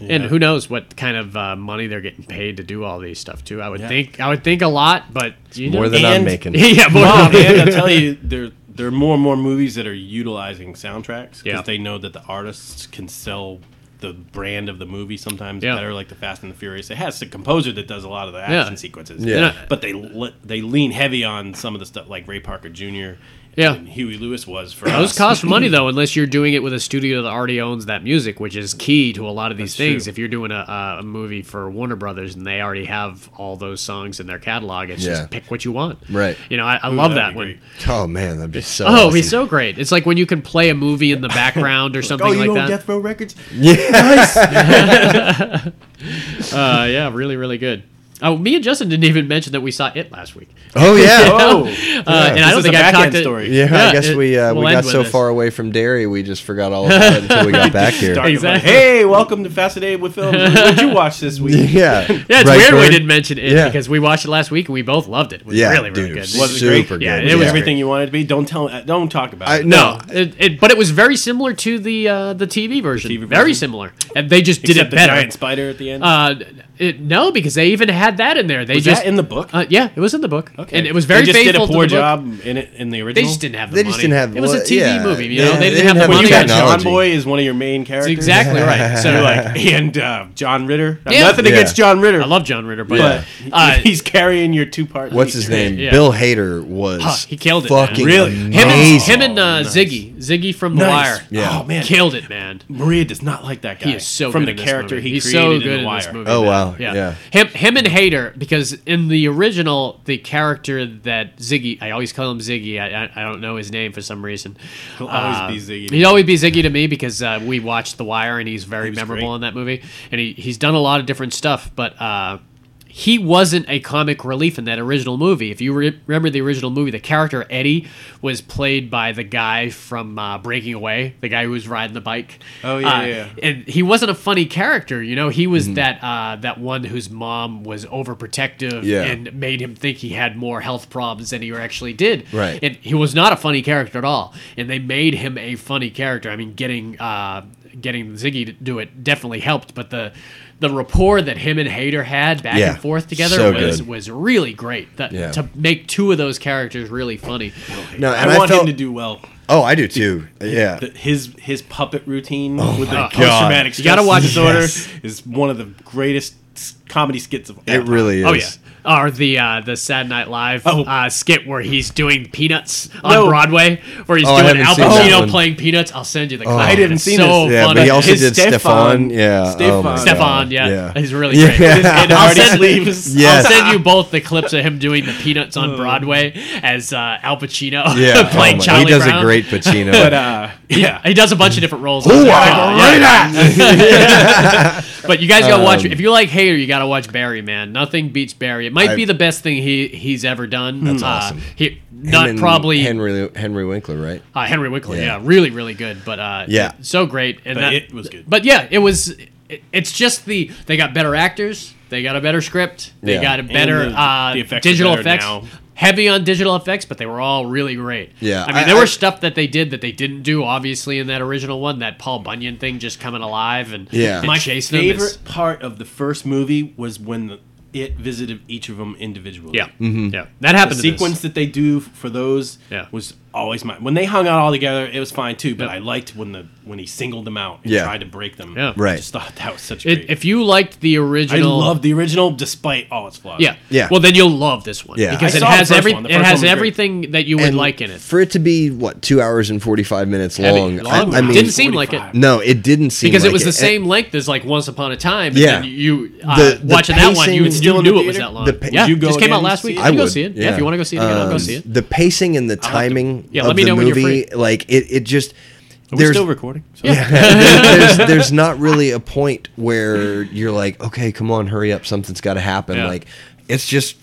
S1: and who knows what kind of uh, money they're getting paid to do all these stuff too. I would
S3: Yeah.
S1: think. I would think a lot, but you
S2: More
S1: never-
S2: than I'm
S3: And-
S2: making.
S1: yeah, more
S3: Oh
S1: than
S3: man, I tell you, there there are more and more movies that are utilizing soundtracks because
S1: Yeah.
S3: they know that the artists can sell the brand of the movie sometimes
S1: Yeah.
S3: better, like the Fast and the Furious. It has the composer that does a lot of the action sequences,
S2: Yeah.
S1: And I-
S3: But they le- they lean heavy on some of the stuff like Ray Parker Jr.
S1: Yeah.
S3: and Huey Lewis was for
S1: Those
S3: us.
S1: cost money though, unless you're doing it with a studio that already owns that music, which is key to a lot of these
S3: That's
S1: things.
S3: true.
S1: If you're doing a, a movie for Warner Brothers and they already have all those songs in their catalog, it's
S2: Yeah.
S1: just pick what you want.
S2: Right.
S1: You know, I, I love
S3: that'd
S1: that
S3: be
S1: one.
S3: great.
S2: Oh man, that'd be so.
S1: Oh,
S2: awesome.
S1: he's so great. It's like when you can play a movie in the background or something
S3: Oh, you
S1: like
S3: own
S1: that.
S3: Death Row Records?
S1: Uh, yeah, really, really good. Oh, me and Justin didn't even mention that we saw it last week.
S2: Oh yeah.
S3: Oh,
S1: Uh, and I
S3: This
S1: don't
S3: is
S1: think
S3: a
S1: I
S3: back-end
S1: talked to-
S3: story.
S2: Yeah, I guess
S1: it-
S2: we uh,
S1: we'll
S2: we
S1: end
S2: got
S1: with
S2: so
S1: this.
S2: far away from dairy, we just forgot all about it until we got back here.
S3: Started with,
S1: Exactly.
S3: hey, welcome to Fascinated with Films. What'd you watch this week?
S2: Yeah,
S1: Yeah, it's
S2: Right,
S1: weird we
S2: Bird?
S1: didn't mention it
S2: Yeah.
S1: because we watched it last week and we both loved it. It was
S2: Yeah,
S1: really, really
S2: dude,
S1: good.
S2: it
S3: Was it
S2: Super
S3: great?
S1: Yeah, it
S2: good,
S1: was
S2: yeah.
S1: great.
S3: everything you wanted to be. Don't tell. uh, Don't talk about
S2: I-
S3: it.
S1: No, it, it, but it was very similar to the uh, the TV version.
S3: TV version.
S1: Very similar, and they just did
S3: Except
S1: it
S3: the
S1: better.
S3: giant spider at the end.
S1: Uh, It, no, because they even had that in there. They
S3: Was
S1: just
S3: that in the book?
S1: uh, yeah, it was in the book.
S3: okay,
S1: and it was very
S3: They just did
S1: faithful
S3: a poor
S1: to the book.
S3: job in it in the original.
S1: They just didn't have the
S2: They
S1: money.
S2: just didn't have
S1: It was a
S2: what-
S1: TV
S2: yeah,
S1: movie. You
S2: they-
S1: know, they,
S2: they
S1: didn't have
S2: didn't
S1: the
S2: have
S3: Well,
S1: money.
S3: you
S2: money.
S1: to
S3: got
S1: actually-
S2: Technology.
S3: John Boy is one of your main
S1: That's
S3: characters.
S1: exactly right.
S3: So
S1: So like,
S3: like, and uh, John Ritter.
S1: Yeah.
S3: Nothing
S2: Yeah.
S3: against John Ritter.
S1: I love John Ritter, but,
S3: but
S1: uh,
S3: he's carrying your two part.
S2: What's his name?
S1: Yeah.
S2: Bill Hader was
S1: Huh, he killed it, man.
S2: Fucking
S3: Really?
S2: amazing.
S1: him and, him and uh,
S3: Nice.
S1: Ziggy, Ziggy from The
S3: Nice.
S1: Wire,
S2: Yeah.
S3: Oh man,
S1: killed it, man.
S3: Maria does not like that guy.
S1: He is so
S3: from
S1: good in
S3: the
S1: this
S3: character
S1: movie.
S3: he
S1: he's
S3: created
S1: so
S3: in
S1: good
S3: The
S1: in this
S3: Wire.
S1: movie.
S2: Oh,
S1: man.
S2: wow. Yeah.
S1: him him and Hader because in the original the character that Ziggy I always call him Ziggy I I, I don't know his name for some reason.
S3: He'll always be Ziggy to
S1: Uh, He'd always be Ziggy to me because uh, we watched The Wire and he's very
S3: was
S1: memorable
S3: great.
S1: in that movie and he, he's done a lot of different stuff but. Uh, he wasn't a comic relief in that original movie. If you re- remember the original movie, the character Eddie was played by the guy from uh, Breaking Away, the guy who was riding the bike.
S3: Oh, yeah,
S1: Uh,
S3: yeah.
S1: and he wasn't a funny character, you know. He was that uh, that one whose mom was overprotective
S2: Yeah.
S1: and made him think he had more health problems than he actually did.
S2: Right.
S1: And he was not a funny character at all. And they made him a funny character. I mean, getting uh, getting Ziggy to do it definitely helped, but the the rapport that him and Hader had back
S2: Yeah.
S1: and forth together
S2: So
S1: was
S2: good.
S1: was really great. That,
S2: Yeah.
S1: To make two of those characters really funny.
S2: No, and
S3: I want
S2: felt,
S3: him to do well.
S2: Oh, I do too. Yeah.
S3: The- his his puppet routine
S2: Oh
S3: with the
S1: God.
S3: post-traumatic
S1: You gotta
S3: stress
S1: watch it.
S3: disorder
S1: Yes.
S3: is one of the greatest s- comedy skits of all
S2: It
S3: time.
S2: really is.
S1: Oh yeah. Or the uh, the Sad Night Live
S3: Oh.
S1: uh, skit where he's doing peanuts on
S3: No.
S1: Broadway, where he's
S2: Oh, I
S1: doing
S2: haven't
S1: Al
S2: seen that
S1: Pacino
S2: one. Oh.
S1: playing peanuts. I'll send you the. clip.
S3: I didn't
S1: It's
S3: see
S1: so
S3: this.
S2: Yeah,
S1: funny.
S2: but he also
S3: His
S2: did
S3: Stefan-
S2: Stefan. Yeah. Oh my
S3: Stefan.
S1: Stefan,
S2: God.
S1: yeah. he's really
S2: Yeah.
S1: great. And I'll,
S3: Artie
S1: send,
S3: Sleeves.
S1: I'll
S2: Yes.
S1: send you both the clips of him doing the peanuts on Broadway as uh, Al Pacino
S2: Yeah.
S1: playing
S2: Oh my-
S1: Charlie
S2: He does
S1: Brown.
S2: a great Pacino.
S3: But uh, yeah,
S1: He does a bunch of different roles.
S2: Ooh, I'm
S1: Yeah,
S2: a
S1: yeah.
S2: writer!
S1: But you guys gotta
S2: Um,
S1: watch. if you like Hater, you gotta watch Barry. Man, nothing beats Barry. It might
S2: I-
S1: be the best thing he he's ever done. That's
S2: awesome.
S1: He,
S2: Him
S1: not
S2: and
S1: probably
S2: Henry Henry Winkler, right?
S1: Uh, Henry Winkler, yeah.
S2: Yeah.
S1: really, really good. But uh,
S2: Yeah.
S1: so great. And
S3: But
S1: that,
S3: it was good.
S1: But yeah, it was. it- it's just the they got better actors, they got a better script, they
S2: Yeah.
S1: got a better
S3: the-
S1: uh,
S3: the effects are
S1: digital
S3: better
S1: effects.
S3: now.
S1: Heavy on digital effects, but they were all really great.
S2: Yeah,
S1: I mean,
S2: I-
S1: there
S2: I-
S1: were stuff that they did that they didn't do, obviously, in that original one. That Paul Bunyan thing just coming alive and
S2: Yeah.
S1: and
S2: My
S1: chasing him
S3: favorite
S1: is-
S3: part of the first movie was when the, it visited each of them individually.
S1: yeah,
S2: Mm. Mm-hmm.
S1: yeah, that happened.
S3: The
S1: to this.
S3: sequence that they do f- for those
S1: Yeah.
S3: was always my. When they hung out all together, it was fine too. But I liked when the when he singled them out and
S2: Yeah.
S3: tried to break them.
S1: Yeah.
S2: Right.
S3: I just thought that was such.
S1: It-
S3: great.
S1: if you liked the
S3: I
S1: original,
S3: love the original despite all its flaws.
S1: Yeah.
S2: Yeah.
S1: Well, then you'll love this one.
S2: Yeah.
S1: Because
S3: I
S1: it
S3: saw the
S1: has
S3: first
S1: every
S3: one. The
S1: it
S3: first one
S1: has
S3: was great.
S1: everything that you would
S2: And
S1: like in it.
S2: For it to be what two hours and forty five minutes
S1: Heavy,
S2: long, I-
S1: long.
S2: I, mean,
S1: didn't seem like it
S3: 45.
S2: no, it didn't seem
S1: because
S2: like
S1: it was the
S2: And-
S1: same length as like Once Upon a Time.
S2: Yeah.
S1: And then you uh,
S2: The- the
S1: watching that one, you,
S2: pacing-
S1: you
S2: Still
S3: in
S1: knew
S3: the
S1: it was
S3: theater?
S1: that long.
S2: The pa-
S1: yeah.
S3: Did you go
S1: just came
S3: again
S1: out
S3: and
S1: last
S3: see
S1: week.
S3: it?
S1: You
S2: I
S1: can go
S2: would,
S1: see it. Yeah. If you want to go see it again, I'll go
S2: Um,
S1: see it.
S2: The pacing and the timing
S1: Yeah,
S2: of
S1: let me
S2: the
S1: know when you're
S2: movie, like it, it just
S3: Are we
S2: there's
S3: still recording? So-
S2: there's, there's there's not really a point where you're like, okay, come on, hurry up, something's got to happen.
S1: Yeah.
S2: Like, it's just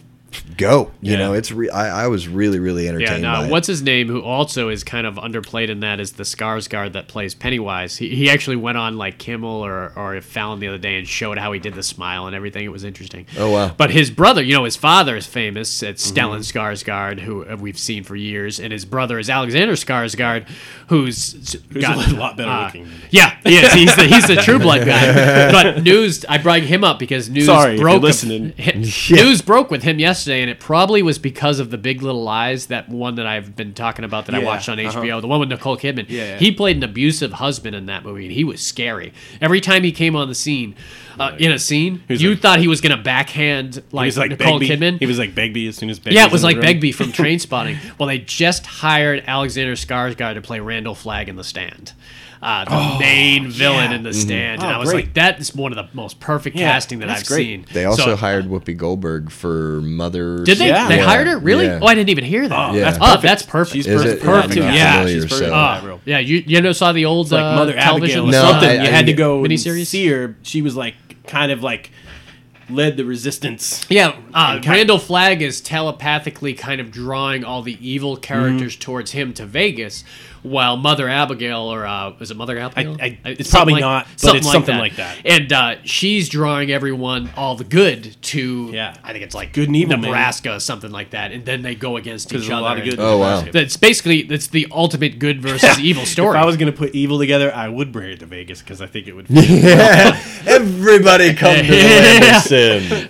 S2: go. You
S3: Yeah.
S2: know, it's re- I, I was really really
S1: Yeah,
S2: entertained.
S1: no.
S2: by it.
S1: What's his name? Who also is kind of underplayed in that is the Skarsgård that plays Pennywise. He, he actually went on like Kimmel or or Fallon the other day and showed how he did the smile and everything. It was interesting.
S2: Oh, wow. Mm-hmm.
S1: But his brother, you know, his father is famous. It's Stellan Skarsgård, who uh, we've seen for years, and his brother is Alexander Skarsgård, who's
S3: Who's a lot better looking than-
S1: uh, Yeah, he is. He's the he's the True Blood guy. But news, I bring him up because news
S3: Sorry if
S1: broke.
S3: you're listening.
S1: News broke with him yesterday, and it probably was because of the Big Little Lies, that one that I've been talking about that I
S3: Yeah,
S1: watched on
S3: uh-huh.
S1: HBO, the one with Nicole Kidman.
S3: Yeah, yeah.
S1: He played an abusive husband in that movie, and he was scary. Every time he came on the scene, uh, in a scene,
S3: was
S1: you
S3: like-
S1: thought he was going to backhand
S3: He
S1: like,
S3: was like
S1: Nicole
S3: Begbie.
S1: Kidman.
S3: He was like Begbie as soon as Begbie
S1: yeah, it
S3: in
S1: was
S3: the
S1: like
S3: room.
S1: Begbie from Train Spotting. Well, they just hired Alexander Skarsgård to play Randall Flagg in The Stand, uh, the main villain
S3: Oh, yeah.
S1: in The Stand. and
S3: Oh,
S1: I was
S3: great.
S1: like, that is one of the most perfect
S3: Yeah,
S1: casting that
S3: that's
S1: I've
S3: great.
S1: seen.
S2: They also
S1: So-
S2: hired Whoopi Goldberg for Mother.
S1: Did they?
S3: Yeah.
S1: They
S2: Yeah.
S1: hired her? Really?
S2: Yeah.
S1: Oh, I didn't even hear that.
S3: Oh,
S2: Yeah.
S1: that's
S2: that's
S1: perfect. Oh, that's perfect.
S3: She's
S2: Is
S3: perfect.
S2: it?
S1: Perfect.
S2: I'm not
S1: Yeah,
S2: familiar,
S3: she's
S2: so-
S3: perfect.
S1: Oh, yeah,
S3: Yeah.
S1: you you know saw the old
S3: Ah, like
S1: uh,
S3: Mother
S1: television
S3: Abigail or
S2: No,
S3: something.
S2: I-
S3: you
S2: I-
S3: had to go and
S1: miniseries?
S3: see her. She was like kind of like led the resistance.
S1: Yeah, uh,
S3: And kind-
S1: Randall Flagg is telepathically kind of drawing all the evil
S3: Mm-hmm.
S1: characters towards him to Vegas, while Mother Abigail, or uh, was it Mother Abigail?
S3: I- it's
S1: something
S3: probably not, but it's something like that.
S1: And uh, she's drawing everyone all the good to,
S3: Yeah.
S1: I think it's like
S3: Good and evil, man.
S1: Nebraska, or something like that, and then they go against
S3: There's
S1: each
S3: a
S1: other.
S3: lot of
S1: and-
S3: good.
S2: Oh, wow.
S1: That's basically that's the ultimate good versus evil story.
S3: If I was gonna put evil together, I would bring it to Vegas because I think it would.
S2: Everybody come to the
S1: Yeah.
S2: Atlantic
S4: Justin.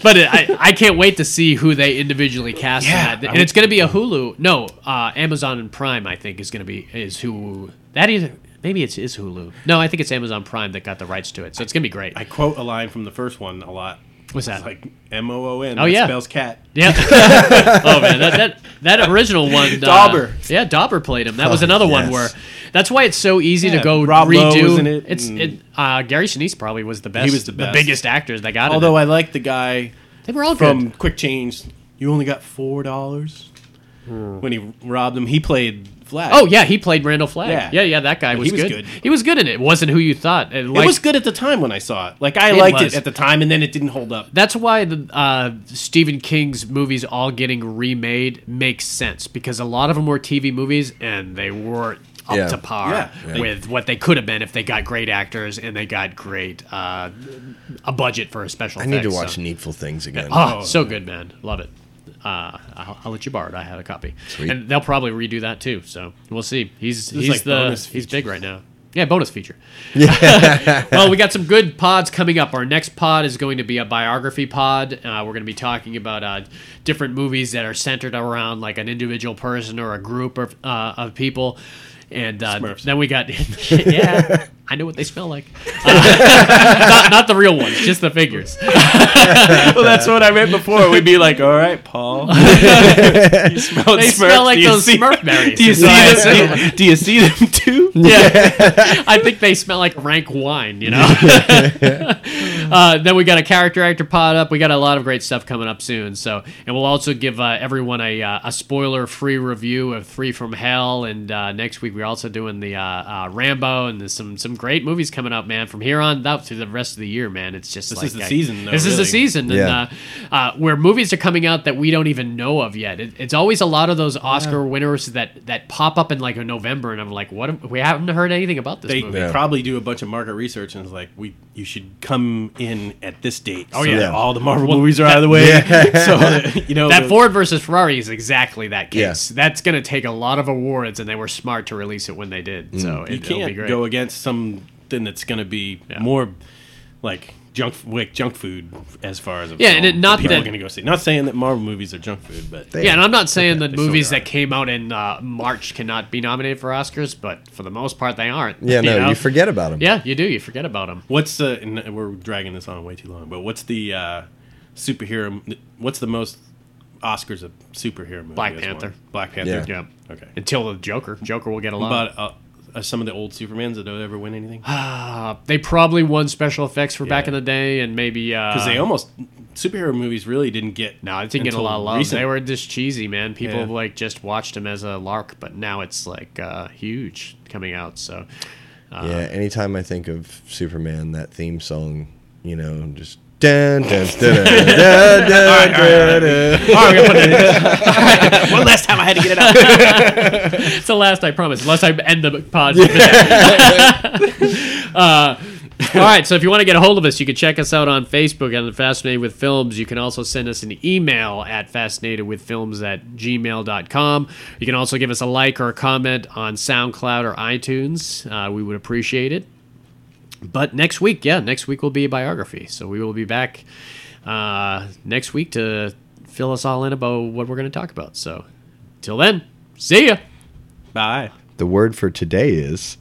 S1: But it, I, I can't wait to see who they individually cast. in
S3: Yeah,
S1: that.
S3: I
S1: and it's going to be a Hulu. No, uh, Amazon and Prime. I think is going to be is who that is. Maybe it's is Hulu. No, I think it's Amazon Prime that got the rights to it. So it's going to be great.
S3: I quote a line from the first one a lot.
S1: What's
S3: It's
S1: that?
S3: like M O O N.
S1: Oh,
S3: that
S1: yeah.
S3: spells cat.
S1: yeah. oh man, that, that that original one. uh,
S3: Dauber.
S1: yeah, Dauber played him. That was
S2: Oh,
S1: another one
S2: yes.
S1: where. That's why it's so easy
S3: Yeah,
S1: to go
S3: Rob Lowe
S1: redo.
S3: was in it,
S1: It's
S3: and-
S1: it, uh, Gary Sinise probably was the best.
S3: was the best.
S1: biggest actors they got.
S3: Although
S1: in it.
S3: I like the guy
S1: they were all
S3: from
S1: good.
S3: Quick Change. You only got four dollars when he robbed him. He played Flash.
S1: Oh yeah, he played Randall Flagg.
S3: Yeah.
S1: Yeah, yeah, that guy was,
S3: was
S1: good.
S3: good.
S1: He was good in it. It wasn't who you thought. And, like,
S3: it was good at the time when I saw it. Like I
S1: It
S3: liked
S1: was.
S3: it at the time, and then it didn't hold up.
S1: That's why the uh, Stephen King's movies all getting remade makes sense because a lot of them were TV movies and they weren't up
S2: Yeah.
S1: to par
S3: Yeah. Yeah.
S1: with what they could have been if they got great actors and they got great uh, a budget for a special.
S2: I need to
S1: effects,
S2: watch
S1: So.
S2: Needful Things again.
S1: Oh, so good, man! Love it. Uh, I'll, I'll let you borrow it. I had a copy,
S2: Sweet.
S1: and they'll probably redo that too. So we'll see. He's
S3: is
S1: he's
S3: like
S1: the
S3: bonus
S1: he's
S3: features.
S1: big right now. Yeah, bonus feature. well, we got some good pods coming up. Our next pod is going to be a biography pod. Uh, we're going to be talking about uh, different movies that are centered around like an individual person or a group of, uh, of people. And uh,
S3: Smurfs.
S1: then we got yeah, I know what they smell like. Uh, not, not the real ones, just the figures.
S3: well, that's what I meant before. We'd be like, "All right, Paul, you smell
S1: They
S3: Smurf.
S1: smell like
S3: Do you
S1: those
S3: see-
S1: Smurf berries.
S3: Do you see
S1: That's what I
S3: them? Do you, do you see them too?
S1: Yeah. I think they smell like rank wine, you know? uh, then we got a character actor pod up. We got a lot of great stuff coming up soon. So, and we'll also give uh, everyone a, uh, a spoiler free review of Three from Hell. And uh, next week, we're also doing the uh, uh, Rambo. And there's some, some great movies coming up, man, from here on out through the rest of the year, man. It's just like
S3: is the
S1: I-
S3: season, though,
S1: This is the
S3: really.
S1: season season
S2: Yeah.
S1: and, uh, uh, where movies are coming out that we don't even know of yet. It, it's always a lot of those Oscar winners that, that pop up in like a November, and I'm like, what? am- We haven't heard anything about this
S3: They,
S1: movie.
S3: they probably do a bunch of market research and it's like, "We, you should come in at this date." Oh
S1: yeah.
S3: all the Marvel movies are out of the way. So that, you know
S1: That
S3: the-
S1: Ford versus Ferrari is exactly that
S2: Yeah.
S1: case. That's going to take a lot of awards, and they were smart to release it when they did. So it,
S3: you
S1: it'll be
S3: can't
S1: great.
S3: go against something that's going to be
S1: Yeah.
S3: more like junk like junk food as far as a
S1: Yeah,
S3: film
S1: and it- not
S3: people
S1: that-
S3: are going to go see. Not saying that Marvel movies are junk food, but
S1: yeah, and I'm not saying that
S3: they still
S1: movies
S3: are.
S1: that came out in uh, March cannot be nominated for Oscars, but for the most part, they aren't.
S2: yeah, no, you,
S1: know?
S2: forget about him.
S1: Yeah, you do. You forget about them.
S3: What's the? And we're dragging this on way too long. But what's the uh, superhero? What's the most Oscars a superhero movie?
S1: Black
S3: has won?
S1: Panther.
S3: Black Panther.
S1: Yeah.
S3: Okay.
S1: Until the Joker. Joker will get a lot.
S3: About uh, uh, some of the old Supermans that don't ever win anything because
S1: They probably won special effects for back
S3: Yeah.
S1: in the day, and maybe uh, because
S3: they almost superhero movies really didn't get.
S1: no, it didn't get a
S3: until
S1: lot of love.
S3: recent.
S1: They were just cheesy, man. People
S3: Yeah.
S1: like just watched them as a lark, but now it's like uh, huge coming out. So
S2: Yeah, anytime I think of Superman, that theme song, you know, just dun dun dun dun dun dun dun. dun.
S3: One last time I had to get it out.
S1: it's the last I promise, unless I end the pod. Uh, All right, so if you want to get a hold of us, you can check us out on Facebook on Fascinated with Films. You can also send us an email at fascinatedwithfilms at gmail.com. You can also give us a like or a comment on SoundCloud or iTunes. Uh, we would appreciate it. But next week, yeah, next week will be a biography. So we will be back uh, next week to fill us all in about what we're going to talk about. So till then, see ya.
S3: Bye.
S2: The word for today is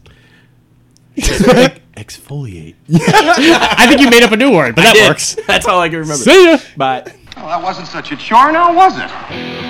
S3: Exfoliate.
S1: I think you made up a new word, but that works.
S3: That's all I can remember.
S1: See ya.
S3: Bye.
S5: Well, that wasn't such a chore now, was it?